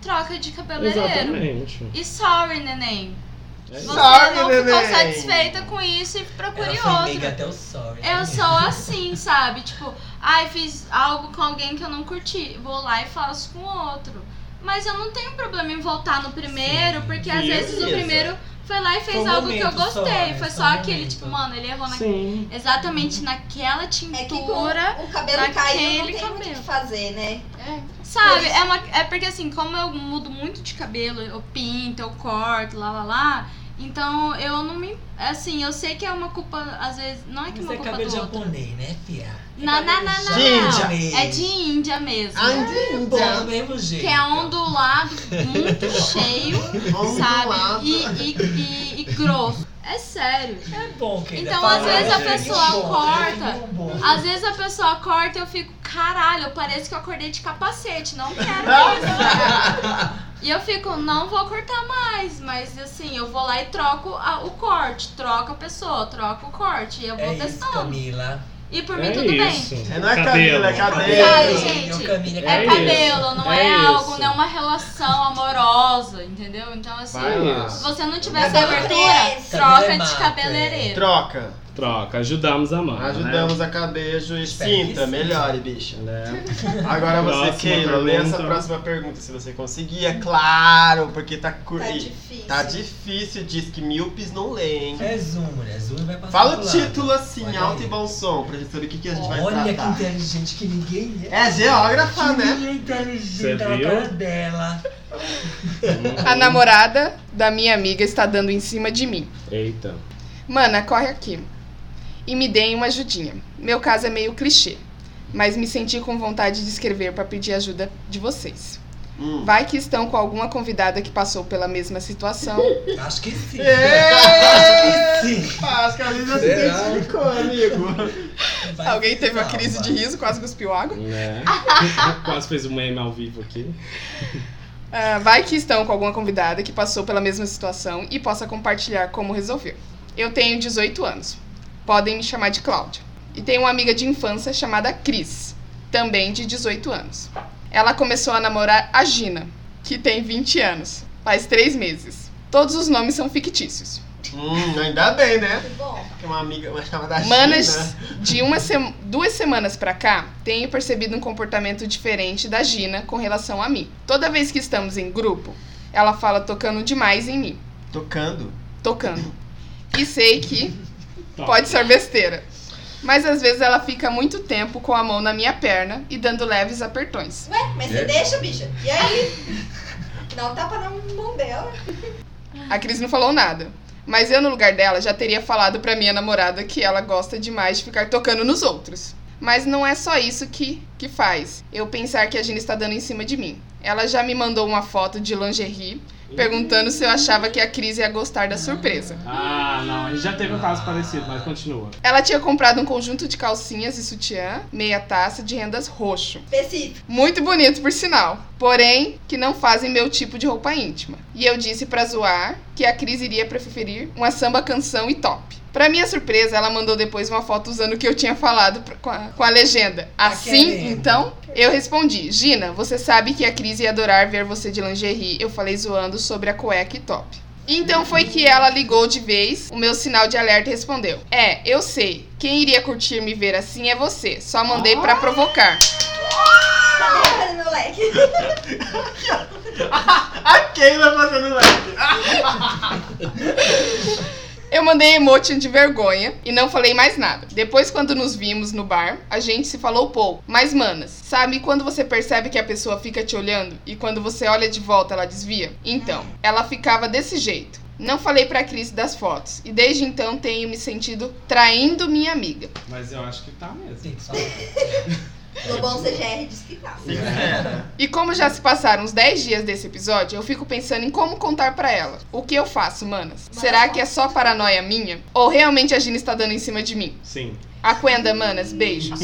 troca de cabeleireiro. Exatamente. E sorry, neném. É Você isso. Sorry, não neném. ficou satisfeita com isso e procure Ela foi outro. meiga até o sorry. né? Eu sou assim, sabe? Tipo, ai, fiz algo com alguém que eu não curti. Vou lá e faço com outro. Mas eu não tenho problema em voltar no primeiro, Sim. porque às vezes o Beleza. primeiro foi lá e fez Foi um algo que eu momento só, gostei. né? Foi Só só um aquele, momento. tipo, mano, ele errou na... Sim. exatamente naquela tintura. É que com o cabelo caiu, não naquele tem muito o cabelo. que fazer, né? Sabe, é, uma, é porque assim, como eu mudo muito de cabelo, eu pinto, eu corto, lá lá lá, então eu não me. Assim, eu sei que é uma culpa, às vezes. Não é que é Mas uma é culpa cabelo do outro. japonês, né, fia? Não, não, não, não. Japonês. É de Índia mesmo. Bom, do mesmo jeito. Que é ondulado, muito cheio, Um sabe? E, e, e, e grosso. É sério. É bom, querida. Então, Fala, às vezes, a gente, pessoa bom, corta. é bom. Às vezes a pessoa corta e eu fico, caralho, parece que eu acordei de capacete, não quero isso. e eu fico, não vou cortar mais, mas assim, eu vou lá e troco a- o corte, troco a pessoa, troco o corte, e eu vou É isso, testando. Camila. e por mim É tudo isso. bem. É, não é Cabelo. cabelo, é cabelo. Sabe, Cabelo, gente, Camila, É É, cabelo, não é, é algo, isso. não é uma relação amorosa, entendeu? Então, assim, Vai lá. se você não tiver essa Cabelo abertura, cresce. troca Cabelo é de mato, cabeleireiro. Troca. Troca, ajudamos a mãe. Ajudamos a cabejo e Espero que sinta, sim. melhore, bicha. Né? Agora você, Próxima Keila, lê essa pergunta. próxima pergunta, se você conseguir, é claro, porque tá Tá curto. difícil. Tá difícil, diz que míopes não leem. É zoom, mulher. Zoom vai passar Fala do o lado. título assim, Olha alto aí. e bom som, pra gente saber o que, que a gente vai Olha que tratar. inteligente que ninguém é. É geógrafa, que né? ninguém Cê é inteligente, ela viu? cara dela. Né? A namorada da minha amiga está dando em cima de mim. Eita. Mana, corre aqui. E me deem uma ajudinha. Meu caso é meio clichê, mas me senti com vontade de escrever para pedir ajuda de vocês. Hum. Vai que estão com alguma convidada que passou pela mesma situação. Acho que sim. É! Acho que sim. Acho que a gente já se Será? identificou, amigo. Vai Alguém que teve uma salva. crise de riso, quase cuspiu água. Né? Quase fez um meme ao vivo aqui. Ah, vai que estão com alguma convidada que passou pela mesma situação e possa compartilhar como resolver. Eu tenho 18 anos. Podem me chamar de Cláudia. E tenho uma amiga de infância chamada Cris, também de 18 anos. Ela começou a namorar a Gina, que tem 20 anos, faz 3 meses. Todos os nomes são fictícios. Hum, ainda bem, né? Bom, Que uma amiga uma chamada China. Manas, de uma sem- duas semanas pra cá, tenho percebido um comportamento diferente da Gina com relação a mim. Toda vez que estamos em grupo, ela fala tocando demais em mim. Tocando. tocando. E sei que Tá. pode ser besteira. Mas às vezes ela fica muito tempo com a mão na minha perna e dando leves apertões. ué, mas você deixa, bicha. E aí? Não tá tapa na mão dela. A Cris não falou nada. Mas eu, no lugar dela, já teria falado pra minha namorada que ela gosta demais de ficar tocando nos outros. Mas não é só isso que, que faz eu pensar que a Gina está dando em cima de mim. Ela já me mandou uma foto de lingerie perguntando se eu achava que a Cris ia gostar da surpresa. Ah, não, a gente já teve um caso parecido, mas continua. Ela tinha comprado um conjunto de calcinhas e sutiã, meia taça de rendas roxo. Específico. Muito bonito, por sinal. Porém, que não fazem meu tipo de roupa íntima. E eu disse pra zoar que a Cris iria preferir uma samba canção e top. Pra minha surpresa, ela mandou depois uma foto usando o que eu tinha falado pra- com, a, com a legenda. Assim, querendo. então, eu respondi: Gina, você sabe que a Cris ia adorar ver você de lingerie. Eu falei zoando sobre a cueca e top. Então foi que ela ligou de vez, o meu sinal de alerta respondeu: É, eu sei. Quem iria curtir me ver assim é você. Só mandei pra provocar. Cadê o tá moleque? A Keila fazendo like. Eu mandei emoji de vergonha e não falei mais nada. Depois, quando nos vimos no bar, a gente se falou pouco. Mas, manas, sabe quando você percebe que a pessoa fica te olhando e quando você olha de volta ela desvia? Então, ela ficava desse jeito. Não falei pra Cris das fotos e desde então tenho me sentido traindo minha amiga. Mas eu acho que tá mesmo. Tem que só. No bom CGR diz que tá. E como já se passaram uns 10 dias desse episódio, eu fico pensando em como contar pra ela. O que eu faço, manas? Será que é só paranoia minha? Ou realmente a Gina está dando em cima de mim? Sim. Aquenda, manas, beijos.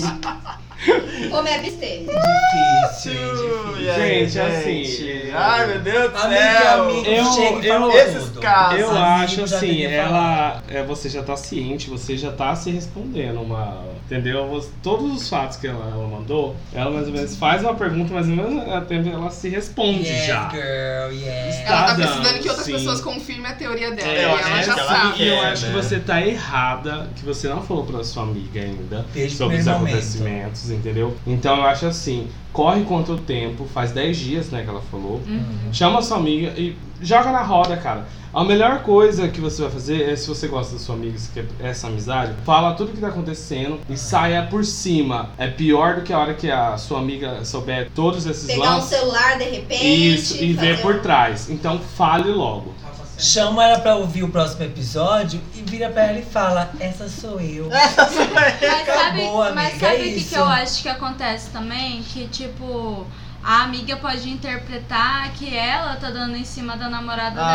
Como é abster. Difícil, hein? E aí, Gente, assim, é- Ai, meu Deus do Amiga, céu. amigo, Eu- chega e fala eu- Esses tudo. caras. Eu Amigo, acho já assim, tem que ela. É, você já tá ciente, você já tá se respondendo uma. Entendeu? Você- Todos os fatos que ela, ela mandou, ela mais ou menos faz uma pergunta, mas ao mesmo tempo ela se responde Yes, já. girl, yes. Ela tá Tá dando, precisando que outras sim. pessoas confirmem a teoria dela. É, e eu ela acho já que ela sabe. E eu É, acho que né? você tá errada, que você não falou pra sua amiga ainda Desde o sobre os um primeiro acontecimentos, entendeu? Então eu acho assim, corre contra o tempo, faz 10 dias, né, que ela falou. Uhum. Chama sua amiga e joga na roda, cara. A melhor coisa que você vai fazer é, se você gosta da sua amiga, se quer essa amizade, fala tudo que tá acontecendo e saia por cima. É pior do que a hora que a sua amiga souber todos esses Pegar um lances. celular de repente. Isso, e fazer ver por um- trás. Então fale logo. Chama ela pra ouvir o próximo episódio e vira pra ela e fala: Essa sou eu. É. Mas sabe, Acabou, amiga, mas sabe é o que, que isso. eu acho que acontece também? Que tipo, a amiga pode interpretar que ela tá dando em cima da namorada Ah.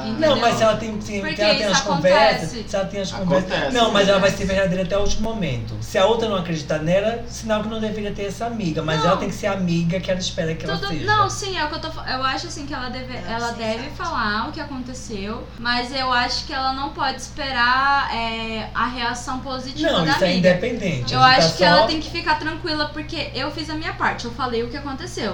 dela. Entendeu? Não, mas se ela tem, se Porque ela tem isso as acontece. conversas, se ela tem as Acontece. conversas. Não, mas ela vai ser verdadeira até o último momento. Se a outra não acreditar nela, sinal que não deveria ter essa amiga. Mas Não. ela tem que ser a amiga que ela espera que ela Tudo- seja. não, sim, é o que eu tô fa- Eu acho assim que ela deve, ela deve falar o que aconteceu, mas eu acho que ela não pode esperar é, a reação positiva Não, da isso é amiga. independente. Eu A gente acho tá que só- ela tem que ficar tranquila, porque eu fiz a minha parte, eu falei o que aconteceu.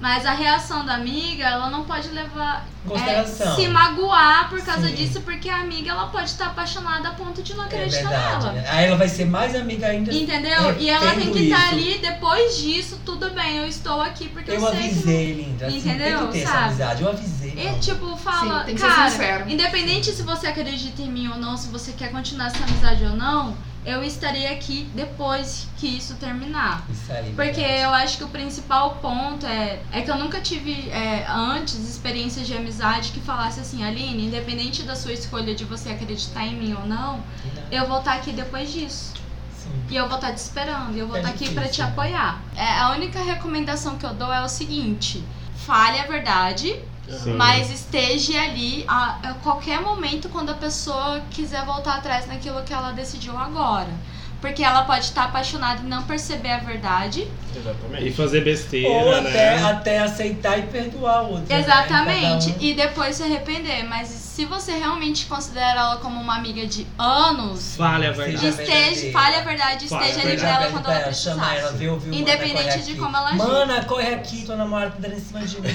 Mas a reação da amiga, ela não pode levar. em é, Consideração. se magoar por causa Sim. disso, porque a amiga ela pode estar apaixonada a ponto de não É acreditar verdade, nela. né? Aí ela vai ser mais amiga ainda. Entendeu? É, E ela tem tendo que estar isso. ali depois disso, tudo bem, eu estou aqui porque eu, Eu sei que avisei, linda. Assim, Tem Entendeu? que ter essa Sabe? amizade. Eu avisei. E tipo, fala, Sim, tem que ser cara, sincero. independente se você acredita em mim ou não, se você quer continuar essa amizade ou não, eu estarei aqui depois que isso terminar. Isso aí. Porque verdade. eu acho que o principal ponto é, é que eu nunca tive é, antes experiências de amizade que falasse assim, Aline, independente da sua escolha de você acreditar em mim ou não, eu vou estar aqui depois disso. Sim. E eu vou estar te esperando, e eu vou É estar aqui pra te difícil, né? apoiar. É, a única recomendação que eu dou é o seguinte: fale a verdade, Uhum. Sim. mas esteja ali a, a qualquer momento quando a pessoa quiser voltar atrás naquilo que ela decidiu agora. Porque ela pode estar apaixonada e não perceber a verdade. E Exatamente. fazer besteira, Ou né? até, até aceitar e perdoar o outro. né? Exatamente. Cada um- E depois se arrepender. Mas se você realmente considera ela como uma amiga de anos, Fale a Seja verdade. esteja, verdadeira. fale a verdade, Fale a esteja verdade. ali pra Já ela pede quando pra ela ela, chama ela, precisar. vê ouvir o Independente mana, corre de aqui. como ela agiu. Mana, corre aqui, tua namorada tá dando em cima de mim.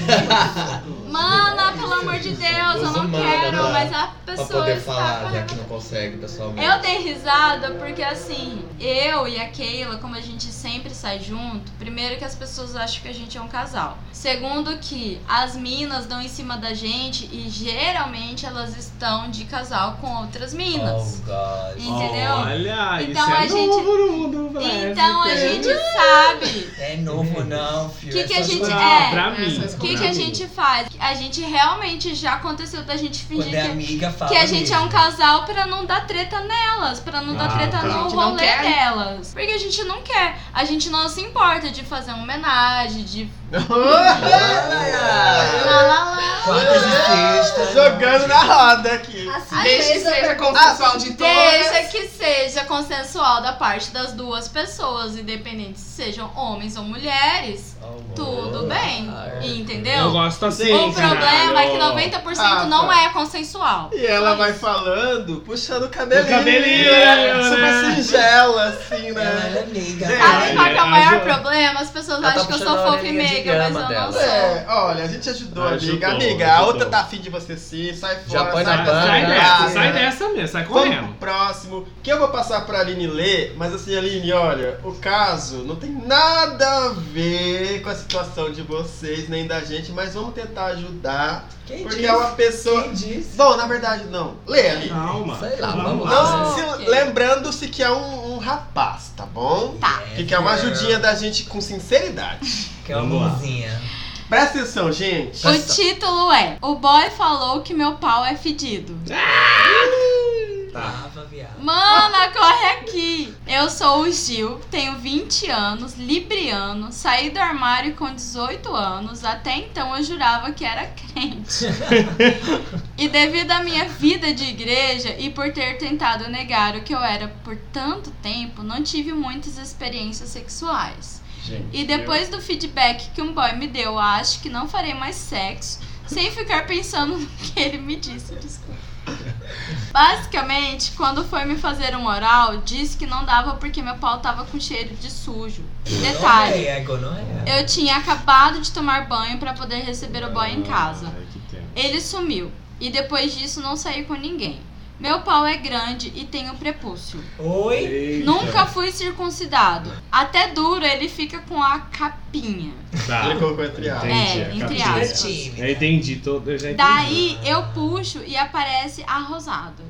Mana, pelo amor de Deus, eu Usa não mana quero, pra- mas a Pra pessoa tá poder está falar, né? já correndo que não consegue pessoalmente. Eu dei risada porque assim, eu e a Keila, como a gente sempre sai junto, primeiro que as pessoas acham que a gente é um casal. Segundo que as minas dão em cima da gente e geralmente elas elas estão de casal com outras minas. Oh, God. Entendeu? Olha, Então isso a é gente- novo no mundo, parece. Então a gente sabe É novo, não, o filho. que, que a Essas gente coisas- Ah, é. pra mim. essas O que, pra que a mim. gente faz? A gente realmente já aconteceu da gente fingir Quando é que, amiga, tá fala. que a gente é um mesmo. casal pra não dar treta nelas, pra não dar Ah, treta tá. A no gente não rolê quer. delas. Porque a gente não quer. A gente não se importa de fazer uma homenagem, de Olha! Quartas e sextas. Jogando na roda aqui. Assim, Desde que fez a- seja consensual de todas. Deixa que seja consensual da parte das duas pessoas, independente se sejam homens ou mulheres, Oh, tudo bem. Eu Entendeu? gosto assim. O caralho. problema é que 90% não Ah, é consensual. E ela Só vai isso. falando, puxando o cabelinho. É, O cabelinho, né? Super singela, assim, Ela é né? amiga. Sabe É, qual que é a o maior Jo- problema? As pessoas Ela tá acham que eu sou puxando a fofa e orelhinha de meiga, mas grama eu dela. não sou. É, olha, a gente ajudou, Ajudou, amiga. Amiga, a ajudou. outra tá afim de você sim, sai fora. Já põe na sai, Sai, banda, sai né? dessa, Ah, sai né? dessa mesmo, sai Vamos pro correndo. próximo, que eu vou passar pra Aline ler, mas assim, Aline, olha, o caso não tem nada a ver com a situação de vocês, nem da gente, mas vamos tentar ajudar, Quem porque disse? é uma pessoa... Quem disse? Bom, na verdade, não. Lê, Aline. Calma. Sei lá, vamos tá. lá. Não, Ah, se- ok. Lembrando-se que é um, um rapaz, tá bom? Tá. Que quer uma ajudinha da gente com sinceridade. Que é uma Vamos lá. mãozinha. Presta atenção, gente. O tá- título é O boy falou que meu pau é fedido. Tá. Tava, viado. Mana, corre aqui! Eu sou o Gil, tenho 20 anos, libriano, saí do armário com 18 anos, até então eu jurava que era crente. e devido à minha vida de igreja e por ter tentado negar o que eu era por tanto tempo, não tive muitas experiências sexuais. Gente, E depois do feedback que um boy me deu, acho que não farei mais sexo, sem ficar pensando no que ele me disse. Desculpa. Basicamente, quando foi me fazer um oral, disse que não dava porque meu pau tava com cheiro de sujo. Detalhe, É, gonorreia. eu tinha acabado de tomar banho pra poder receber o boy em casa. Ai, que tempo. Ele sumiu e depois disso não saí com ninguém. Meu pau é grande e tem um prepúcio. Oi? Eita. Nunca fui circuncidado. Até duro ele fica com a capinha. Tá. Ele colocou entre aspas. Entendi, É, a entre capinha. aspas. Eu entendi, tô, eu já entendi. Daí eu puxo e aparece arrosado.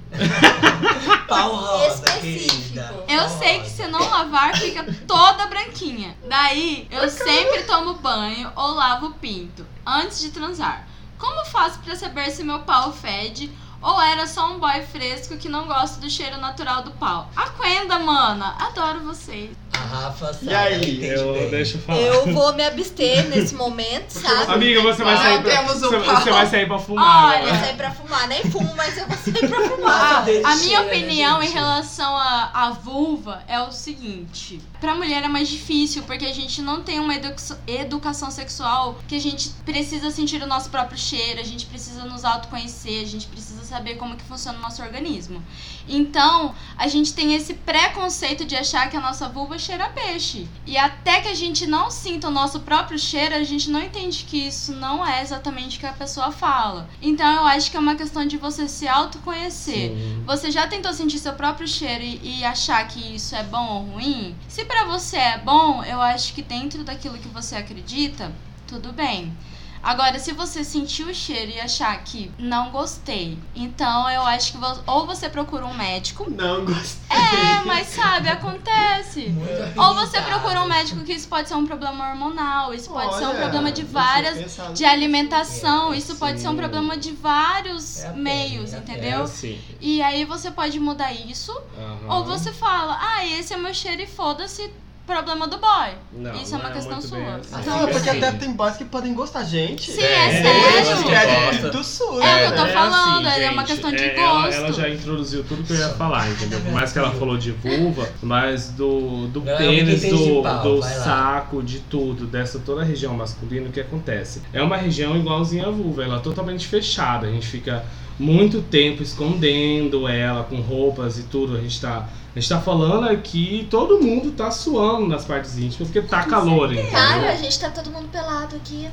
Pau rosa, Específico. querida. Eu Pau sei que rosa. se não lavar fica toda branquinha. Daí eu sempre tomo banho ou lavo o pinto antes de transar. Como faço pra saber se meu pau fede ou era só um boy fresco que não gosta do cheiro natural do pau? Aquenda, mana, adoro vocês. A Rafa sabe. E aí? que entende Eu bem. deixa eu falar. Eu vou me abster nesse momento, sabe? Amiga, você vai Não sair pra, temos o você, pau. você vai sair pra fumar. um Olha, Eu né? vou sair pra fumar. Nem fumo, mas eu vou sair pra fumar. Nossa, deixa, Ah, A minha né, opinião em gente? relação à à vulva é o seguinte: pra mulher é mais difícil porque a gente não tem uma educa- educação sexual que a gente precisa sentir o nosso próprio cheiro, a gente precisa nos autoconhecer, a gente precisa saber como que funciona o nosso organismo. Então, a gente tem esse preconceito de achar que a nossa vulva cheira a peixe. E até que a gente não sinta o nosso próprio cheiro, a gente não entende que isso não é exatamente o que a pessoa fala. Então, eu acho que é uma questão de você se autoconhecer. Você já tentou sentir seu próprio cheiro e, e achar que isso é bom ou ruim? Se pra você é bom, eu acho que dentro daquilo que você acredita, tudo bem. Agora, se você sentir o cheiro e achar que não gostei, então eu acho que vo- ou você procura um médico. Não gostei. É, mas sabe, acontece. Muito Ou você habilitada. procura um médico que isso pode ser um problema hormonal, isso pode ser um Olha, problema de não tinha várias pensado. de alimentação, isso pode ser um Sim. problema de vários É a pele, meios, é a É entendeu? assim. E aí você pode mudar isso Aham. ou você fala, ah, esse é meu cheiro e foda-se, problema do boy. Não, Isso é uma não questão muito bem sua. é assim. Ah, Mas não, porque até tem boys que podem gostar, gente. Sim, é, É, Eles sério. eu acho pedem gosta. do sul, É, né? eu tô É falando, assim, é uma gente, questão de é, gosto. Ela, ela já introduziu tudo que eu ia falar, entendeu? Por mais que ela falou de vulva, mas do, do Não, eu pênis, entendo de do, pau, do vai lá. saco, de tudo, dessa toda a região masculina, o que acontece? É uma região igualzinha à vulva, ela é totalmente fechada, a gente fica muito tempo escondendo ela com roupas e tudo, a gente tá. A gente tá falando aqui, todo mundo tá suando nas partes íntimas, porque tá calor, Cara, entendeu? a gente tá todo mundo pelado aqui.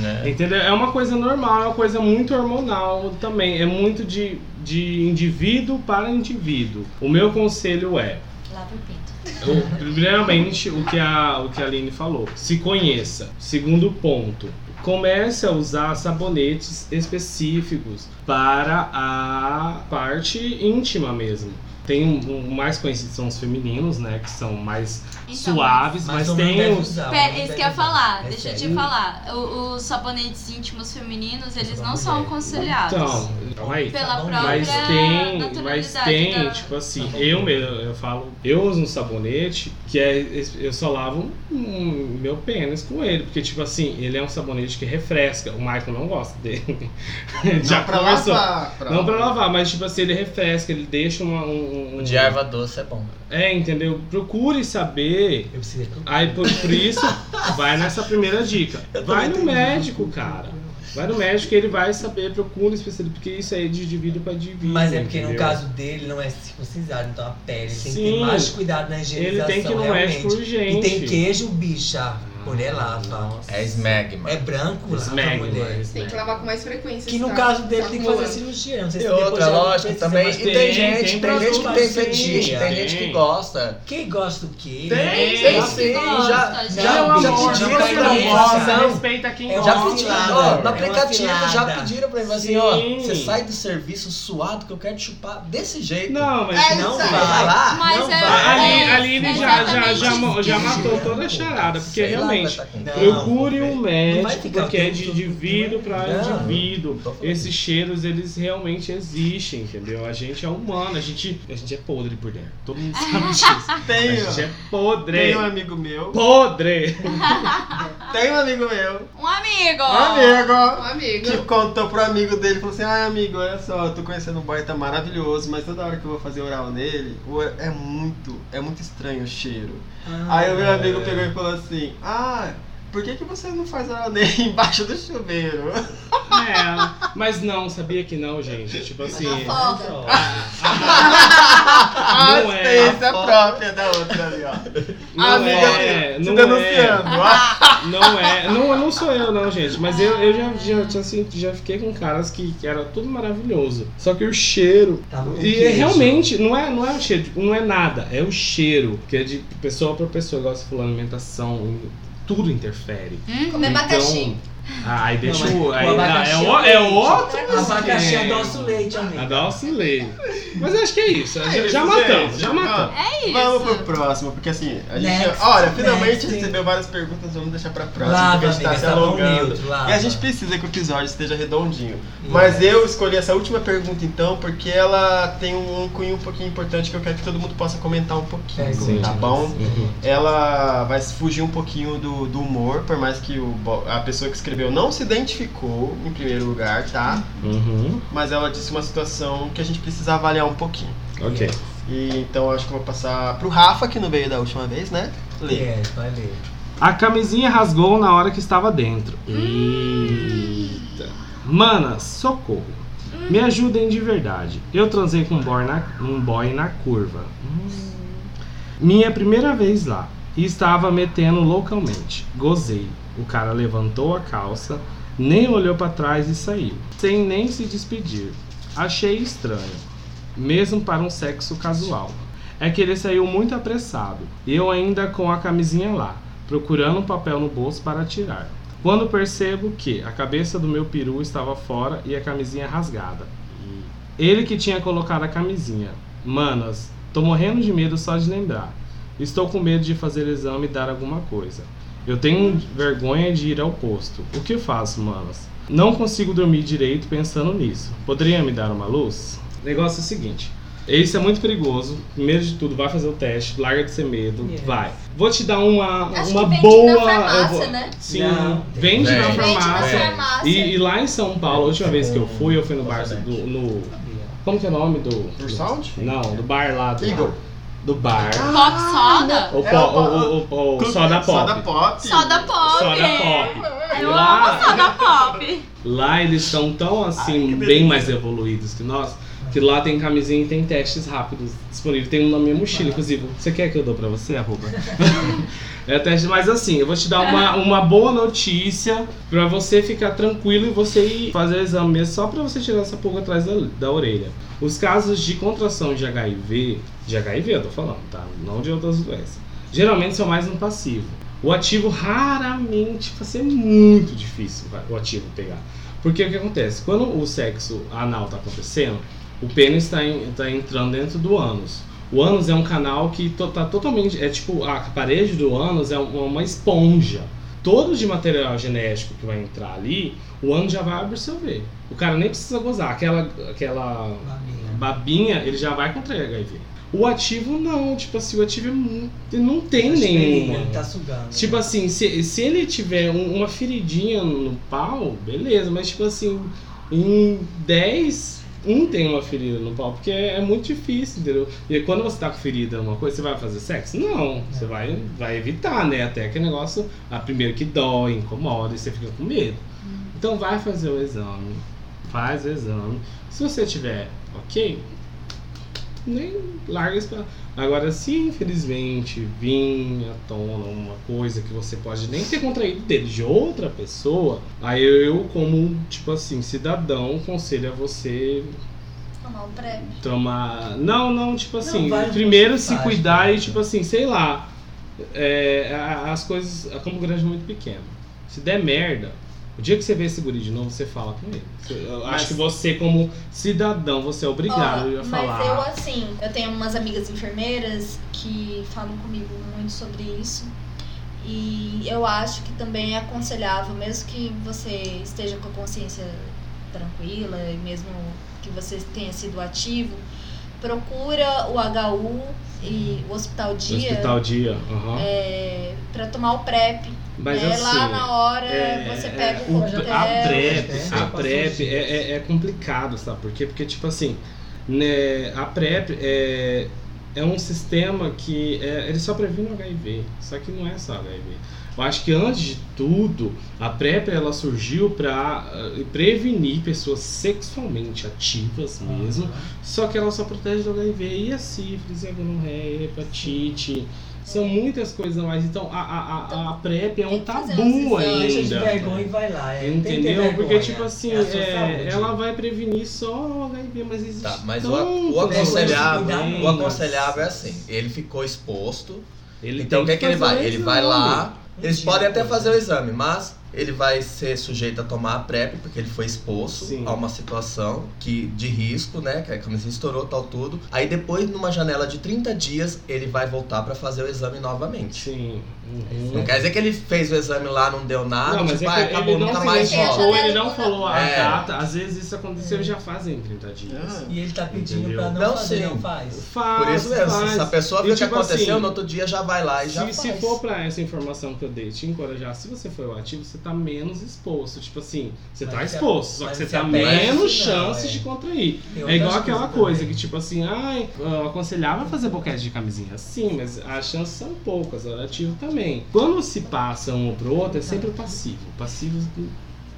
Né? Entendeu? É uma coisa normal, é uma coisa muito hormonal também. É muito de, de indivíduo para indivíduo. O meu conselho é, Lava o pinto. o- primeiramente, o que, a, o que a Aline falou. Se conheça. Segundo ponto, comece a usar sabonetes específicos para a parte íntima mesmo. Tem um, um- mais conhecidos são os femininos, né? Que são mais Então, suaves, mas, todo mundo tem um- deve os. usar, todo Pera, mundo isso que deve eu ia usar. falar, É deixa eu te sério. falar. O- os sabonetes íntimos femininos, eles Só não da são mulher. aconselhados. Então, calma aí. pela sabonete. própria Mas tem, mas naturalidade tem, da- tipo assim, Sabonete. eu mesmo, eu falo, eu uso um sabonete que é, es- eu só lavo hum, meu pênis com ele, porque tipo assim, ele é um sabonete que refresca, o Michael não gosta dele. Já Não pra começou. lavar. Não pra lavar, mas tipo assim, ele refresca, ele deixa uma- um, um- O de erva doce é bom. É, entendeu? Procure saber Eu preciso ir pro- Aí por, por isso, vai nessa primeira dica. Eu Vai também no tenho médico, cara. Vai no médico, ele vai saber, procura um especialista, porque isso aí é de indivíduo pra indivíduo. Mas é porque no entendeu? caso dele não é circuncisado, então a pele tem que Sim. ter mais cuidado na Ele higienização, tem que é ir no realmente. médico urgente. E tem queijo, bicha, mulher lava. É smegma. É branco, lava, Smegma, mulher. Tem que lavar com mais frequência. Que no tá- caso dele tá tem que fazer acumulando. cirurgia, não sei E se depois outra, já não lógico, precisa, também. mas E tem tem- gente, tem tem gente que tem produto, fetiche, sim, tem tem. gente que gosta. Quem gosta do quê? Tem, Tem tem sim, gosta, já, gente. já, Não, já amor, pediram não pra é mim, isso. ó, Respeita quem É uma Já gosta. pediram, filada, ó, é no uma aplicativo já filada. pediram pra mim assim, ó, Sim. você sai do serviço suado que eu quero te chupar desse jeito. Não, mas. É Não isso aí. vai lá. Mas não é- A vai. Aline, a Aline É já, já, exatamente já, mo- isso. já matou toda a charada, porque Sei lá, realmente. vai tá com- Não, Procure um Não vai médico, ficar porque é tudo- de tudo- indivíduo pra Não. indivíduo. né? Tô falando. Esses cheiros, eles realmente existem, entendeu? A gente é humano, a gente, a gente é podre por dentro. Todo mundo sabe disso. A Tenho. gente é podre. Tem um amigo meu. Podre! Tem um amigo meu. Um amigo! Um amigo. Um amigo. Que contou pro amigo dele, falou assim, ai amigo, olha só, eu tô conhecendo um boy, tá maravilhoso, mas toda hora que eu vou fazer oral nele, o- é muito, é muito estranho o cheiro. Aí o meu amigo pegou e falou assim, ah, por que que você não faz oral nele embaixo do chuveiro? É, mas não, sabia que não, gente. Tipo assim. Ah, Fofoca. A Não é. experiência própria da outra ali, ó. Não Ah, Amiga, é. Te Não é. denunciando. Ah, Não é. Não, não sou eu, não, gente. Mas eu, eu já, já, já, assim, já fiquei com caras que, que era tudo maravilhoso. Só que o cheiro. Tá Tava com E queijo. realmente, não é, não é o cheiro, tipo, não é nada, é o cheiro. Que é de pessoa pra pessoa, igual você falou, alimentação, tudo interfere. Hum? Comer abacaxi. Então, ai, deixa Não, mas o. o Aí, não, abacaxi é, é o- é leite. outro. Abacaxi é esquema. nosso leite, amigo. Adalcilei. Mas acho que é isso. já, já gente, matamos, já ó, matamos. É isso. Vamos pro próximo, porque assim, a gente. Next, olha, finalmente next. recebeu várias perguntas, vamos deixar pra próxima, Lava, porque a gente amiga, tá se sabão alongando. neutro, lava. E a gente precisa que o episódio esteja redondinho. Mas eu escolhi essa última pergunta então, porque ela tem um cunho um pouquinho importante que eu quero que todo mundo possa comentar um É, pouquinho, Sim. tá bom? Uhum. Ela vai fugir um pouquinho do, do humor, por mais que o, bo- a pessoa que escreveu não se identificou em primeiro lugar, tá? Uhum. Mas ela disse uma situação que a gente precisa avaliar um pouquinho. Ok. E então eu acho que eu vou passar pro Rafa, que não veio da última vez, né? Lê. É, vai ler. A camisinha rasgou na hora que estava dentro. Eita. Mana, socorro. Me ajudem de verdade. Eu transei com um boy na, um boy na curva. Hum. Minha primeira vez lá. E estava metendo localmente. Gozei. O cara levantou a calça, nem olhou pra trás e saiu. Sem nem se despedir. Achei estranho. Mesmo para um sexo casual. É que ele saiu muito apressado. E eu ainda com a camisinha lá procurando um papel no bolso para tirar. Quando percebo que a cabeça do meu peru estava fora e a camisinha rasgada. Ele que tinha colocado a camisinha. Manas, tô morrendo de medo só de lembrar. Estou com medo de fazer exame e dar alguma coisa. Eu tenho vergonha de ir ao posto. O que faço, manas? Não consigo dormir direito pensando nisso. Poderia me dar uma luz? Negócio é o seguinte. Isso é muito perigoso. Primeiro de tudo, vai fazer o teste, larga de ser medo, Yes. vai. Vou te dar uma, Acho uma que vende boa. na eu farmácia, vou- né? Sim, Não. vende, Vende. na Vende Vende na farmácia. farmácia. é. E, e lá em São Paulo, a última vez que eu fui, eu fui no bar Exatamente. do. No, como que é o nome do. Ursound? Não, do bar lá do. Eagle. Ah, Do bar. Pop soda? O, É po, o po- o, o, o, o soda pop. Soda pop. Soda pop! Soda pop. Eu Lá- amo soda pop! Lá eles são tão assim, bem mais evoluídos que nós, que lá tem camisinha e tem testes rápidos disponíveis. Tem um na minha mochila, inclusive. Você quer que eu dou pra você, arroba? é teste, mas assim, eu vou te dar uma, uma boa notícia pra você ficar tranquilo e você ir fazer o exame mesmo, só pra você tirar essa pulga atrás da, da orelha. Os casos de contração de HIV, de HIV eu tô falando, tá? Não de outras doenças. Geralmente são mais no passivo. O ativo raramente vai ser muito difícil vai, o ativo pegar. Porque o que acontece? Quando o sexo anal está acontecendo, o pênis está entrando dentro do ânus. O ânus é um canal que to, tá totalmente. É tipo, a parede do ânus é uma, uma esponja. Todo de material genético que vai entrar ali, o ânus já vai absorver. O cara nem precisa gozar. Aquela, aquela babinha. ele já vai contrair HIV. O ativo não, tipo assim, o ativo é muito, não tem nenhuma. Ele tá sugando. Tipo assim, se, se ele tiver um- uma feridinha no pau, beleza, mas tipo assim, em 10, um tem uma ferida no pau, porque é, é muito difícil, entendeu? E quando você tá com ferida uma coisa, você vai fazer sexo? Não, você vai, vai evitar, né? Até que o negócio, a primeiro que dói, incomoda e você fica com medo. Então vai fazer o exame, faz o exame. Se você tiver ok, nem larga isso pra... Agora, se infelizmente vir à tona uma coisa que você pode nem ter contraído dele de outra pessoa, aí eu, como, tipo assim, cidadão, conselho a você Tomar um pré. tomar. Não, não, tipo assim, vai, primeiro você se faz, cuidar cara. e, tipo assim, sei lá. é, a- as coisas. A Campo Grande é muito pequeno. Se der merda, o dia que você vê esse guri de novo, você fala com ele. Eu Mas- acho que você, como cidadão, você é obrigado Ó, a Mas eu, falar. assim, eu tenho umas amigas enfermeiras que falam comigo muito sobre isso. E eu acho que também é aconselhável, mesmo que você esteja com a consciência tranquila e mesmo que você tenha sido ativo, procura o HU e o Hospital No Dia Hospital dia. aham. para tomar o PrEP. Mas né? assim. Lá na hora é, você é, pega o o- coquetel. a né? PrEP, a Passou PrEP os é, dias. é, é complicado, sabe por quê? Porque, tipo assim, né, a PrEP é, é um sistema que é, ele só previne o HIV, só que não é só HIV. Eu acho que antes de tudo, a PrEP ela surgiu para prevenir pessoas sexualmente ativas mesmo, só que ela só protege do HIV e a sífilis, e a gonorreia, a hepatite. É. São muitas coisas a mais. Então, a, a, a, a PrEP Tem é um que fazer tabu uns exames. Deixa de ainda. vergonha e vai lá. é, tem que ter Entendeu? Porque, vergonha, tipo assim, é a sua é, saúde. ela vai prevenir só o HIV, mas existe. Tá, mas o, tanto o aconselhável, também. o aconselhável é assim, ele ficou exposto, Ele então o tem que é que ele fazer vai? Ele exame. vai lá, eles Mentira, podem até pô. fazer o exame, mas ele vai ser sujeito a tomar a PrEP, porque ele foi exposto Sim. a uma situação que, de risco, né, que a camisa estourou, tal, tudo. Aí depois, numa janela de 30 dias, ele vai voltar pra fazer o exame novamente. Sim. Uhum. Não quer dizer que ele fez o exame lá, não deu nada, Não, mas tipo, é ah, que acabou, ele nunca não mais mais identificou. volta. falou, ele É. não falou a É. data. Às vezes isso É. aconteceu já fazem 30 dias. Ah, E ele tá pedindo Entendeu? pra não, Não, fazer, sim. não faz. Faz, Por isso mesmo, faz. se a pessoa E, vê o que tipo aconteceu, assim, no outro dia já vai lá e já se, se faz. for pra essa informação que eu dei te encorajar, se você for o ativo, você tá menos exposto. Tipo assim, você Mas tá se- exposto, só que mas você se tá apega, menos não, chances é. de contrair. Tem É igual outras aquela coisas coisa também. que, tipo assim, ai, eu aconselhava a fazer boquete de camisinha. Sim, mas as chances são poucas, o ativo também. Quando se passa um pro outro, é sempre o passivo. O passivo,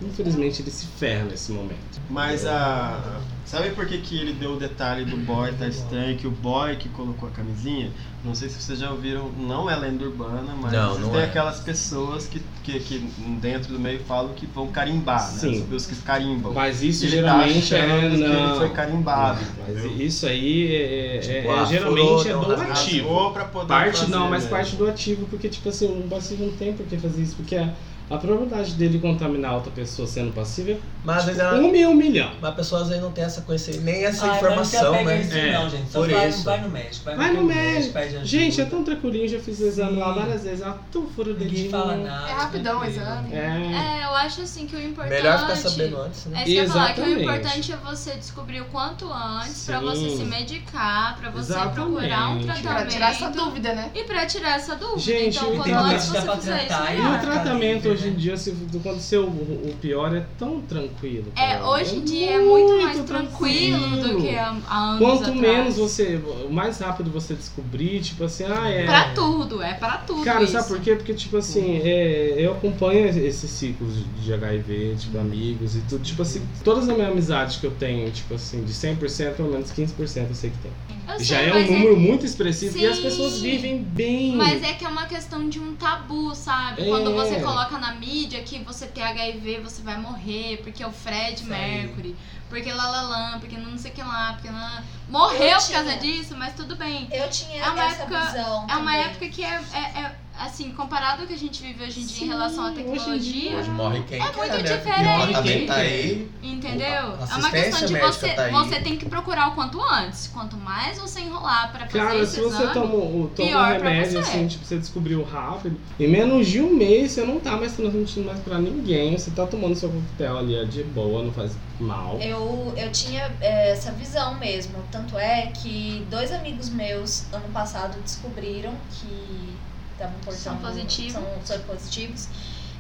infelizmente, ele se ferra nesse momento. Mas a. Sabe por que, que ele deu o detalhe do boy tá estranho? Que o boy que colocou a camisinha, não sei se vocês já ouviram, não é lenda urbana, mas Não, vocês não têm é. aquelas pessoas que, que, que dentro do meio falam que vão carimbar, Sim. né? Os que carimbam. Mas isso Ele tá geralmente é. achando que ele não. foi carimbado. Mas entendeu? isso aí é, é- Tipo, é- ah, geralmente é furou, do não, ativo. Rasgou pra poder Parte fazer, não, mas né? parte do ativo, porque tipo assim, um passivo não tem por que fazer isso, porque a, a probabilidade dele contaminar outra pessoa sendo passiva Mas às vezes é ela- um em um milhão. Mas a pessoa às vezes não tem essa conhecimento, nem essa Ai, informação, mas Ah, não se apega a né? Isso, É, não, gente. Só por vai, isso. vai no médico. Vai, Vai no médico. pede ajuda. Gente, é tão tranquilinho, já fiz o exame lá Uhum. Sim. várias vezes. Ah, tu furo o Ninguém dedinho. fala nada. É rapidão o tranquilo. exame. É. É, eu acho assim que o importante. Melhor ficar sabendo antes, né? É isso que eu ia falar, que o Exatamente. importante é você descobrir o quanto antes, pra Sim. você se medicar, pra você Exatamente. procurar um Pra tratamento. Pra tirar essa dúvida, né? E pra tirar essa dúvida. Gente, então, e quanto tem antes que- dá você pra fizer isso, tratar e E o melhor. tratamento Tá hoje em livre, dia, se quando ser o, o pior, é tão tranquilo. É, cara. hoje em É dia é muito mais tranquilo do que há há anos Quanto atrás. menos você. Mais rápido você descobrir, tipo assim, ah, é. Pra tudo, é pra tudo Cara, isso. Hum. sabe por quê? Porque, tipo assim, é, eu acompanho esses ciclos de- de HIV, tipo, amigos e tudo. Tipo assim, todas as minhas amizades que eu tenho, tipo assim, de 100%, pelo menos 15% eu sei que tem. Eu sei, Já é um mas número muito expressivo e as Sim. pessoas vivem bem. Mas é que é uma questão de um tabu, sabe? É. Quando você coloca na mídia que você tem HIV, você vai morrer, porque é o Fred Sim. Mercury, porque lalalã, porque não sei o que lá, porque lá... Morreu Eu por causa tinha. disso, mas tudo bem. Eu tinha É uma essa época- visão. É uma também. época que é, é- é- assim, comparado ao que a gente vive hoje em dia Sim, em relação à hoje em tecnologia. Hoje morre quem É quer, muito né? Porque diferente. O tratamento tá aí. Entendeu? A É uma questão de assistência médica você, tá aí. você tem que procurar o quanto antes. Quanto mais você enrolar pra fazer Cara, esse se você exame, toma, o- toma um pior pra remédio, você. assim, tipo, você descobriu rápido, em menos de um mês você não tá mais transmitindo mais pra ninguém, você tá tomando seu coquetel ali, é de boa, não faz mal. É, Eu, eu tinha é, essa visão mesmo. Tanto é que dois amigos meus, ano passado, descobriram que estavam portando. São positivos. São, são positivos.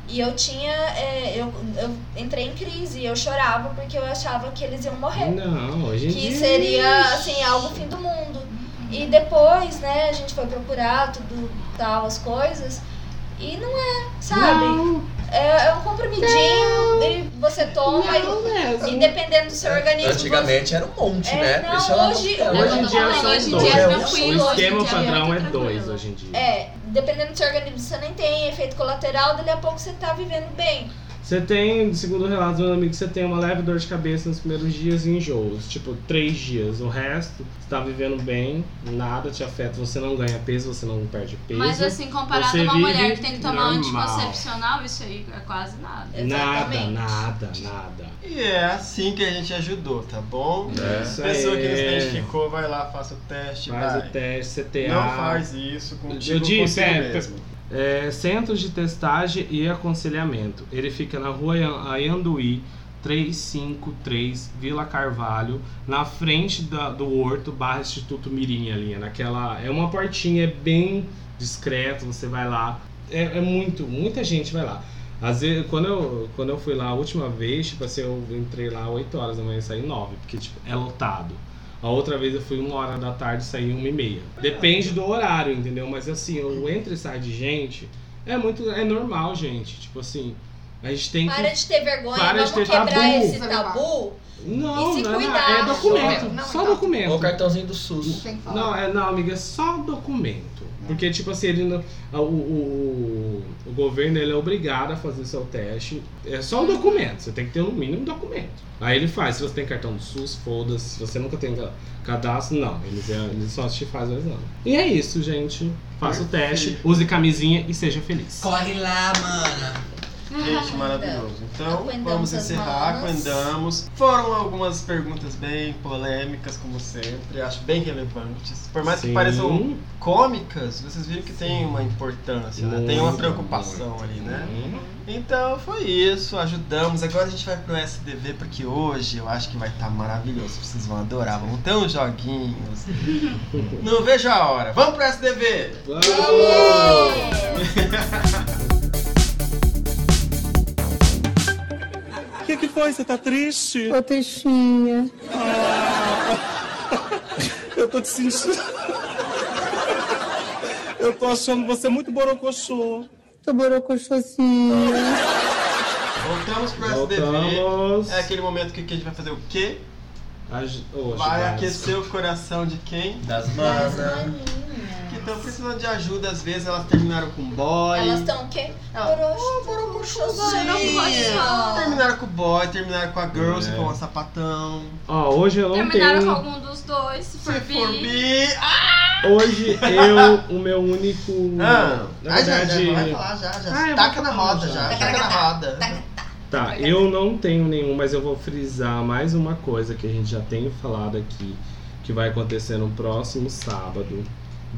E eu tinha. é, eu, eu entrei em crise e eu chorava porque eu achava que eles iam morrer. Não, hoje em que dia... seria assim algo fim do mundo. Uhum. E depois, né, a gente foi procurar tudo tal as coisas e não é, sabe? É, é um comprimidinho e você toma Não mesmo. e, e dependendo do seu organismo. Antigamente era um monte, É, né? não, Deixa ela no hoje- hotel. Hoje Hoje em dia Não, são hoje em dois. dia é O tranquilo, hoje em esquema dia é muito padrão é tranquilo. dois hoje em dia. É, dependendo do seu organismo, você nem tem efeito colateral, dali a pouco você tá vivendo bem. Você tem, segundo o relato do meu amigo, você tem uma leve dor de cabeça nos primeiros dias e enjoos. Tipo, três dias. O resto, você tá vivendo bem, nada te afeta. Você não ganha peso, você não perde peso. Mas assim, comparado Você a uma vive mulher que tem que tomar um normal. anticoncepcional, isso aí é quase nada. nada, exatamente. nada, nada. E é assim que a gente ajudou, tá bom? É. Isso Pessoa que aí. nos identificou, vai lá, faça o teste, Faz vai. o teste, CTA. Não faz isso com Eu disse, é, mesmo. É, Centros de Testagem e Aconselhamento. Ele fica na rua Ayan- Ayanduí, 353, Vila Carvalho, na frente da- do Horto barra Instituto Mirim ali. é Naquela, é uma portinha é bem discreto, você vai lá. É, é muito, muita gente vai lá. Às vezes, quando eu, quando eu fui lá a última vez, tipo assim, eu entrei lá 8 horas da manhã e saí 9, porque tipo, é lotado. A outra vez eu fui uma hora da tarde e saí uma e meia. Depende do horário, entendeu? Mas assim, eu entro e saio de gente. É muito. É normal, gente. Tipo assim, a gente tem que. Para de ter vergonha, Para de vamos ter quebrar tabu. esse tabu. Não, e se não, não, cuidar. é documento. Não, só então. documento. Ou o cartãozinho do SUS. Tem que falar. Não, é, não, amiga, é só documento. Porque, tipo assim, ele não, a- o, o, o governo ele é obrigado a fazer seu teste. É só um documento, você tem que ter no mínimo um documento. Aí ele faz, se você tem cartão do SUS, foda-se. Se você nunca tem ca- cadastro, não. Eles, é- eles só te fazem o exame. E é isso, gente. Faça o teste, use camisinha e seja feliz. Corre lá, mana. Gente, maravilhoso. Então, Acuendamos vamos as encerrar, malas. acuendamos. Foram algumas perguntas bem polêmicas, como sempre. Acho bem relevantes. Por mais que um, Sim. pareçam cômicas, vocês viram que tem uma importância, né? Tem uma Muito, preocupação ali, né? Hum. Então foi isso, ajudamos. Agora a gente vai pro SDV, porque hoje eu acho que vai estar maravilhoso. Vocês vão adorar, vão ter uns joguinhos. Não vejo a hora. Vamos pro SDV! O que, que foi? Você tá triste? Ô, Teixinha. Eu tô te sentindo. Eu tô achando você muito borocochô. Tô borocochosinha. Voltamos pro SDV. Voltamos. É aquele momento que que a gente vai fazer o quê? Aj- Hoje, Vai Vasco. aquecer o coração de quem? Das Mas, manas. Uhum. É. maninha, Que estão precisando de ajuda, às vezes elas terminaram com boy. Elas estão o quê? Ela- "Ah, Borocho, borocochosinha. Terminaram com o boy, terminaram com a girl, se É. for um sapatão. Ó, hoje eu não Terminaram tenho. com algum dos dois, se for Se for bi. bi. Ah, Hoje eu, o meu único. ah, na já, já, verdade. já, vai falar já, já. Ah, eu taca vou na falar roda já. já, Taca, taca na roda. Tá, eu não tenho nenhum, mas eu vou frisar mais uma coisa que a gente já tem falado aqui, que vai acontecer no próximo sábado,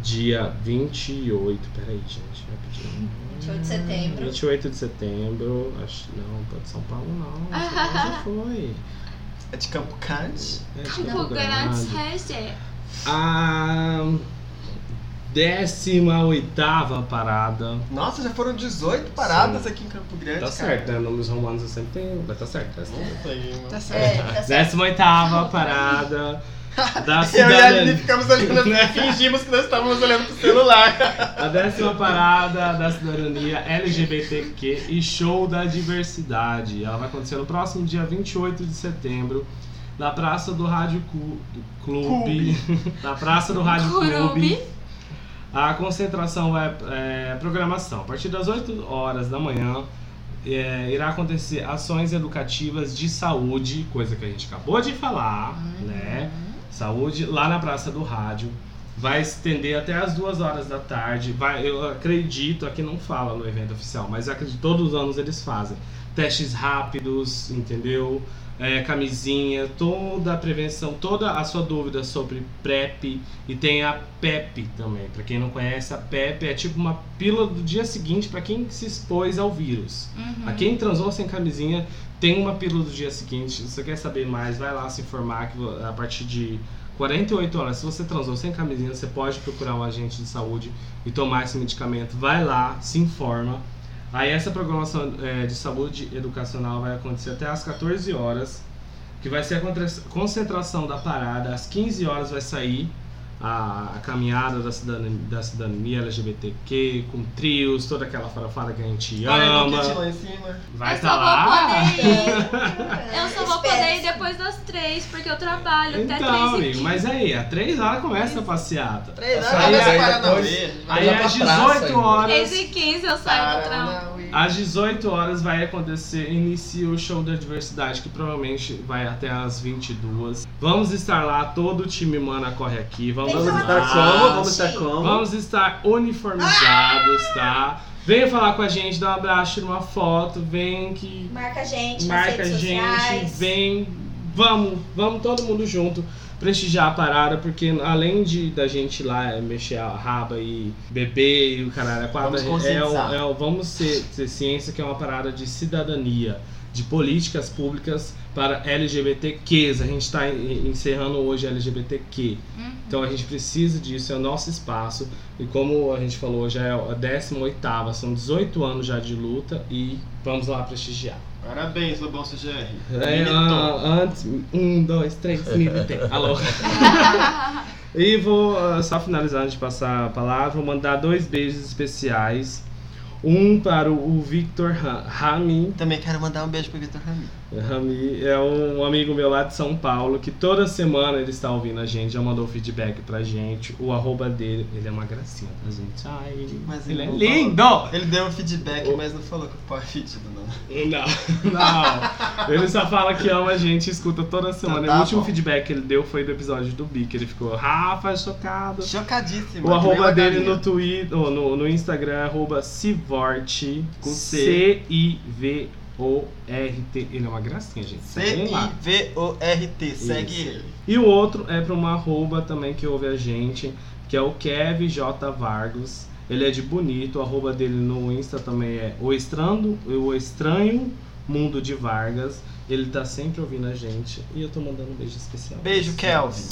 dia 28. Peraí, gente, rapidinho. 28 de setembro. 28 de setembro. Acho, não, pode São Paulo não. Já foi. É de Campo Cante? Tá É de Campo Campo Grande, Grande. Regi. A 18 parada. Nossa, já foram 18 paradas aqui em Campo Grande, Tá cara. certo, né? Nomes romanos eu sempre tenho. Mas tá certo, tá certo. Puta aí, mano. Tá certo. É, tá certo. 18 parada da Eu e a cidadania. Aline ficamos olhando, fingimos que nós estávamos olhando pro celular. A décima parada da cidadania LGBTQ e show da diversidade. Ela vai acontecer no próximo dia 28 de setembru, na Praça do Rádio Cu- do Clube. Na Praça do Rádio Curubi. Clube. A concentração vai é, programação. A partir das 8 horas da manhã é, irá acontecer ações educativas de saúde, coisa que a gente acabou de falar, né? Saúde, lá na Praça do Rádio. Vai estender até as duas horas da tarde. Vai, eu acredito, aqui não fala no evento oficial, mas acredito todos os anos eles fazem. Testes rápidos, entendeu? É, camisinha, toda a prevenção, toda a sua dúvida sobre PrEP e tem a PEP também. Para quem não conhece, a PEP é tipo uma pílula do dia seguinte para quem se expôs ao vírus. Uhum. A quem transou sem camisinha tem uma pílula do dia seguinte. Se você quer saber mais, vai lá se informar que vo- a partir de 48 horas, se você transou sem camisinha, você pode procurar um agente de saúde e tomar esse medicamento. Vai lá, se informa. Aí essa programação eh, de saúde educacional vai acontecer até às 14 horas, que vai ser a contra- concentração da parada. Às 15 horas vai sair a, a caminhada da cidadania, da cidadania LGBTQ, com trios, toda aquela farofada que a gente Olha, ama. Boquete lá em cima. Vai Eu tá estar só vou lá. Eu só vou poder ir depois das três, porque eu trabalho até três Então, e amigo, quinze. mas aí, às 3 horas começa a passeata. Aí, Três horas, vai aí, separar na depois- rede, vai aí lá pra às praça 18 ainda. horas. 3 e 15 eu saio do né? trampo. Às 18 horas vai acontecer, inicia o show da diversidade, que provavelmente vai até às 22. Vamos estar lá, todo o time Mana corre aqui. Vamos, Vamos lá. estar um como? Vamos estar como? Vamos estar uniformizados, tá? Venha falar com a gente, dá um abraço, tira uma foto, vem que Marca a gente marca a nas redes gente, sociais. vem, vamos, vamos todo mundo junto prestigiar a parada, porque além de da gente ir lá é, mexer a raba e beber e o caralho, a Vamos quadra é, o, conscientizar. é o- vamos ser, ser ciência que é uma parada de cidadania, de políticas públicas para LGBTQs. A gente está encerrando hoje LGBTQ. Uhum. Então a gente precisa disso, é o nosso espaço. E como a gente falou, já é a 18 são 18 anos já de luta e vamos lá prestigiar. Parabéns, Lobão CGR. É, ah, antes, um, dois, três, militei. Alô. e vou ah, só finalizar antes de passar a palavra, vou mandar dois beijos especiais. Um para o Victor Ra- Ramin. Também quero mandar um beijo pro Victor Ramin. Rami é um amigo meu lá de São Paulo que toda semana ele está ouvindo a gente, já mandou feedback pra gente. O arroba dele, ele é uma gracinha pra gente. Ai, ele, Mas ele é não lindo! falou. Ele deu um feedback, mas não falou que o pau é fedido, não. Não, não. Ele só fala que ama a gente, escuta toda semana. Então tá o último bom. feedback que ele deu foi do episódio do Bic. Ele ficou, Rafa, é chocado. Chocadíssimo. O arroba Que nem uma dele no galinha. Twitter, ou no, no Instagram é arroba Civorte, Com C. C-I-V-O-R-T. Ele é uma gracinha, gente. Segue lá. C-I-V-O-R-T, segue Isso. ele. E o outro é para uma arroba também que ouve a gente, que é o Kev J Vargas. Ele é de bonito, a arroba dele no Insta também é o Estrando, o Estranho Mundo de Vargas. Ele tá sempre ouvindo a gente e eu tô mandando um beijo especial. Beijo, Kelvin.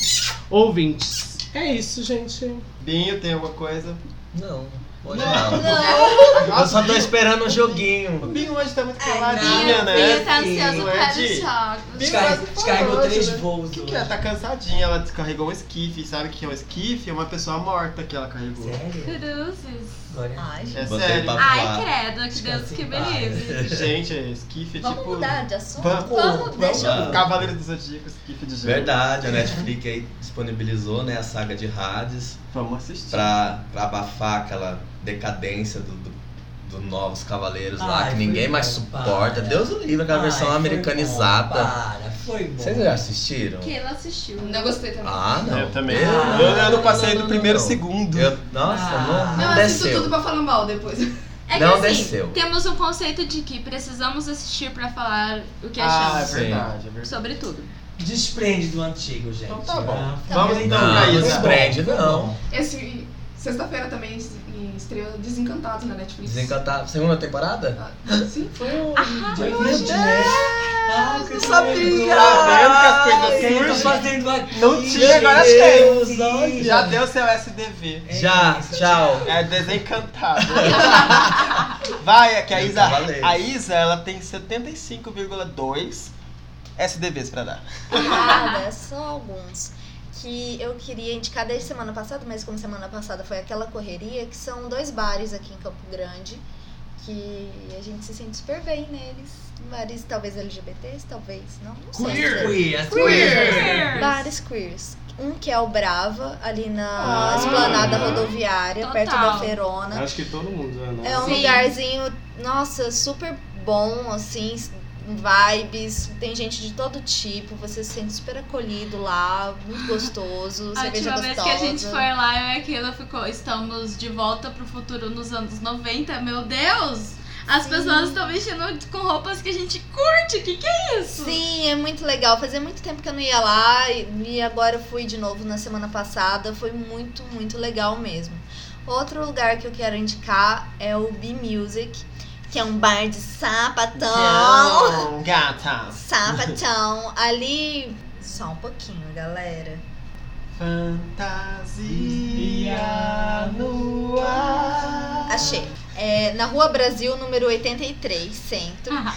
Ouvintes. É isso, gente. Binho, tem alguma coisa? Não. Hoje não. Não. Eu só tô esperando um joguinho. O Binho hoje tá muito não, caladinha, né? Binho tá ansioso Não para é, Di? os jogos. Binho Descar- quase descarregou falou três hoje, né? voos O que, que é? Tá cansadinha, ela descarregou um esquife. Sabe o que é um esquife? É uma pessoa morta que ela carregou. Sério? Cruzes. Ai, É gente. sério. Ai, credo, que Deus que me livre. Gente, esquife é Vamos tipo. mudar de assunto? Vamos, Vamos, deixa eu- Cavaleiro do Zodíaco, esquife de gelo. Verdade, a Netflix aí disponibilizou né, a saga de Hades. Vamos assistir. Pra, pra abafar aquela decadência do, do, do Novos Cavaleiros lá, Ai, que ninguém foi mais bom, suporta. para. Deus o livre, aquela Ai, versão foi é americanizada. bom, para, foi bom. Vocês já assistiram? Keila assistiu. Não gostei também. Ah, não. Eu também. Eu- eu não passei do primeiro segundo. Eu, nossa, Ah. não, Não, não eu assisto desceu. tudo pra falar mal depois. É que Não assim, desceu. temos um conceito de que precisamos assistir pra falar o que Ah, é achamos. verdade, é verdade. Sobre tudo. Desprende do antigo, gente. Então tá bom. Vamos então pra isso. Desprende, não. Esse sexta-feira também es- estreou Desencantados na Netflix. Desencantar. tá Segunda temporada? Sim, foi Ah, dia meu hoje. Deus! Ah, que sabia! Tá vendo que as coisas O que eu tô surgem? fazendo aqui? Não tinha, agora Meu tem. Deus, olha. Já deu seu SDV. Já, tchau. É desencantado. Vai, é que a Eu Isa, tava lendo. a Isa ela tem 75,2 SDVs pra dar. Nada, é só alguns. Que eu queria indicar desde semana passada, mas como semana passada foi aquela correria, que são dois bares aqui em Campo Grande, que a gente se sente super bem neles. Bares talvez LGBTs, talvez não. não sei. Queer. é Queer. Queers. Queers. Bares queers. Um que é o Brava, ali na Ah. esplanada rodoviária, perto Total. da Ferona. É um Acho que todo mundo já, né? É um lugarzinho, nossa, super bom, assim. vibes, tem gente de todo tipo, você se sente super acolhido lá, muito gostoso, A cerveja última vez gostosa. que a gente foi lá, eu e a Keila ficou, estamos de volta pro futuro nos anos 90, meu Deus! As Sim. pessoas estão vestindo com roupas que a gente curte, o que, que é isso? Sim, é muito legal. Fazia muito tempo que eu não ia lá e e agora eu fui de novo na semana passada. Foi muito, muito legal mesmo. Outro lugar que eu quero indicar é o B Music, que é um bar de Então. sapatão. Não, gata. Sapatão. Ali. Só um pouquinho, galera. Fantasia no ar. Achei. É, na Rua Brasil, número 83, centro. Ah,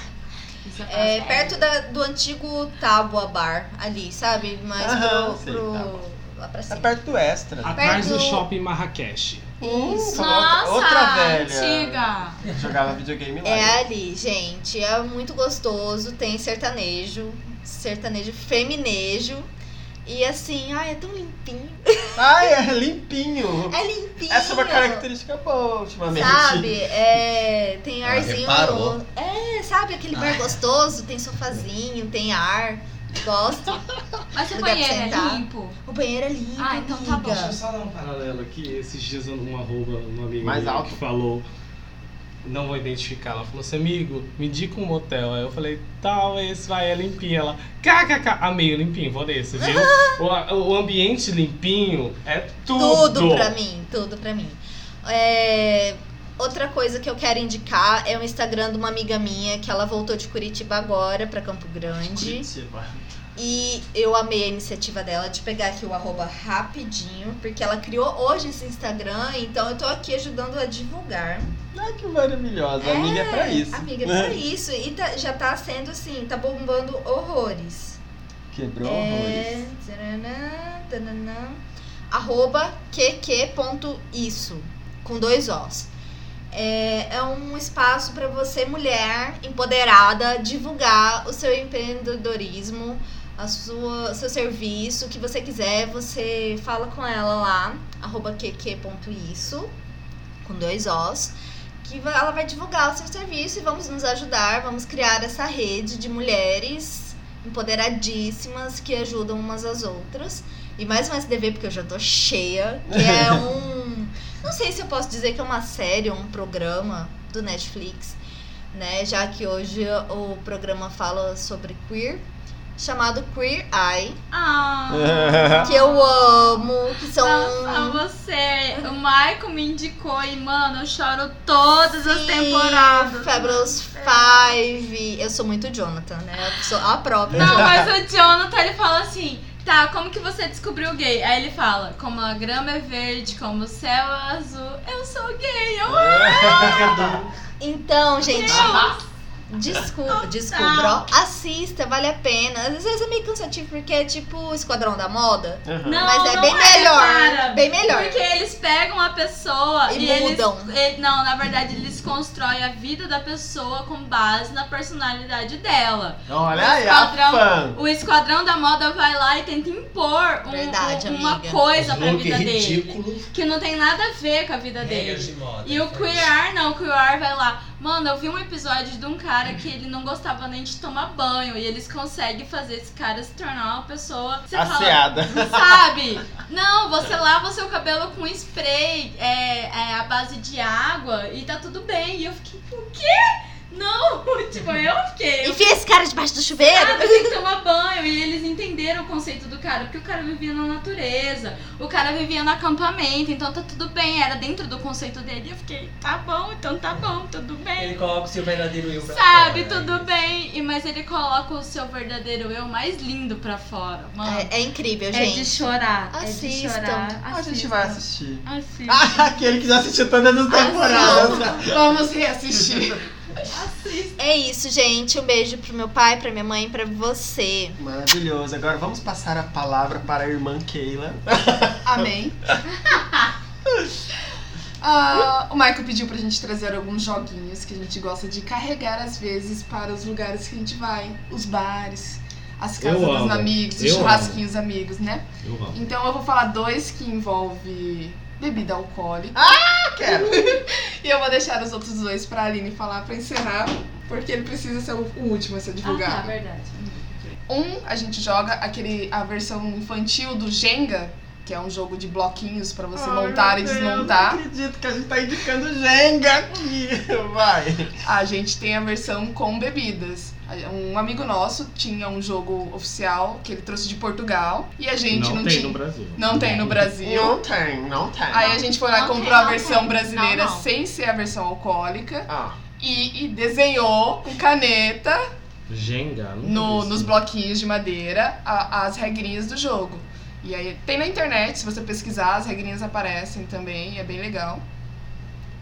É, perto da- do antigo Tábua Bar, ali, sabe? Mais Aham, pro. sei, pro- Tábua. lá pra Tá cima. perto do extra. Atrás do Perto- shopping Marrakech. Hum. Isso. Nossa, outra velha. antiga! Jogava videogame lá. É ali, gente. É muito gostoso. Tem sertanejo, sertanejo feminejo. E assim, ai, é tão limpinho. Ai, é limpinho. É limpinho. Essa é uma característica boa ultimamente. Sabe? É, tem Ela arzinho. reparou. no- É, sabe aquele bar Ai. gostoso? Tem sofazinho, tem ar. Gosto. Mas o Lugar pra banheiro é sentar. limpo? O banheiro é limpo. Ah, então tá bom. amiga. Deixa eu só dar um paralelo aqui. Esses dias uma arroba, uma amiga Mais minha alto. que falou, não vou identificar. Ela falou assim, amigo, me indica um motel. Aí eu falei, tal, esse vai, é limpinho. Ela, kkk, amei o Ah, limpinho, vou nesse, viu? o, o ambiente limpinho é tudo. Tudo pra mim, tudo pra mim. É, Outra coisa que eu quero indicar é o Instagram de uma amiga minha, que ela voltou de Curitiba agora pra Campo Grande. Curitiba. E eu amei a iniciativa dela de pegar aqui o arroba rapidinho, porque ela criou hoje esse Instagram, então eu tô aqui ajudando a divulgar. Ai, que maravilhosa. Amiga é pra isso. Amiga, é pra isso. E tá- já tá sendo assim, tá bombando horrores. Quebrou É, horrores. taranã, tananã. Arroba qq.isso, com dois Os. É, é um espaço para você, mulher empoderada, divulgar o seu empreendedorismo, a sua, seu serviço, o que você quiser. Você fala com ela lá, arroba qq.isso, com dois Os. Que va- ela vai divulgar o seu serviço e vamos nos ajudar, vamos criar essa rede de mulheres empoderadíssimas que ajudam umas às outras. E mais um SDV, porque eu já tô cheia, que é um. Não sei se eu posso dizer que é uma série ou um programa do Netflix, né? Já que hoje o programa fala sobre queer, chamado Queer Eye, Ah, que eu amo, que são. Ah, você, o Michael me indicou e, mano, eu choro todas as Sim, temporadas. É. Fabulous Five. Eu sou muito Jonathan, né? Eu sou a própria. Não, Jonathan. mas o Jonathan ele fala assim: tá, como que você descobriu gay? Aí ele fala: como a grama é verde, como o céu é azul, eu sou gay. Eu Então, gente, Meu desculpa, descubra, ó. assista, vale a pena. Às vezes é meio cansativo porque é tipo Esquadrão da Moda, Não, mas é não bem melhor, cara. bem melhor. Porque eles pegam a pessoa E Ah, e, eles- mudam. ele- não, na verdade, eles constroem a vida da pessoa com base na personalidade dela. Olha O aí, a fã. O esquadrão da moda vai lá e tenta impor um- Verdade, um- uma amiga. coisa pra é Look vida dele. ridículo. Que não tem nada a ver com a vida dele. Regras de moda. E o Queer Eye, não, o Queer Eye vai lá. Mano, eu vi um episódio de um cara que ele não gostava nem de tomar banho. E eles conseguem fazer esse cara se tornar uma pessoa. Você fala, Asseada. Sabe? Não, você lava o seu cabelo com spray, é, é, a base de água e tá tudo bem. E eu fiquei, o quê? Não, tipo, eu fiquei. Enfia esse cara debaixo do chuveiro. Sabe, tem que tomar banho. E eles entenderam o conceito do cara, porque o cara vivia na natureza, o cara vivia no acampamento, então tá tudo bem, era dentro do conceito dele. E eu fiquei, tá bom, então tá bom, tudo Ele bem. coloca o seu verdadeiro eu pra Sabe, fora. né? tudo bem. E, mas ele coloca o seu verdadeiro eu mais lindo pra fora. Mano, É, é incrível, É gente. de chorar, é de Assistam. chorar. A gente Assistam. vai assistir. assim. Ah, aquele que já assistiu todas as temporadas. Vamos reassistir. É isso, gente. Um beijo pro meu pai, pra minha mãe, pra você. Maravilhoso. Agora vamos passar a palavra para a irmã Keila. Amém. Ah, o Michael pediu pra gente trazer alguns joguinhos que a gente gosta de carregar às vezes para os lugares que a gente vai, os bares, as Eu casas dos amo. amigos, os Eu churrasquinhos amigos, né? Eu amo. Então eu vou falar dois que envolve bebida alcoólica. Ah, quero. e eu vou deixar os outros dois pra Aline falar pra encerrar. Porque ele precisa ser o o último a ser divulgado. Ah, tá, verdade. Um, a gente joga aquele, a versão infantil do Jenga, que é um jogo de bloquinhos pra você Ai, montar e meu Deus, desmontar. Não acredito que a gente tá indicando Jenga aqui. Vai. A gente tem a versão com bebidas. Um amigo nosso tinha um jogo oficial que ele trouxe de Portugal e a gente não, tem tinha. no Brasil. Não tem no Brasil. Não tem, não tem. Aí a gente foi lá e Não comprou tem, a não versão tem. brasileira Não, não. sem ser a versão alcoólica Ah. e, e desenhou com caneta Jenga. nunca vi no- isso. nos bloquinhos de madeira a- as regrinhas do jogo. E aí tem na internet, se você pesquisar, as regrinhas aparecem também, é bem legal.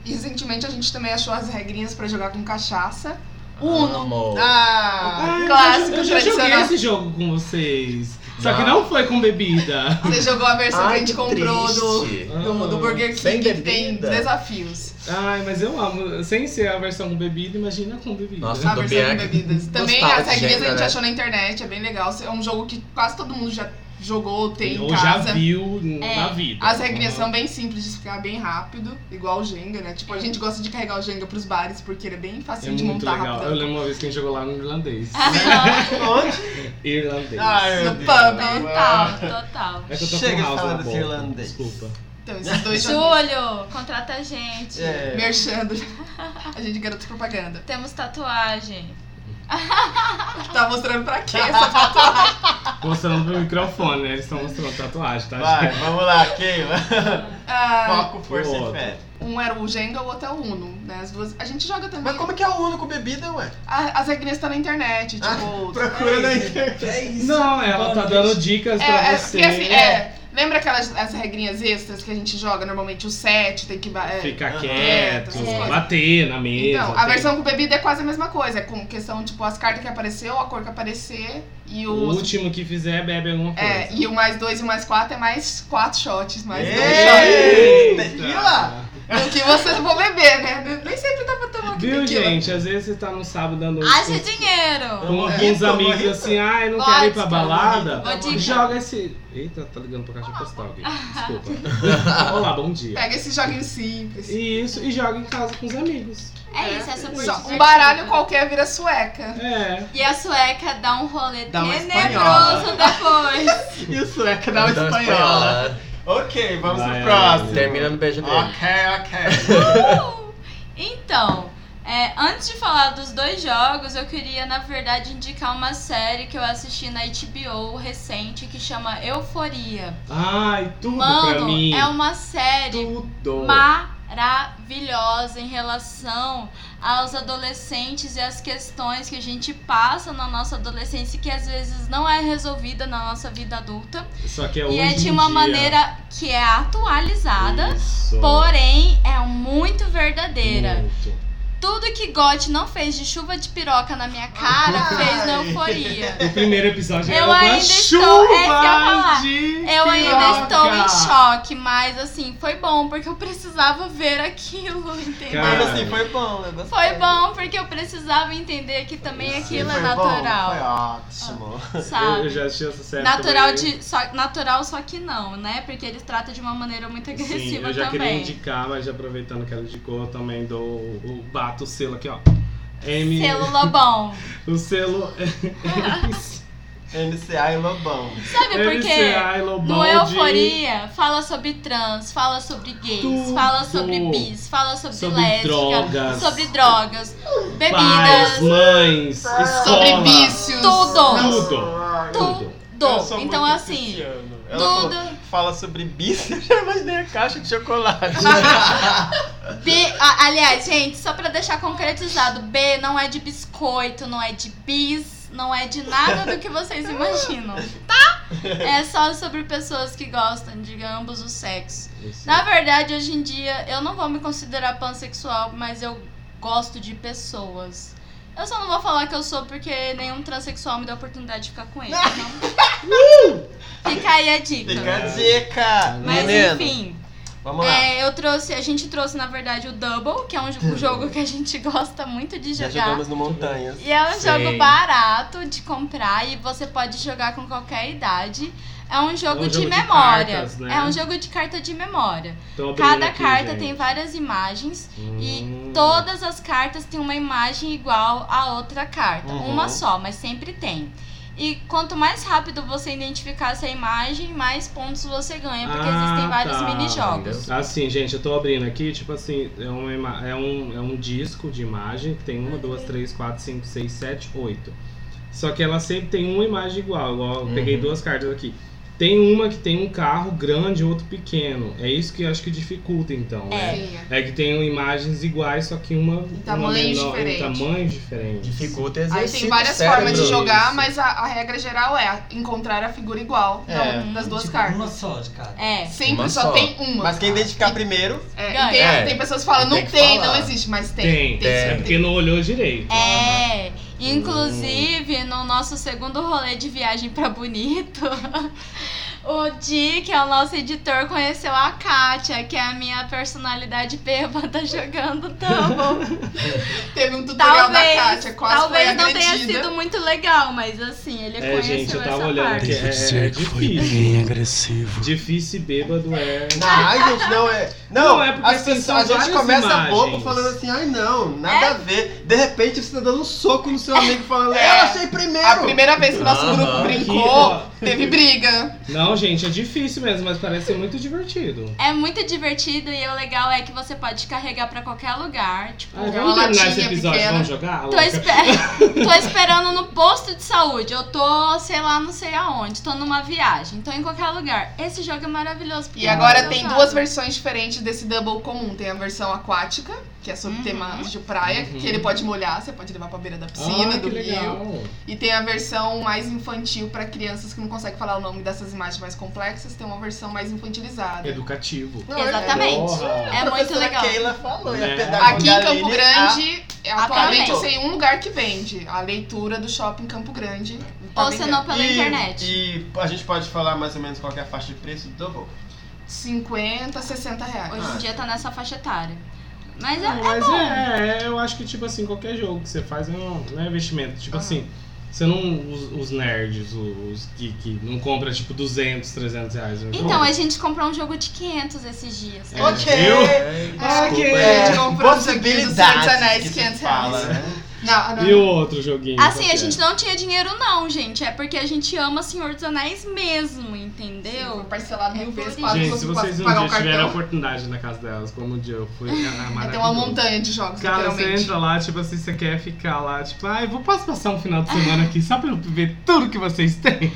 E recentemente a gente também achou as regrinhas pra jogar com cachaça. Uno. Amo. Ah, Ah, o eu clássico já- Eu já joguei tradicional. esse jogo com vocês. Só que não foi com bebida. Você jogou a versão que Ai, a gente que comprou do, triste. do, do Burger Sem King, que tem bebida. desafios. Ai, mas eu amo. Sem ser a versão com bebida, imagina com bebida. Nossa, a do versão Bianca de bebidas. Também gostava as de regrinhas Jenga, a gente né? achou na internet, é bem legal. É um jogo que quase todo mundo já jogou, tem em Ou já casa. É, viu na vida. As regrinhas Uhum. são bem simples de explicar, bem rápido, igual o Jenga, né? Tipo, a gente gosta de carregar o Jenga pros bares porque ele é bem É facinho de muito montar Ah. legal. Eu rápido. lembro uma vez que a gente jogou lá no irlandês. Onde? Irlandês. Ai, meu No Deus. pub. Total, total. É que eu tô Chega de com house falar na desse boca, irlandês. Desculpa. Então, esses dois jogos. Júlio, contrata a gente. É. Merchando. A gente garoto propaganda. Temos tatuagem. Tá mostrando pra quê essa tatuagem? Mostrando pro microfone, né? Eles estão mostrando tatuagem, tá? Vai, gente? vamos lá, queima. Ah, Foco, força Outro. e fé. um era o Jenga, o outro é o Uno, né? As duas... A gente joga também... Mas como que é o Uno com bebida, ué? Ah, A- as regrinhas estão na internet, tipo... Procura na internet. É Não, ela tá dando dicas É, pra é, você. né? porque assim, é, Lembra aquelas as regrinhas extras que a gente joga normalmente? O set tem que... ba- é, Ficar é, quieto, essas coisas. bater na mesa. Então, a tem- versão com bebida é quase a mesma coisa. É com questão, tipo, as cartas que apareceu, a cor que aparecer e O o. último que fizer bebe alguma coisa. Então, É, e o mais dois e o mais quatro é mais quatro shots, mais dois shots. Eita! Tequila! Do que você for beber, né? Nem sempre dá pra tomar aqui Viu, tequila. gente? Às vezes você tá no sábado à noite Haja com- dinheiro. com alguns amigos assim, ai, não quero ir pra Vodka, balada. vodka. Joga esse. Eita, tá ligando pra caixa postal aqui. Desculpa. Olá, bom dia. Pega esse joguinho simples. E isso, e joga em casa com os amigos. É isso, essa Só, parte. um baralho qualquer vira sueca. É. E a sueca dá um rolê Dá uma tenebroso espanhola. depois. Isso é canal Dá uma espanhola. Ok, vamos Vai, pro próximo. Termina no beijo dele. Ah. Ok, ok. Uh! Então, é, antes de falar dos dois jogos, eu queria, na verdade, indicar uma série que eu assisti na HBO recente que chama Euforia. Ai, tudo pra Mano, mim. é uma série Tudo. maravilhosa em relação aos adolescentes e às questões que a gente passa na nossa adolescência e que às vezes não é resolvida na nossa vida adulta. Só que é hoje e é de em uma dia. maneira que é atualizada, Isso. porém é muito verdadeira. Muito. Tudo que Gotti não fez de chuva de piroca na minha cara, fez na euforia. O primeiro episódio era Eu uma ainda chuva estou. É isso que eu ia falar. de Eu ainda estou em piroca. choque, mas assim, foi bom, porque eu precisava ver aquilo, entendeu? Mas assim, foi bom, eu gostei. Foi bom, porque eu precisava entender que também aquilo é Foi bom, natural. foi ótimo. Sabe? Eu, eu já assisti essa série. Natural, também. de, só, natural só que não, né? Porque eles tratam de uma maneira muito Sim, agressiva eu já queria também. indicar, mas já aproveitando que ela indicou, eu também dou o, o bato o selo aqui, ó. M... Selo Lobão. O selo. MCA e Lobão. Sabe por quê? MCA e Lobão No de- é Euforia, fala sobre trans, fala sobre gays, fala sobre bis, fala sobre, Sobre lésbica, drogas. sobre drogas, Pais, bebidas, mães, escola. Sobre vícios. tudo. Tudo. Tudo. Eu Tudo. sou Então, muito assim, pisciano. Ela falou, tudo. fala sobre bis, eu já imaginei a caixa de chocolate. B, a- aliás, gente, só pra deixar concretizado, B não é de biscoito, não é de bis, não é de nada do que vocês imaginam, tá? É só sobre pessoas que gostam de ambos os sexos. Na verdade, hoje em dia, eu não vou me considerar pansexual, mas eu gosto de pessoas. Eu só não vou falar que eu sou porque nenhum transexual me deu a oportunidade de ficar com ele. Então... Fica aí a dica. Fica a dica. Mas menino. enfim. Vamos lá. É, eu trouxe, a gente trouxe na verdade o Double, que é um jo- um jogo que a gente gosta muito de Já jogar. jogamos no Montanhas. E é um Sim. jogo barato de comprar e você pode jogar com qualquer idade. é um jogo, É um de jogo de memória. cartas, né? É um jogo de carta de memória. Tô abrindo Cada Então, aqui, carta gente. tem várias imagens Hum. e todas as cartas têm uma imagem igual à outra carta. Uhum. Uma só, mas sempre tem. E quanto mais rápido você identificar essa imagem, mais pontos você ganha, porque Ah, existem vários tá, mini-jogos. Assim, gente, eu tô abrindo aqui, tipo assim, é, uma ima- é, um, é um disco de imagem que tem uma, duas, três, quatro, cinco, seis, sete, oito. Só que ela sempre tem uma imagem igual, igual eu peguei Uhum. duas cartas aqui. Tem uma que tem um carro grande e outro pequeno. É isso que eu acho que dificulta, então, né? Sim. É que tem imagens iguais, só que uma, uma tamanhos menor, diferentes. um tamanho diferente. Dificulta Aí tem várias formas de jogar, mas a, a regra geral é encontrar a figura igual da- É. das duas cartas. Tipo, Uma só de cada. É. Sempre Uma só, tem uma. Mas quem identificar primeiro. É, e ganha. tem, É. tem pessoas que falam, não Tem tem, que falar. não existe, mas tem. Tem, é porque não olhou direito. É, inclusive no nosso segundo rolê de viagem pra Bonito, o Di, que é o nosso editor, conheceu a Kátia, que é a minha personalidade bêbada jogando Tumble. Teve um tutorial talvez da Kátia, quase talvez foi não tenha agredida. sido muito legal, mas assim, ele É, conheceu gente, eu essa tava olhando parte. aqui. É, é difícil. bem agressivo. Difícil e bêbado é. Ai, gente, não é. Não, Não, é porque as assim, pessoas- são a gente várias começa imagens. bobo falando assim, ai não, nada a ver. De repente você tá dando um soco no seu amigo falando, eu achei primeiro. A primeira vez que o nosso grupo Aham. brincou, Que- teve briga. Não, gente, é difícil mesmo, mas parece ser muito divertido. É muito divertido e o legal é que você pode carregar pra qualquer lugar. Tipo, Ah, uma vamos terminar esse latinha episódio, pequena. vamos jogar? Ah, Tô, espe- tô esperando no posto de saúde. Eu tô, sei lá, não sei aonde. Tô numa viagem. Tô em qualquer lugar. Esse jogo é maravilhoso. porque E é agora muito tem usado. duas versões diferentes desse double comum. Tem a versão aquática, que é Uhum. sobre temas de praia, Uhum. que ele pode molhar, você pode levar pra beira da piscina, Ah, do que legal. rio. E tem a versão mais infantil pra crianças que não conseguem falar o nome dessas imagens mais complexas, tem uma versão mais infantilizada. Educativo. né? Exatamente. Porra. É A muito professora legal. Keila falou, e a Né? pedagogia Aqui em Campo Aline, Grande, a- é, atualmente aproveitou. eu sei um lugar que vende. A leitura do shopping Campo Grande. tá Ou se não, vendendo. pela E- internet. E a gente pode falar mais ou menos qual que é a faixa de preço do Double. 50, 60 reais. Hoje em dia tá nessa faixa etária. Mas é, é Mas bom. é, é, eu acho que, tipo assim, qualquer jogo que você faz é um não é investimento. Tipo assim, você não. Os, os nerds, os que, que não compra, tipo, 200, 300 reais. um jogo. Então, a gente comprou um jogo de 500 esses dias. É, viu? Ah, Ok. a gente comprou os aqui dos Senhor dos É, que Anéis, se 500 fala, reais. né? Não, não. E o outro joguinho? é- Assim, qualquer? a gente não tinha dinheiro, não, gente. É porque a gente ama Senhor dos Anéis mesmo, entendeu? foi parcelado mil vezes, Gente, se vocês um pagar dia o cartão. tiverem a oportunidade na casa delas, como um dia eu fui, é maravilhoso. Tem uma montanha de jogos, Cara, você literalmente. entra lá, tipo assim, você quer ficar lá, tipo, ai, vou posso passar um final de semana aqui só pra eu ver tudo que vocês têm.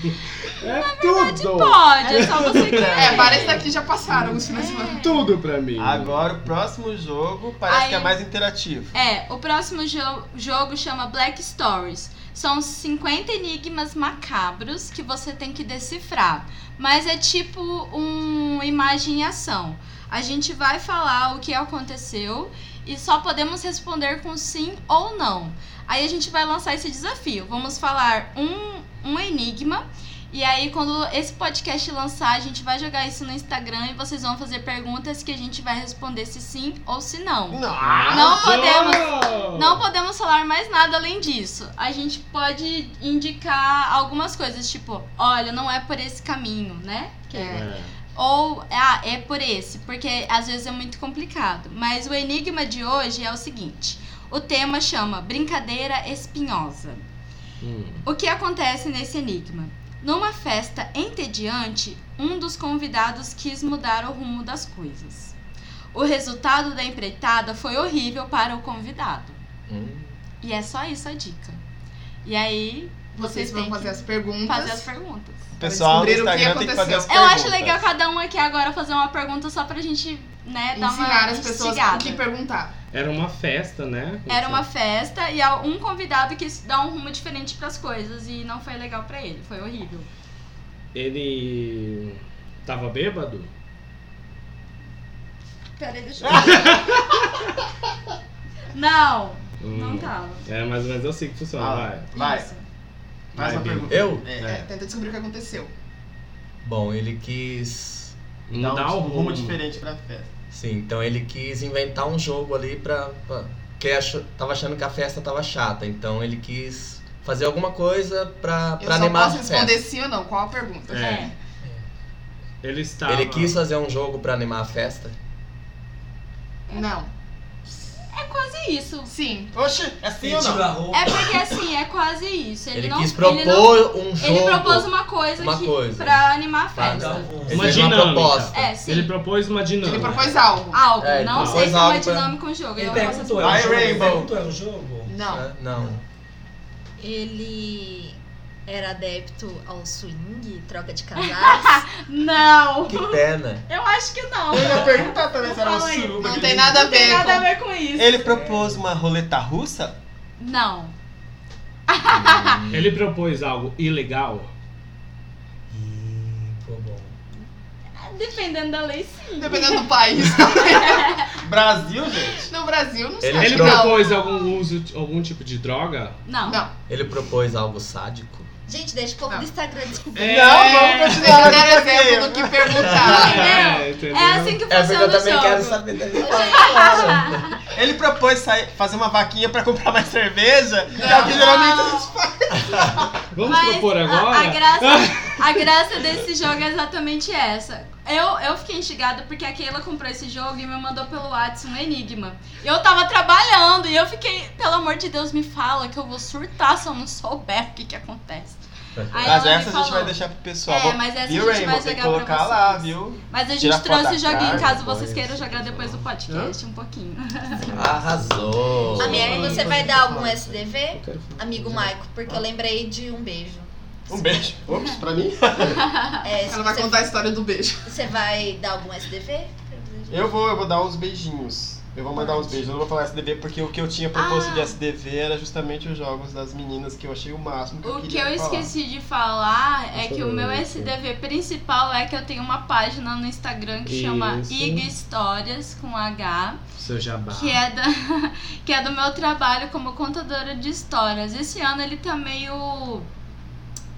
É tudo! pode, é só você querer. É, várias daqui já passaram os finais de semana. Tudo pra mim. Agora o próximo jogo parece Aí- que é mais interativo. É, o próximo jo- jogo chama Black Stories. São 50 enigmas macabros que você tem que decifrar. Mas é tipo um imagem e ação. A gente vai falar o que aconteceu e só podemos responder com sim ou não. Aí a gente vai lançar esse desafio. Vamos falar um, um enigma. E aí, quando esse podcast lançar, a gente vai jogar isso no Instagram e vocês vão fazer perguntas que a gente vai responder se sim ou se não. Não podemos, não podemos falar mais nada além disso. A gente pode indicar algumas coisas, tipo, olha, não é por esse caminho, né? Que- Ou, ah, é por esse, porque às vezes é muito complicado. Mas o enigma de hoje é o seguinte: o tema chama Brincadeira Espinhosa. O que acontece nesse enigma? Numa festa entediante, um dos convidados quis mudar o rumo das coisas. O resultado da empreitada foi horrível para o convidado. E é só isso a dica. E aí, Vocês vocês, vão têm fazer que as perguntas. fazer as perguntas. O pessoal do descobrir o que Instagram tem que fazer aconteceu. as Eu perguntas. acho legal cada um aqui agora fazer uma pergunta só pra gente, né, dar Ensinar uma as pessoas o instigada. que perguntar. Era uma festa, né? Era uma festa e um convidado quis dar um rumo diferente pras coisas e não foi legal pra ele, foi horrível. Ele. tava bêbado? Peraí, deixa eu ver. Não, Hum. não tá. tava. É mais ou menos assim que Ah, funciona, vai. Vai. Isso. Mais uma Vai, pergunta. Eu? É, tenta descobrir o que aconteceu. Bom, ele quis. Não dá tipo, um o rumo é. rumo. diferente pra festa. Sim, então ele quis inventar um jogo ali pra. pra que achou, tava achando que a festa tava chata, então ele quis fazer alguma coisa pra, Eu pra só animar posso a responder festa. sim ou não. Qual a pergunta? É. Ele estava. Ele quis fazer um jogo pra animar a festa? Não. É quase isso. Sim. Oxi, é assim ou tirou a não? roupa. É porque assim, é quase isso. Ele, Ele não quis ele não- propor um jogo. Ele propôs uma coisa, Uma que, coisa. pra animar a Pra festa. dar um- Ele Uma fez uma dinâmica. proposta. É, sim. Ele propôs uma dinâmica. Ele propôs algo. Algo. É, ele não propôs sei se é uma algo pra- dinâmica um jogo. Ele eu perguntou, não é um Vai, jogo? Ele Rainbow. perguntou, é um jogo? Não. É, Não. é. Ele era adepto ao swing, troca de casais. Não. Que pena. Eu acho que não. Eu ia perguntar também se era uma Fala aí. suruba. Não que tem ele- nada a Não tem ver. nada a com- ver com isso. Ele propôs uma roleta russa? Não. Ele propôs algo ilegal. Ih, pô, bom. Dependendo da lei, sim. Dependendo do país. Brasil, gente? No Brasil, não sei. Ele Não. propôs algum uso, algum tipo de droga? Não. Não. Ele propôs algo sádico? Gente, deixa o povo Não. do Instagram descobrir. É. Não, vamos Deixa eu continuar. dar aqui, porque- exemplo do que perguntar. É, entendeu? Ah, É assim que É porque funciona eu o também jogo. quero saber da Ele propôs sair, fazer uma vaquinha pra comprar mais cerveja, que é o que geralmente a gente faz. Vamos Mas propor a- agora? A, graça, a graça desse jogo é exatamente essa. Eu, eu fiquei instigada porque a Keila comprou esse jogo e me mandou pelo WhatsApp um enigma. Eu tava trabalhando e eu fiquei, pelo amor de Deus, me fala que eu vou surtar se eu não souber o que que acontece. Aí Mas ela essa me a gente falou. vai deixar pro pessoal. É, Vou- mas essa viu, a gente vai Rainbow? Tem que jogar pra colocar vocês. lá, viu? Mas a gente Tira a trouxe foto o da joguinho cara, caso depois. vocês queiram jogar depois do podcast um pouquinho. Arrasou. Amigo, Sim. você vai dar algum SDV? Eu quero- Amigo Maico, porque eu lembrei de um beijo. Um beijo. Ops, pra mim? É, se Ela vai você, contar a história do beijo. você vai dar algum SDV? Eu vou, eu vou dar uns beijinhos. Eu vou mandar uns beijos. Eu não vou falar SDV porque o que eu tinha proposto Ah. de SDV era justamente os jogos das meninas que eu achei o máximo. Que O que queria eu falar. esqueci de falar é Deixa que eu o meu ver aqui. SDV principal é que eu tenho uma página no Instagram que chama Isso. Tá. Iga Histórias com H. Seu jabá. que é, da, que é do meu trabalho como contadora de histórias. Esse ano ele tá meio.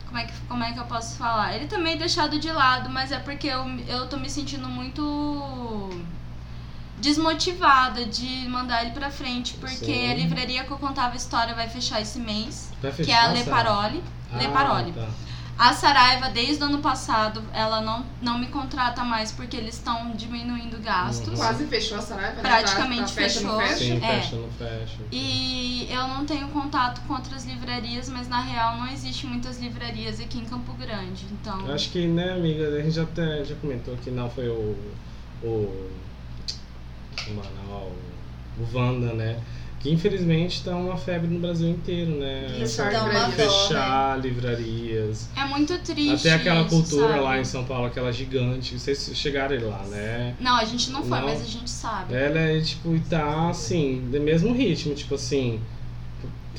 Como é que, como é que eu posso falar? Ele tá meio deixado de lado, mas é porque eu, eu tô me sentindo muito desmotivada de mandar ele pra frente, porque Sim. a livraria que eu contava história vai fechar esse mês, Vai que é a fechar, Le Sara? Parole. Tá Ah, Le Parole. tá. A Saraiva, desde o ano passado, ela não, não me contrata mais porque eles estão diminuindo gastos. Uhum. Quase fechou a Saraiva, né? Praticamente Tá- tá fecha, não fechou. fecha. Sim, É. fecha, não fecha. E eu não tenho contato com outras livrarias, mas na real não existe muitas livrarias aqui em Campo Grande. Então, Eu Acho que, né, amiga, a gente já, até, já comentou que não foi o. O. Mano, o, o Wanda, né? Que infelizmente tá uma febre no Brasil inteiro, né? Isso Essa dá coisa uma de dó, né? fechar livrarias. é muito triste. Até aquela isso, cultura sabe? lá em São Paulo, aquela gigante. Vocês chegaram aí lá, né? Não, a gente não foi, Não. mas a gente sabe. Ela é tipo, e tá assim, do mesmo ritmo, tipo assim.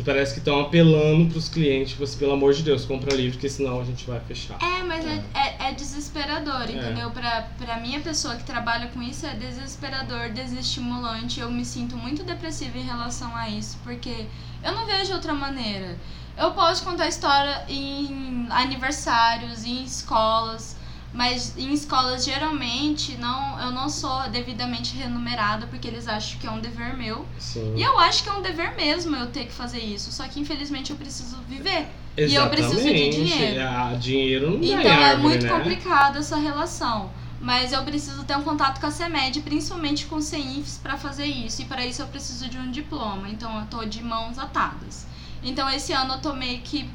Parece que estão apelando pros clientes, tipo assim, pelo amor de Deus, compra livro, porque senão a gente vai fechar. É, mas é, é, é desesperador, É. entendeu? Pra, pra minha pessoa que trabalha com isso, é desesperador, desestimulante. Eu me sinto muito depressiva em relação a isso, porque eu não vejo outra maneira. Eu posso contar história em aniversários, em escolas, mas em escolas geralmente não, eu não sou devidamente renumerada, porque eles acham que é um dever meu. Sim. E eu acho que é um dever mesmo eu ter que fazer isso, só que infelizmente eu preciso viver. E eu Exatamente. preciso de dinheiro. Ah, dinheiro não dá Então em é árvore, muito né? complicada essa relação. Mas eu preciso ter um contato com a CEMED, principalmente com o CEINFS, para fazer isso. E para isso eu preciso de um diploma. Então eu tô de mãos atadas. Então esse ano eu tô meio que.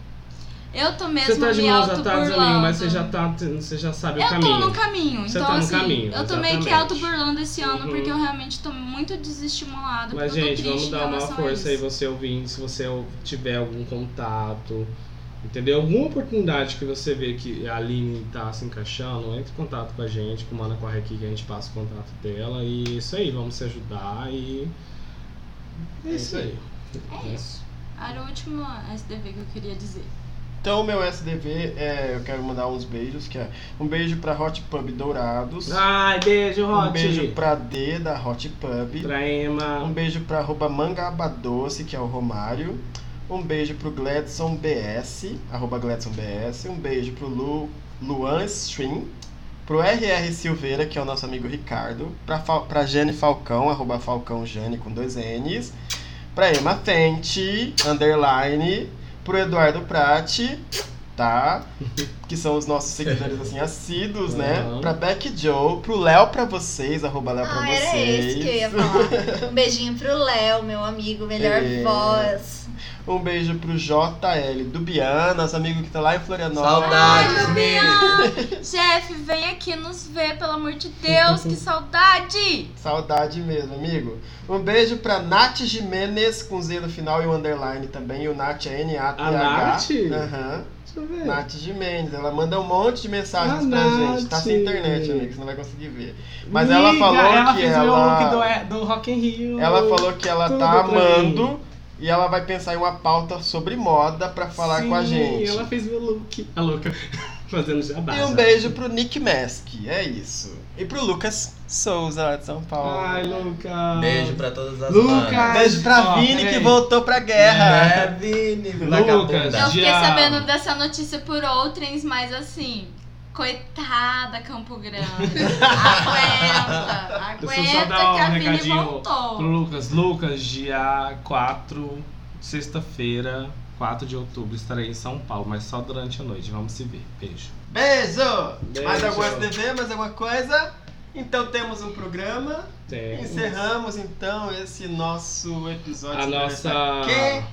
Eu tô mesmo Você tá de me mãos atadas, amigo, mas você autoburlando. já, tá, você já sabe o Eu caminho. tô no caminho, Você então tá no assim, caminho, eu tô meio que exatamente. autoburlando esse ano Uhum. porque eu realmente tô muito desestimulada. Mas, porque eu tô gente, vamos triste em dar uma relação a força aí, isso. você ouvinte, se você tiver algum contato, entendeu? Alguma oportunidade que você vê que a Aline tá se encaixando, entre em contato com a gente, com a Mana Corre aqui, que a gente passa o contato dela. E é isso aí, vamos se ajudar e. É isso aí. É isso. Era o último SDV que eu queria dizer. Então, meu SDV, é, eu quero mandar uns beijos, que é um beijo pra Hot Pub Dourados. Ai, beijo, Hot. Um beijo pra D da Hot Pub. pra Emma. Um beijo pra arroba Mangaba Doce, que é o Romário. Um beijo pro Gladson BS, arroba Gladson BS. Um beijo pro Lu, Luan Stream. Pro RR Silveira, que é o nosso amigo Ricardo. Pra, Fal- pra Jane Falcão, arroba Falcão Jane com dois N's. Pra Emma Fente, underline. Pro Eduardo Prati. tá? Que são os nossos seguidores, assim, assíduos, né? Uhum. Pra Beck Joe, pro Léo pra vocês, arroba Léo pra Ah, vocês. era esse que eu ia falar. Um beijinho pro Léo, meu amigo, melhor É. voz. Um beijo pro JL Dubiana, nosso amigo que tá lá em Florianópolis. Saudades, Ai, Bian, Jeff, vem aqui nos ver, pelo amor de Deus, que saudade! Saudade mesmo, amigo. Um beijo pra Nath Jimenez, com Z no final e o underline também. E o Nath é N-A-T-H. A Nath? Aham. Deixa eu ver. Nath Jimenez, ela manda um monte de mensagens A pra Nath. gente. Tá sem internet, amigo, você não vai conseguir ver. Mas Miga, ela falou ela que fez ela. meu look do, do Rock in Rio. Ela falou que ela Tudo pra tá mim. amando e ela vai pensar em uma pauta sobre moda pra falar Sim, com a gente. ela fez meu look. A louca fazendo jabá. E um já. beijo pro Nick Mask, é isso. E pro Lucas Souza, lá de São Paulo. Ai, Lucas. Beijo pra todas as Lucas! manas. Beijo pra Ó, Vini que peraí. voltou pra guerra. É, Vini, Lucas, vagabunda. Eu fiquei Diabo. sabendo dessa notícia por outrens, mas assim, coitada Campo Grande. aguenta, Eu só só aguenta dar que a um Vini recadinho voltou. pro Lucas. Lucas, dia 4, sexta-feira, 4 de outubro, estarei em São Paulo, mas só durante a noite. Vamos se ver. Beijo. Beijo! Beijo. Mais alguma TV, mais alguma coisa? Então temos um programa. Até. um- Encerramos então esse nosso episódio. A sobre nossa. essa- Que?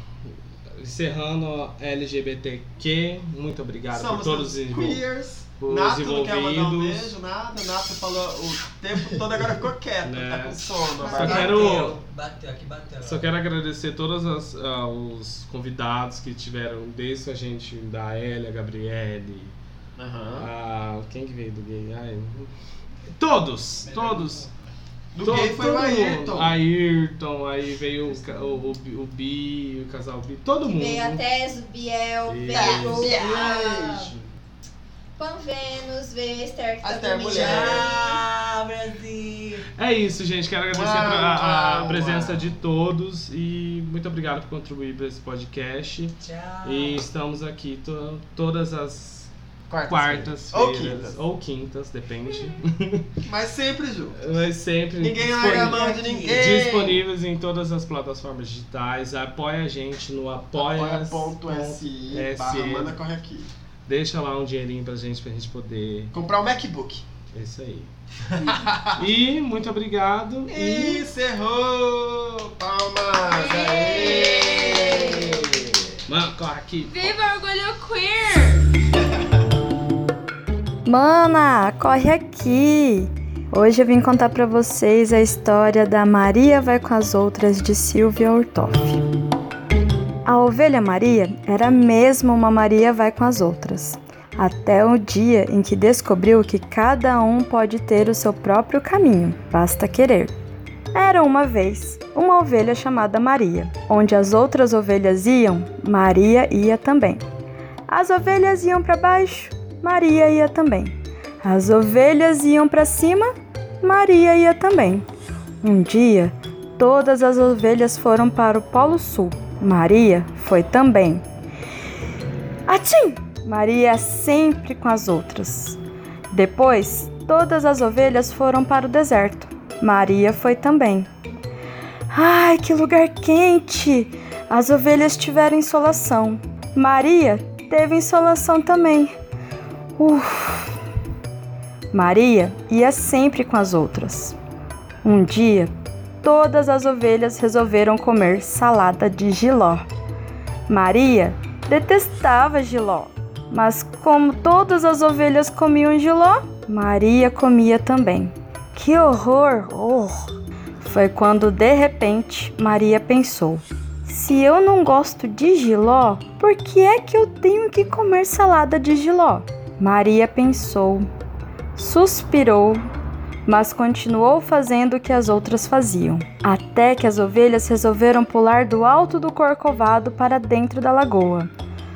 Encerrando LGBTQ. Muito obrigado Somos por todos os queers. os Nato não quer mandar um envolvidos. beijo, nada. Nato falou o tempo todo, agora ficou quieto, Né. tá com sono. Só vai lá. quero- Bateu aqui, bateu. Só quero agradecer todos as, ah, os convidados que tiveram, desde a gente da Elia, a Gabriele, Aham. a- quem que veio do gay? Ai, não- todos, todos. Do To- gay foi o todo mundo. Ayrton. Ayrton, aí veio o, ca- o, o, Bi- o Bi, o casal Bi, todo Que mundo. veio a Tess, o Biel, Isso. veio a Beijo. Pan Vênus, veio a Esther que tá Esther dormindo. Mulher. Ah, Brasil. É isso, gente. Quero agradecer Uau, pra- a, a uau, presença uau. de todos e muito obrigado por contribuir para esse podcast. Tchau. E estamos aqui to- todas as Quartas-feiras. quartas-feiras Ou quintas. ou quintas, depende. Mas sempre junto. Mas sempre Ninguém disponi- larga a mão de ninguém. disponíveis em todas as plataformas digitais. Apoia a gente no apoia. Apoia.se. barra Manda corre aqui. Deixa lá um dinheirinho pra gente, pra gente poder. Comprar um MacBook. É isso aí. e muito obrigado. E Encerrou! Palmas! Aê! Mano, corre aqui. Viva Orgulho Queer! Mana, corre aqui! Hoje eu vim contar pra vocês a história da Maria vai com as outras de Silvia Ortoff. A ovelha Maria era mesmo uma Maria vai com as outras, até o dia em que descobriu que cada um pode ter o seu próprio caminho, basta querer. Era uma vez uma ovelha chamada Maria. Onde as outras ovelhas iam, Maria ia também. As ovelhas iam para baixo, Maria ia também. As ovelhas iam para cima, Maria ia também. Um dia, todas as ovelhas foram para o Polo Sul. Maria foi também. Atim! Maria é sempre com as outras. Depois, todas as ovelhas foram para o deserto. Maria foi também. Ai, que lugar quente! As ovelhas tiveram insolação. Maria teve insolação também. Uf. Maria ia sempre com as outras. Um dia, todas as ovelhas resolveram comer salada de giló. Maria detestava giló, mas como todas as ovelhas comiam giló, Maria comia também. Que horror! Oh! Foi quando de repente Maria pensou: se eu não gosto de giló, por que é que eu tenho que comer salada de giló? Maria pensou, suspirou, mas continuou fazendo o que as outras faziam, até que as ovelhas resolveram pular do alto do corcovado para dentro da lagoa.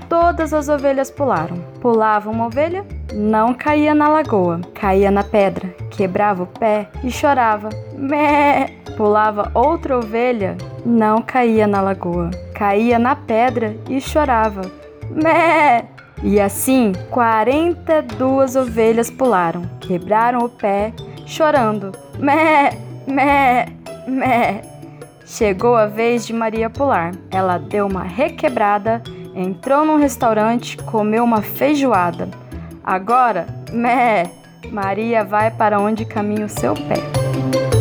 Todas as ovelhas pularam. Pulava uma ovelha, não caía na lagoa, caía na pedra, quebrava o pé e chorava. Mé! Pulava outra ovelha, não caía na lagoa, caía na pedra e chorava. Mé! E assim, 42 ovelhas pularam, quebraram o pé, chorando. Mé! Mé! Mé! Chegou a vez de Maria pular. Ela deu uma requebrada, Entrou num restaurante, comeu uma feijoada. Agora, mé, Maria vai para onde caminha o seu pé.